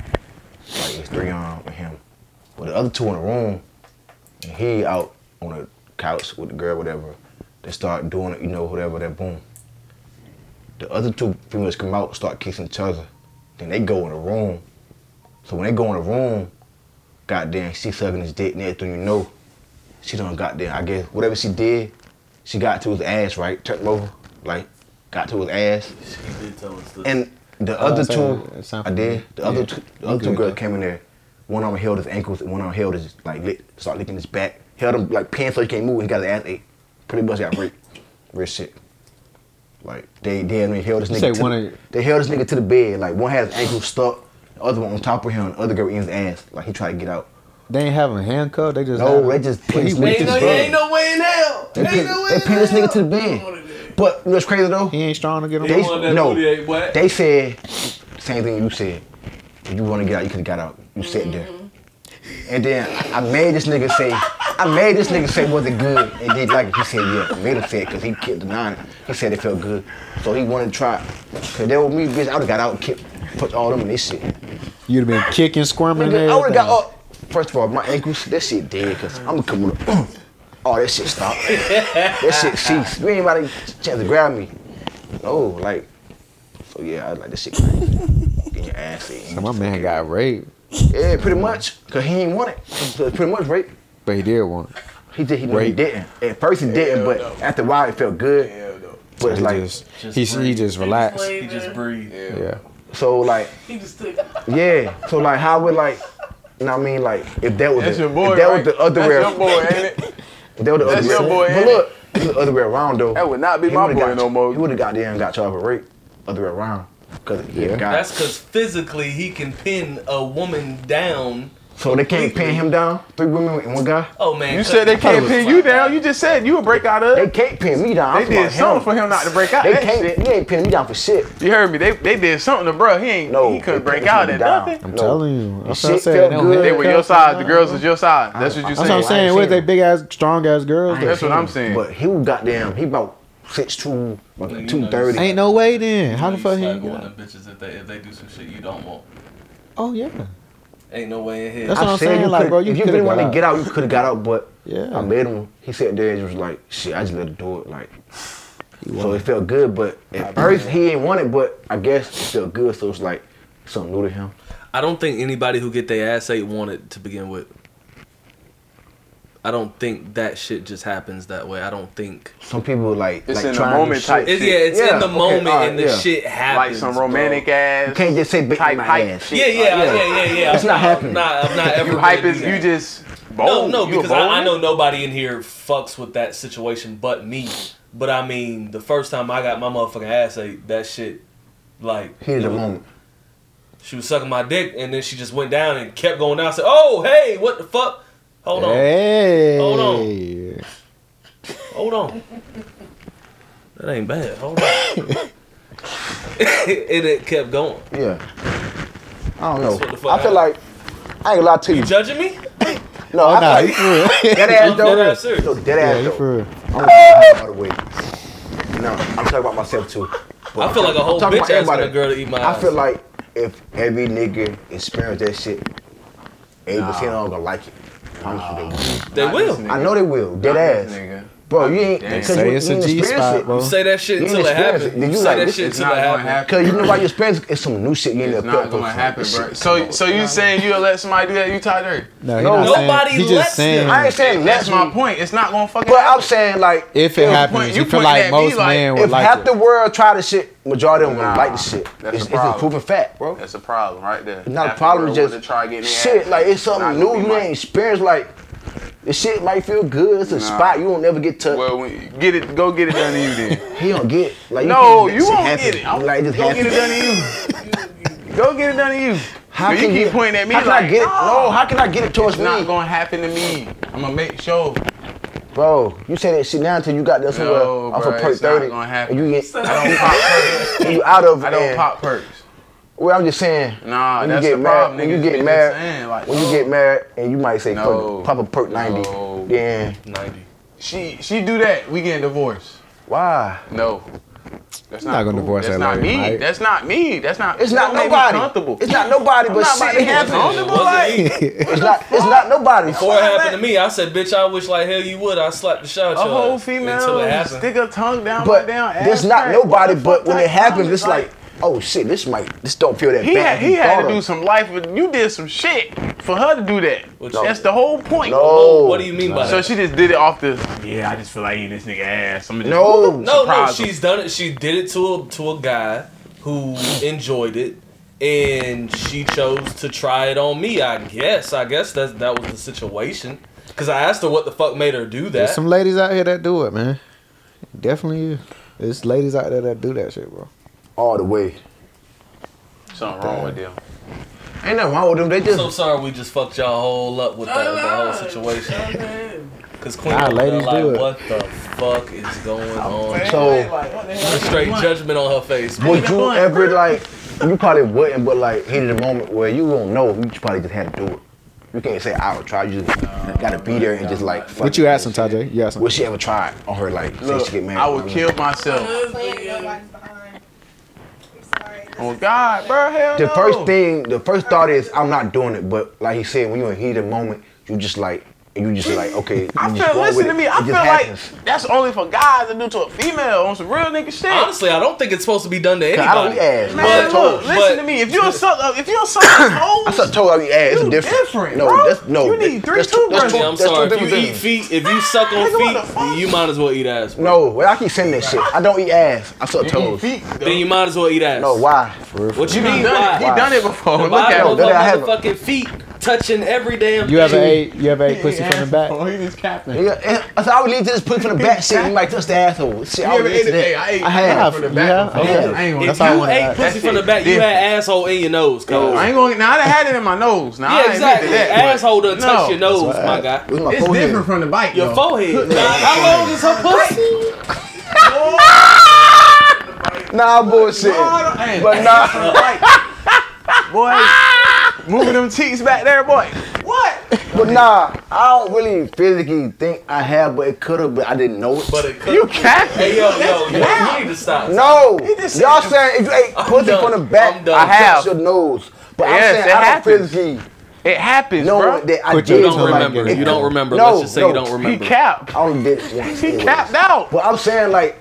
Speaker 7: Like it's three on with him, with the other two in the room. And he out on the couch with the girl, whatever. They start doing it, you know, whatever. That boom. The other two females come out, start kissing each other. Then they go in the room. So when they go in the room, goddamn, she sucking his dick and everything you know. She done goddamn, I guess, whatever she did, she got to his ass, right? Turned him over, like, got to his ass.
Speaker 2: He did tell us this.
Speaker 7: And the other
Speaker 4: that's
Speaker 7: two,
Speaker 4: how it sound
Speaker 7: I
Speaker 4: for
Speaker 7: did.
Speaker 4: me.
Speaker 7: The other
Speaker 4: Yeah.
Speaker 7: two, the
Speaker 4: You
Speaker 7: other two
Speaker 4: good,
Speaker 7: girls
Speaker 4: though.
Speaker 7: came in there. One of them held his ankles, and one of them held his like, lick, start licking his back. Held him like pinned so he can't move. He got his ass ate. Pretty much got raped. Real shit. Like they damn near held this
Speaker 4: You
Speaker 7: nigga.
Speaker 4: say
Speaker 7: to
Speaker 4: one
Speaker 7: the-
Speaker 4: of-
Speaker 7: they held this nigga to the bed. Like one had his ankle stuck, the other one on top of him, and the other girl in his ass. Like he tried to get out.
Speaker 4: They ain't having handcuffed. They just
Speaker 7: No,
Speaker 4: have-
Speaker 7: they just
Speaker 4: Well, he
Speaker 7: pinched
Speaker 4: weak
Speaker 7: me.
Speaker 4: as
Speaker 7: Ain't no-
Speaker 4: fuck.
Speaker 7: ain't
Speaker 2: no way in hell.
Speaker 7: They pinned they pinned this nigga to the bed. But you know what's crazy though?
Speaker 4: He ain't strong to get him.
Speaker 7: They,
Speaker 2: wanted that
Speaker 7: no,
Speaker 2: booty ate, what?
Speaker 7: they said same thing you said. If you want to get out, you could have got out. You sat there. And then I made this nigga say, I made this nigga say was it good? And did like it. He said yeah. I made him say it because he kept denying it. He said it felt good, so he wanted to try. it. Cause that was me, bitch. I would have got out and kept put all them in this shit.
Speaker 4: You'd have been kicking, squirming, and
Speaker 7: Nigga, I would have
Speaker 4: everything.
Speaker 7: got up. First of all, my ankles, that shit dead. Cause I'm coming up. Oh, that shit stop. that shit cease. You ain't about to chance to grab me. No, like, so yeah, I was like that shit. in your ass.
Speaker 4: So
Speaker 7: eaten.
Speaker 4: my man got raped,
Speaker 7: Yeah, pretty much. Cause he ain't want it. So it's pretty much rape.
Speaker 4: but he did want. it.
Speaker 7: He did. He, no, he
Speaker 4: Rape.
Speaker 7: didn't. At first he didn't, but after a while it felt good.
Speaker 9: Hell no.
Speaker 7: But it's
Speaker 4: he
Speaker 7: like,
Speaker 4: just, he, he just relaxed.
Speaker 6: He
Speaker 2: He just breathed.
Speaker 9: Yeah.
Speaker 4: Yeah.
Speaker 7: so like,
Speaker 6: He just took.
Speaker 7: yeah. So like, how would like, you know what I mean? Like, if that was
Speaker 9: That's
Speaker 7: the,
Speaker 9: your boy,
Speaker 7: if that was
Speaker 9: right?
Speaker 7: the other
Speaker 9: That's
Speaker 7: way,
Speaker 9: your boy, ain't it?
Speaker 7: if that was the
Speaker 9: That's
Speaker 7: other way.
Speaker 9: your boy,
Speaker 7: But
Speaker 9: ain't
Speaker 7: look, if it was the other way around though.
Speaker 9: That would not be
Speaker 7: he
Speaker 9: my
Speaker 7: would've
Speaker 9: boy
Speaker 7: got-
Speaker 9: no more.
Speaker 7: He would have got there and got charged with rape. Other way around. Cause he
Speaker 4: Yeah.
Speaker 7: got.
Speaker 2: That's because physically he can pin a woman down.
Speaker 7: so they can't pin him down. Three women and one guy.
Speaker 2: Oh man,
Speaker 12: You said they can't pin you down. You just said you would break out of.
Speaker 7: They
Speaker 12: it.
Speaker 7: can't pin me down.
Speaker 12: They
Speaker 7: I'm
Speaker 12: did
Speaker 7: talking about
Speaker 12: something for him not to break out.
Speaker 7: They
Speaker 12: that
Speaker 7: can't.
Speaker 12: shit.
Speaker 7: He ain't pinning me down for shit.
Speaker 12: You heard me. They they did something to bro. He ain't.
Speaker 7: No,
Speaker 12: he couldn't
Speaker 7: they
Speaker 12: break
Speaker 7: put
Speaker 12: out
Speaker 7: him
Speaker 12: at
Speaker 7: down.
Speaker 12: nothing.
Speaker 4: I'm
Speaker 7: No.
Speaker 4: telling you. That's
Speaker 7: shit
Speaker 4: what I'm saying.
Speaker 7: felt
Speaker 4: no
Speaker 7: good.
Speaker 12: They were your
Speaker 4: handcuffs,
Speaker 12: size. The
Speaker 4: nah.
Speaker 12: girls was your size. That's what you
Speaker 4: That's what
Speaker 12: saying.
Speaker 4: I'm saying. Where's
Speaker 7: seen
Speaker 4: they
Speaker 7: it.
Speaker 4: big ass, strong ass girls?
Speaker 7: ain't
Speaker 12: That's what
Speaker 7: seen
Speaker 12: I'm
Speaker 7: him,
Speaker 12: saying.
Speaker 7: But he was goddamn. He about six two, like two
Speaker 4: though?
Speaker 7: thirty.
Speaker 4: Ain't no way then. How the
Speaker 2: You
Speaker 4: fuck he?
Speaker 2: start
Speaker 4: ain't
Speaker 2: going
Speaker 4: get out?
Speaker 2: to bitches if they if they do some shit you don't want.
Speaker 4: Oh yeah.
Speaker 2: Ain't no way in here.
Speaker 4: That's what I'm
Speaker 7: said
Speaker 4: saying.
Speaker 7: you
Speaker 4: Like,
Speaker 7: coulda-
Speaker 4: bro, you
Speaker 7: if you
Speaker 4: coulda
Speaker 7: really
Speaker 4: got
Speaker 7: wanted to
Speaker 4: out.
Speaker 7: get out, you could have got out. But
Speaker 4: Yeah.
Speaker 7: I made him. He sat there and was like, "Shit, I just let it do it." Like, so it felt good. But at first he ain't want it, but I guess it felt good. So it's like something new to him.
Speaker 2: I don't think anybody who get their ass ate wanted to begin with. I don't think that shit just happens that way. I don't think.
Speaker 7: Some people like
Speaker 12: It's
Speaker 7: like
Speaker 12: in the
Speaker 7: trying new
Speaker 12: moment
Speaker 7: shit.
Speaker 12: type
Speaker 2: It's,
Speaker 12: Shit.
Speaker 2: yeah, it's
Speaker 7: Yeah,
Speaker 2: in the
Speaker 7: okay,
Speaker 2: moment
Speaker 7: alright,
Speaker 2: and the
Speaker 7: yeah.
Speaker 2: shit
Speaker 12: Like
Speaker 2: happens.
Speaker 12: some
Speaker 2: bro.
Speaker 12: romantic
Speaker 7: You
Speaker 12: ass.
Speaker 7: can't just say bait in
Speaker 12: Type
Speaker 7: my
Speaker 12: hype
Speaker 7: ass.
Speaker 2: Yeah, yeah, yeah, yeah, yeah.
Speaker 7: It's not happening.
Speaker 2: Nah, I'm not ever.
Speaker 12: You
Speaker 2: gonna
Speaker 12: hype
Speaker 2: do
Speaker 12: is
Speaker 2: that.
Speaker 12: you just
Speaker 2: No,
Speaker 12: bold.
Speaker 2: no,
Speaker 12: You a
Speaker 2: because I, I
Speaker 12: bold
Speaker 2: know nobody in here fucks with that situation but me. But I mean, the first time I got my motherfucking ass ate, that shit, like,
Speaker 7: Here's the
Speaker 2: it was-
Speaker 7: moment.
Speaker 2: she was sucking my dick, and then she just went down and kept going down. I said, "Oh, hey, what the fuck? Hold on,
Speaker 4: Hey.
Speaker 2: Hold on. hold on. That ain't bad. Hold on." and it kept going.
Speaker 7: Yeah. I
Speaker 2: That's
Speaker 7: don't
Speaker 2: what the
Speaker 7: know.
Speaker 2: fuck
Speaker 7: I feel
Speaker 2: happened.
Speaker 7: like I ain't gonna lie to
Speaker 2: You
Speaker 7: you.
Speaker 2: judging me?
Speaker 7: No, I feel
Speaker 4: Oh, nah,
Speaker 7: like
Speaker 4: you for real.
Speaker 7: dead ass
Speaker 2: I'm
Speaker 7: though.
Speaker 2: dead ass serious.
Speaker 7: No, dead
Speaker 4: Yeah,
Speaker 7: ass
Speaker 4: you
Speaker 7: though.
Speaker 4: for real.
Speaker 7: I'm gonna all the way. No, I'm talking about myself too. But
Speaker 2: I feel like a
Speaker 7: I'm
Speaker 2: whole
Speaker 7: talking
Speaker 2: bitch
Speaker 7: about
Speaker 2: ass
Speaker 7: everybody.
Speaker 2: a girl to eat my.
Speaker 7: I
Speaker 2: ass.
Speaker 7: feel like if every nigga experienced that shit, eighty percent of them gonna like it. Promise you they will.
Speaker 2: they will.
Speaker 7: I know they will. Dead
Speaker 12: This
Speaker 7: ass.
Speaker 12: nigga.
Speaker 3: Bro, you ain't.
Speaker 4: They
Speaker 3: 'cause
Speaker 4: say
Speaker 3: you,
Speaker 4: it's
Speaker 3: you
Speaker 4: a
Speaker 3: ain't
Speaker 4: G
Speaker 3: experienced
Speaker 4: spot,
Speaker 3: it.
Speaker 4: bro. You
Speaker 2: say that shit
Speaker 3: You ain't
Speaker 2: until it
Speaker 3: experienced
Speaker 2: happens.
Speaker 3: it. Then you
Speaker 2: say
Speaker 3: like,
Speaker 2: that
Speaker 3: this
Speaker 2: shit
Speaker 3: is
Speaker 2: until it
Speaker 3: not
Speaker 2: happens.
Speaker 3: Cause you know why your experience is some new shit you ain't
Speaker 7: It's not gonna happen, bro. So, so you saying you'll let somebody do that? You Ty Dirty?
Speaker 4: No, he
Speaker 3: No,
Speaker 4: not saying-
Speaker 2: nobody
Speaker 4: he
Speaker 2: lets
Speaker 4: just saying
Speaker 2: them.
Speaker 3: I ain't saying
Speaker 7: That's
Speaker 3: that's
Speaker 7: my
Speaker 3: my.
Speaker 7: point. It's not gonna fucking.
Speaker 3: But I'm
Speaker 7: happen.
Speaker 3: saying like,
Speaker 4: if
Speaker 7: You
Speaker 4: it happens,
Speaker 7: point-
Speaker 4: you
Speaker 7: you
Speaker 4: feel like
Speaker 7: pointing at me
Speaker 4: most
Speaker 7: like,
Speaker 4: men would
Speaker 3: if
Speaker 4: like
Speaker 3: half
Speaker 4: it.
Speaker 3: the world try this shit, majority of them
Speaker 7: Nah,
Speaker 3: gonna like this shit.
Speaker 7: that's the
Speaker 3: It's, it's a
Speaker 7: problem.
Speaker 3: proven fact, bro.
Speaker 7: That's a problem right there.
Speaker 3: Not
Speaker 7: That's
Speaker 3: a problem,
Speaker 7: where
Speaker 3: it's
Speaker 7: I wanna
Speaker 3: just
Speaker 7: try getting
Speaker 3: shit.
Speaker 7: ass.
Speaker 3: Like it's
Speaker 7: Not
Speaker 3: something
Speaker 7: gonna
Speaker 3: new
Speaker 7: be
Speaker 3: you
Speaker 7: my-
Speaker 3: ain't experienced. Like the shit might feel good. It's a
Speaker 13: Nah.
Speaker 3: spot you won't ever get touched.
Speaker 13: Well, we, get it. Go get it done to you then.
Speaker 3: he don't get like
Speaker 5: No,
Speaker 3: can't-
Speaker 5: you
Speaker 3: it
Speaker 5: won't
Speaker 3: happen.
Speaker 5: get it. I'm-
Speaker 3: Like it just
Speaker 5: Go get it
Speaker 3: happen.
Speaker 5: done to you. Go get it done to you.
Speaker 3: How
Speaker 5: But you
Speaker 3: can
Speaker 5: keep
Speaker 3: you-
Speaker 5: pointing at me
Speaker 3: How can I
Speaker 5: like, oh.
Speaker 3: get it? No, how can I get it towards
Speaker 7: It's not
Speaker 3: me,
Speaker 7: gonna happen to me. I'm gonna make sure.
Speaker 3: bro? You say that shit now until you got there somewhere
Speaker 7: No,
Speaker 3: off
Speaker 7: bro,
Speaker 3: of perk
Speaker 7: it's not
Speaker 3: thirty,
Speaker 7: gonna
Speaker 3: and
Speaker 7: happen.
Speaker 3: you get
Speaker 7: I don't pop perks.
Speaker 3: you out of.
Speaker 7: I don't
Speaker 3: and-
Speaker 7: pop perks.
Speaker 3: Well, I'm just saying.
Speaker 7: Nah,
Speaker 3: when
Speaker 7: that's
Speaker 3: you get
Speaker 7: the
Speaker 3: married,
Speaker 7: problem.
Speaker 3: When you
Speaker 7: niggas be
Speaker 3: get
Speaker 7: just
Speaker 3: married,
Speaker 7: saying, like,
Speaker 3: when you
Speaker 7: oh,
Speaker 3: get married, and you might say,
Speaker 7: No.
Speaker 3: "Pop- Papa Perk 90.
Speaker 7: No.
Speaker 3: Then
Speaker 7: ninety. She she do that. We getting divorced.
Speaker 3: why?
Speaker 7: No. That's
Speaker 4: You're not gonna divorce
Speaker 7: That's
Speaker 4: that
Speaker 7: not
Speaker 4: lady,
Speaker 7: me.
Speaker 4: Mike.
Speaker 7: That's not me. That's not.
Speaker 3: It's
Speaker 7: it
Speaker 3: not
Speaker 7: don't make me
Speaker 3: nobody.
Speaker 7: Comfortable.
Speaker 3: It's not nobody
Speaker 7: I'm
Speaker 3: but
Speaker 7: not about
Speaker 3: shit
Speaker 7: to get
Speaker 3: happened.
Speaker 7: vulnerable. Like
Speaker 3: It's not it's not nobody.
Speaker 2: Before it happened to me, I said, "Bitch, I wish like hell you would." I slapped the shot.
Speaker 5: a whole female
Speaker 2: until it happened.
Speaker 5: stick her tongue down
Speaker 3: But
Speaker 5: my down ass.
Speaker 3: there's not
Speaker 5: crack.
Speaker 3: nobody
Speaker 5: What the
Speaker 3: but
Speaker 5: fuck
Speaker 3: when
Speaker 5: type
Speaker 3: it happens,
Speaker 5: of
Speaker 3: it's
Speaker 5: knowledge?
Speaker 3: like, oh shit, this might this don't feel that
Speaker 5: He
Speaker 3: bad.
Speaker 5: had, he had to
Speaker 3: thought
Speaker 5: do
Speaker 3: of.
Speaker 5: some life, but you did some shit for her to do that.
Speaker 2: Which-
Speaker 5: That's the whole point.
Speaker 7: Oh.
Speaker 3: No.
Speaker 2: What do you mean by
Speaker 5: So
Speaker 2: that?
Speaker 5: she just did it off the. Yeah, I just feel like eating this nigga ass. I'm just,
Speaker 3: No.
Speaker 2: no, no,
Speaker 5: surprise him.
Speaker 2: she's done it. She did it to a to a guy who enjoyed it, and she chose to try it on me. I guess. I guess that that was the situation. Cause I asked her what the fuck made her do
Speaker 4: There's
Speaker 2: that.
Speaker 4: some ladies out here that do it, man. Definitely is. There's ladies out there that do that shit, bro.
Speaker 3: all the way.
Speaker 7: something wrong with them.
Speaker 3: Ain't nothing wrong with them. They
Speaker 2: I'm so
Speaker 3: just
Speaker 2: sorry we just fucked y'all whole up with that, with that whole situation.
Speaker 6: situation.
Speaker 2: Cause Queen
Speaker 4: Nah,
Speaker 2: over there
Speaker 4: ladies
Speaker 2: like,
Speaker 4: do it.
Speaker 2: what the fuck is going on?
Speaker 3: so.
Speaker 6: Like, what the
Speaker 2: A
Speaker 6: hell?
Speaker 2: straight judgment on her face.
Speaker 3: Would you ever like? You probably wouldn't, but like heat of the moment where you won't know, you probably just had to do it. You can't say I would try. You just gotta be there and just like. fuck
Speaker 4: What you
Speaker 3: it.
Speaker 4: asking, Tajay? You asking?
Speaker 3: Would she ever try it on her like say
Speaker 7: Look,
Speaker 3: she get married?
Speaker 7: I would kill
Speaker 5: Oh.
Speaker 7: myself.
Speaker 8: I'm playing nobody's behind. I'm sorry.
Speaker 7: Oh God, bro, hell
Speaker 3: The
Speaker 7: no.
Speaker 3: first thing, the first thought is I'm not doing it. But like he said, when you in heat of the moment, you just like you just like okay.
Speaker 5: I
Speaker 3: you just
Speaker 5: feel,
Speaker 3: going
Speaker 5: listen
Speaker 3: with
Speaker 5: to
Speaker 3: it.
Speaker 5: me,
Speaker 3: It
Speaker 5: I
Speaker 3: just
Speaker 5: feel
Speaker 3: happens.
Speaker 5: like that's only for guys to do to a female on some real nigga shit.
Speaker 2: Honestly, I don't think it's supposed to be done to anybody.
Speaker 3: I don't eat ass.
Speaker 5: Man,
Speaker 3: Man,
Speaker 2: but-
Speaker 3: I
Speaker 5: look,
Speaker 2: but-
Speaker 5: listen to me. If you're something, if you're something
Speaker 3: I
Speaker 5: old,
Speaker 3: said, told I eat ass. It's
Speaker 5: You
Speaker 3: different.
Speaker 5: different,
Speaker 3: no,
Speaker 5: bro.
Speaker 3: that's no.
Speaker 5: You need
Speaker 3: that-
Speaker 5: three
Speaker 3: that's two-
Speaker 5: toothbrushes.
Speaker 3: that's two-
Speaker 2: I'm
Speaker 3: that's two
Speaker 2: sorry. If
Speaker 3: different
Speaker 2: you eat
Speaker 3: things.
Speaker 2: feet, if you suck on
Speaker 5: Nigga, what the fuck?
Speaker 2: feet, you might as well eat ass. bro.
Speaker 3: No, oh, well, I keep saying that shit. I don't eat ass. I suck
Speaker 7: You
Speaker 3: toes.
Speaker 7: feet, though.
Speaker 2: Then you might as well eat ass.
Speaker 3: No, why?
Speaker 2: What you
Speaker 7: He
Speaker 2: mean?
Speaker 7: done it. He
Speaker 2: Why?
Speaker 7: done it before.
Speaker 2: The
Speaker 7: Look at
Speaker 2: bottom
Speaker 3: him.
Speaker 2: of
Speaker 3: Did I
Speaker 2: her
Speaker 3: have a-
Speaker 2: motherfucking feet touching every damn
Speaker 4: You ever
Speaker 2: thing.
Speaker 4: ate? You ever ate pussy from the back?
Speaker 5: oh,
Speaker 7: he just capping.
Speaker 3: Yeah, and- I said I would leave this pussy from the back shit. You might touch the asshole. Shit, I
Speaker 7: You ever
Speaker 3: would
Speaker 7: ate
Speaker 3: leave
Speaker 7: it? Hey,
Speaker 3: that.
Speaker 7: I ate
Speaker 4: I have.
Speaker 7: from the
Speaker 4: You
Speaker 7: back.
Speaker 4: have? Okay.
Speaker 7: I ain't gonna.
Speaker 4: That's
Speaker 2: If
Speaker 4: all I
Speaker 2: you
Speaker 4: wanted to
Speaker 2: ate
Speaker 4: ask.
Speaker 2: pussy
Speaker 7: That
Speaker 2: from the
Speaker 7: shit
Speaker 2: back, you
Speaker 7: different.
Speaker 2: had asshole in your nose, cuz.
Speaker 7: I ain't gonna. Now I done had it in my nose. Now I
Speaker 2: Yeah,
Speaker 7: admit
Speaker 2: exactly.
Speaker 7: to that, but
Speaker 2: asshole done
Speaker 7: no.
Speaker 2: touch your nose, my guy.
Speaker 3: Where's my
Speaker 7: It's
Speaker 3: forehead?
Speaker 7: different from the bite.
Speaker 2: Your
Speaker 7: though.
Speaker 2: forehead. How long is her pussy?
Speaker 3: Nah, I'm bullshitting.
Speaker 7: Hey,
Speaker 3: But nah,
Speaker 5: boy,
Speaker 7: Ah!
Speaker 5: moving them cheeks back there, boy. What?
Speaker 3: but nah, I don't really physically think I have, but it could have, but I didn't know it.
Speaker 2: But it could.
Speaker 5: You capping?
Speaker 2: Hey, yo, yo, yo, you need to stop.
Speaker 3: no,
Speaker 5: just
Speaker 3: y'all saying if you ate pussy
Speaker 2: done.
Speaker 3: from the back,
Speaker 2: I'm done.
Speaker 3: I have
Speaker 5: Have.
Speaker 3: your nose. But
Speaker 5: Yes,
Speaker 3: I'm
Speaker 5: it
Speaker 3: saying I don't
Speaker 5: happens.
Speaker 3: physically
Speaker 5: It happens,
Speaker 3: know
Speaker 5: bro.
Speaker 3: that I
Speaker 4: Put
Speaker 3: did.
Speaker 4: your
Speaker 2: You
Speaker 3: something
Speaker 2: don't
Speaker 3: like
Speaker 2: remember.
Speaker 3: that.
Speaker 2: You don't remember.
Speaker 3: No,
Speaker 2: Let's just say
Speaker 3: no.
Speaker 2: you don't
Speaker 5: He
Speaker 2: remember.
Speaker 5: capped.
Speaker 3: I don't did. yes,
Speaker 5: He
Speaker 3: it
Speaker 5: capped
Speaker 3: was.
Speaker 5: out.
Speaker 3: But I'm saying like,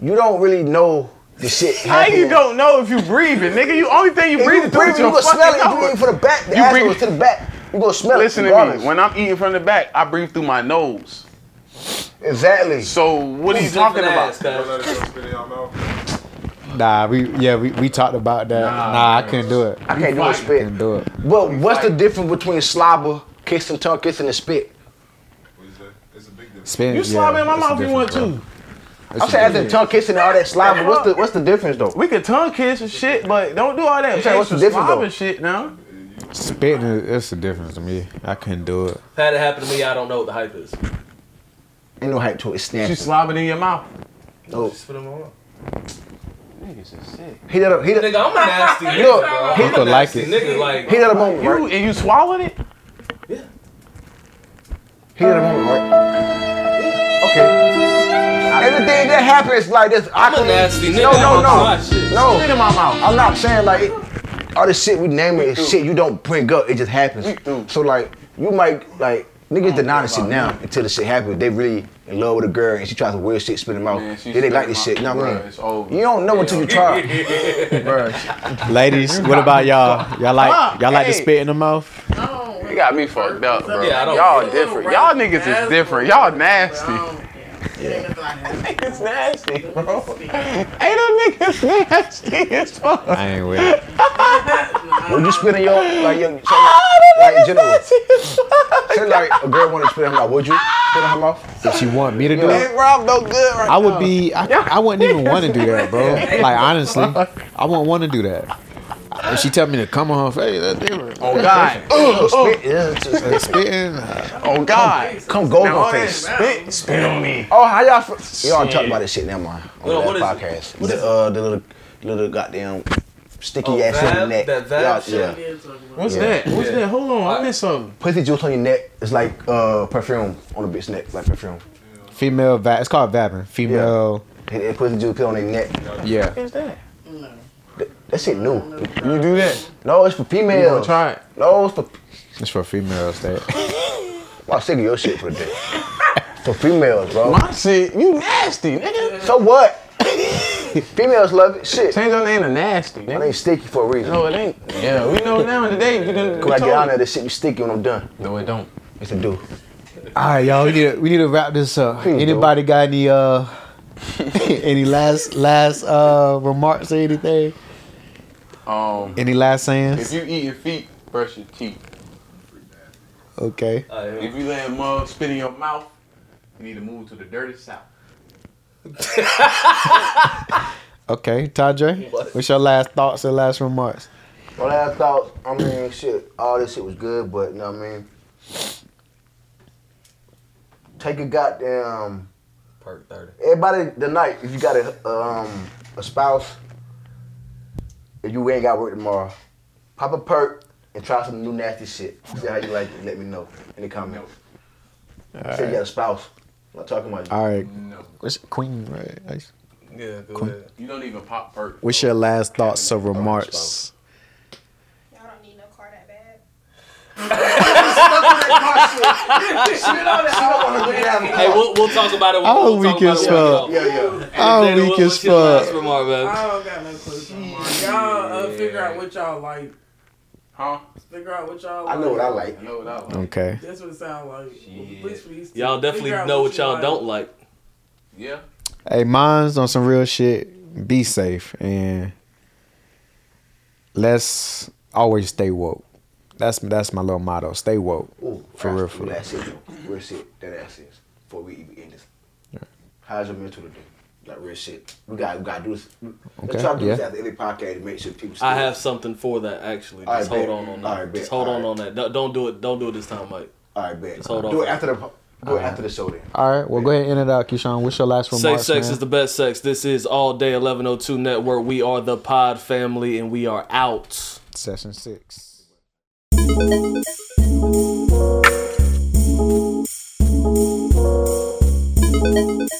Speaker 3: you don't really know the shit.
Speaker 5: How you
Speaker 3: happening.
Speaker 5: don't know if you breathing, nigga? You only thing you
Speaker 3: If
Speaker 5: breathing
Speaker 3: you
Speaker 5: through
Speaker 3: breathe,
Speaker 5: is
Speaker 3: you
Speaker 5: your
Speaker 3: gonna smell it.
Speaker 5: fucking
Speaker 3: You breathe
Speaker 5: nose.
Speaker 3: for the back. The
Speaker 5: You
Speaker 3: asshole
Speaker 5: breathe-
Speaker 3: is to the back. You gonna smell
Speaker 5: Listen
Speaker 3: it.
Speaker 5: to
Speaker 3: regardless.
Speaker 5: me. When I'm eating from the back, I breathe through my nose.
Speaker 3: exactly.
Speaker 5: So what are you talking about?
Speaker 4: Nah, we yeah we, we talked about that. Nah, I couldn't do it.
Speaker 3: I can't do a
Speaker 4: I
Speaker 3: spit.
Speaker 4: couldn't do it.
Speaker 3: But what's the difference between slobber, kissing tongue, kissing, and spit?
Speaker 7: It's a big difference.
Speaker 4: Spin,
Speaker 5: You slap me in my mouth if you want to.
Speaker 3: I'm saying after tongue kissing and all that slobber, what's the what's the difference though?
Speaker 5: We could tongue kiss and shit, but don't do all that.
Speaker 3: saying, what's
Speaker 5: extra
Speaker 3: the difference,
Speaker 5: slob
Speaker 3: though?
Speaker 5: and shit now.
Speaker 4: Spitting, is- it's a difference to me. I couldn't do it.
Speaker 2: Had it happen to me, I don't know what the hype is.
Speaker 3: Ain't no hype to it. It's
Speaker 5: You
Speaker 3: snapping.
Speaker 5: slobbing in your mouth.
Speaker 3: No.
Speaker 2: Just put them on.
Speaker 3: He did a he did
Speaker 2: Nigga, I'm a nasty nigga,
Speaker 3: Look,
Speaker 2: bro.
Speaker 3: he
Speaker 2: I'm a
Speaker 4: could like
Speaker 2: nasty
Speaker 4: it.
Speaker 2: nigga. Like,
Speaker 3: he did a moment,
Speaker 5: You
Speaker 3: right?
Speaker 5: and you swallowed it.
Speaker 3: He did a moment, right? Okay. Everything that happens like this, I
Speaker 2: I'm a
Speaker 3: can-
Speaker 2: nasty nigga.
Speaker 3: No, no,
Speaker 2: I'm a hot
Speaker 3: no,
Speaker 2: shit.
Speaker 5: Spit in
Speaker 3: no.
Speaker 5: my mouth.
Speaker 3: I'm not saying like it, all the shit we name it is shit you don't bring up. It just happens. So like you might like Niggas denying shit now until the shit happens. They really in love with a girl and she tries to weird shit, spit them out.
Speaker 5: Man, she
Speaker 3: Then they like
Speaker 5: spit them
Speaker 3: this shit. You know
Speaker 5: out.
Speaker 3: what I
Speaker 5: Bruh,
Speaker 3: mean?
Speaker 5: it's over.
Speaker 3: You don't know until you try.
Speaker 4: Ladies, what about y'all? Y'all like y'all like to
Speaker 5: Hey.
Speaker 4: spit in the mouth?
Speaker 5: You got me fucked up, bro.
Speaker 4: Yeah, I don't-
Speaker 5: Y'all different. Y'all niggas is different. Y'all nasty. Niggas nasty, bro. Ain't no niggas nasty as fuck.
Speaker 4: I ain't with it.
Speaker 3: When you spit in your like your say, like in general, say like a girl wanted to spit in her mouth, would you spit in her mouth?
Speaker 4: If she want me to do
Speaker 5: Big
Speaker 4: it,
Speaker 5: Rob no good right
Speaker 4: I would be. I, I wouldn't even want to do that, bro. Like honestly, I wouldn't want to do that. If she tell me to come on her face, that's different.
Speaker 5: Oh God. Oh,
Speaker 3: Spit, yeah, it's just-
Speaker 4: Like, spitting, uh,
Speaker 5: oh God.
Speaker 3: come gold
Speaker 5: Now,
Speaker 3: on
Speaker 5: all that
Speaker 3: face.
Speaker 5: spit, spit on me.
Speaker 3: Oh, how y'all? F- y'all talk about this shit now, man. On
Speaker 2: Hold on,
Speaker 3: that
Speaker 2: what
Speaker 3: podcast, the uh, the little little goddamn sticky
Speaker 2: Oh,
Speaker 3: ass on your
Speaker 2: Valve?
Speaker 3: neck.
Speaker 2: That Valve
Speaker 3: Y'all-
Speaker 2: shit?
Speaker 3: yeah.
Speaker 7: What's
Speaker 3: Yeah.
Speaker 7: that? What's that? Hold on, I missed something.
Speaker 3: Pussy juice on your neck is like uh perfume on a bitch neck, like perfume.
Speaker 4: female va- It's called vabbing. Female.
Speaker 3: And, and pussy juice put on their neck.
Speaker 4: Yeah.
Speaker 7: What's that?
Speaker 3: That shit new.
Speaker 7: You do that?
Speaker 3: No, it's for
Speaker 7: You gonna
Speaker 3: females.
Speaker 7: try it?
Speaker 3: No, it's for.
Speaker 4: It's for females. That
Speaker 3: I'm sick of your shit for the day. for females, bro.
Speaker 7: My shit, you nasty, nigga.
Speaker 3: So what? Females love it. Shit.
Speaker 7: Change your name to nasty,
Speaker 3: It
Speaker 7: nigga.
Speaker 3: ain't sticky for a reason.
Speaker 7: No, it ain't. Yeah, we know now and today. You done,
Speaker 3: When I get on there, the shit be sticky when I'm done.
Speaker 7: No, it don't.
Speaker 3: It's a do.
Speaker 4: All right, y'all. We need to, we need to wrap this up.
Speaker 3: Please do.
Speaker 4: Anybody got any uh any last last uh remarks or anything?
Speaker 5: Um,
Speaker 4: Any last
Speaker 5: if
Speaker 4: sayings?
Speaker 5: you eat your feet, brush your teeth.
Speaker 4: Okay.
Speaker 5: If you let a mug spit in your mouth, you need to move to the dirty south.
Speaker 4: Okay, Tajay. What's your last thoughts and last remarks?
Speaker 3: My last thoughts, I mean, shit, all this shit was good, but you know what I mean? Take a goddamn.
Speaker 14: Part 30.
Speaker 3: Everybody tonight, if you got a, um, a spouse, if you ain't got work tomorrow, pop a perk and try some new nasty shit. See how you like it. Let me know in the comments. Say you got a spouse. I'm not talking about you.
Speaker 4: All right.
Speaker 5: No.
Speaker 4: What's Queen, right?
Speaker 5: Yeah, go
Speaker 4: Cool.
Speaker 5: ahead. You don't even pop perk.
Speaker 4: What's your last thoughts
Speaker 2: Oh,
Speaker 4: or remarks?
Speaker 8: Y'all don't need no car that bad.
Speaker 2: Hey, we'll, we'll talk about it. We'll,
Speaker 4: Oh,
Speaker 2: we'll talk
Speaker 4: weak
Speaker 2: about
Speaker 4: as
Speaker 2: it when we go.
Speaker 4: fuck.
Speaker 3: Yeah, yeah.
Speaker 4: Oh,
Speaker 2: Dana,
Speaker 4: weak
Speaker 2: what-
Speaker 4: as
Speaker 2: what's your last
Speaker 4: fuck.
Speaker 2: remark, man?
Speaker 6: I don't got no clue. no more. Y'all uh, figure out what y'all like.
Speaker 5: Huh?
Speaker 6: Figure out what y'all.
Speaker 3: I know what I like.
Speaker 5: I know what I like.
Speaker 4: Okay.
Speaker 6: That's what it sounds like. At least for these two.
Speaker 2: Y'all definitely
Speaker 6: Figure out
Speaker 2: know what
Speaker 6: you
Speaker 2: y'all
Speaker 6: like.
Speaker 2: don't like.
Speaker 5: Yeah.
Speaker 4: Hey, mine's on some real shit. Be safe and let's always stay woke. That's that's my little motto. Stay woke.
Speaker 3: Ooh,
Speaker 4: For
Speaker 3: that's-
Speaker 4: real, for real.
Speaker 3: That's it. though. Real shit. That ass is. Before we even end this. How's your mental today? Like real shit. We got we gotta do this.
Speaker 4: Okay,
Speaker 3: Let's try to do this
Speaker 4: yeah.
Speaker 3: after every podcast to make sure people.
Speaker 2: I have something for that actually.
Speaker 3: All right,
Speaker 2: Just hold
Speaker 3: bet.
Speaker 2: on on
Speaker 3: All
Speaker 2: that.
Speaker 3: right, bet.
Speaker 2: Just hold
Speaker 3: All
Speaker 2: on
Speaker 3: right.
Speaker 2: on that. Don't- Don't do it. Don't do it this time, Mike.
Speaker 3: All right, bet.
Speaker 2: Just hold on.
Speaker 3: Do it after the po- do it
Speaker 4: Uh-huh.
Speaker 3: after the show then.
Speaker 4: All right. Well, go ahead and end it out, Keyshawn. What's your last
Speaker 2: Safe
Speaker 4: remarks?
Speaker 2: sex
Speaker 4: man?
Speaker 2: is the best sex. This is all day 1102 Network. We are the Pod family, and we are out.
Speaker 4: session six.
Speaker 15: Thank you.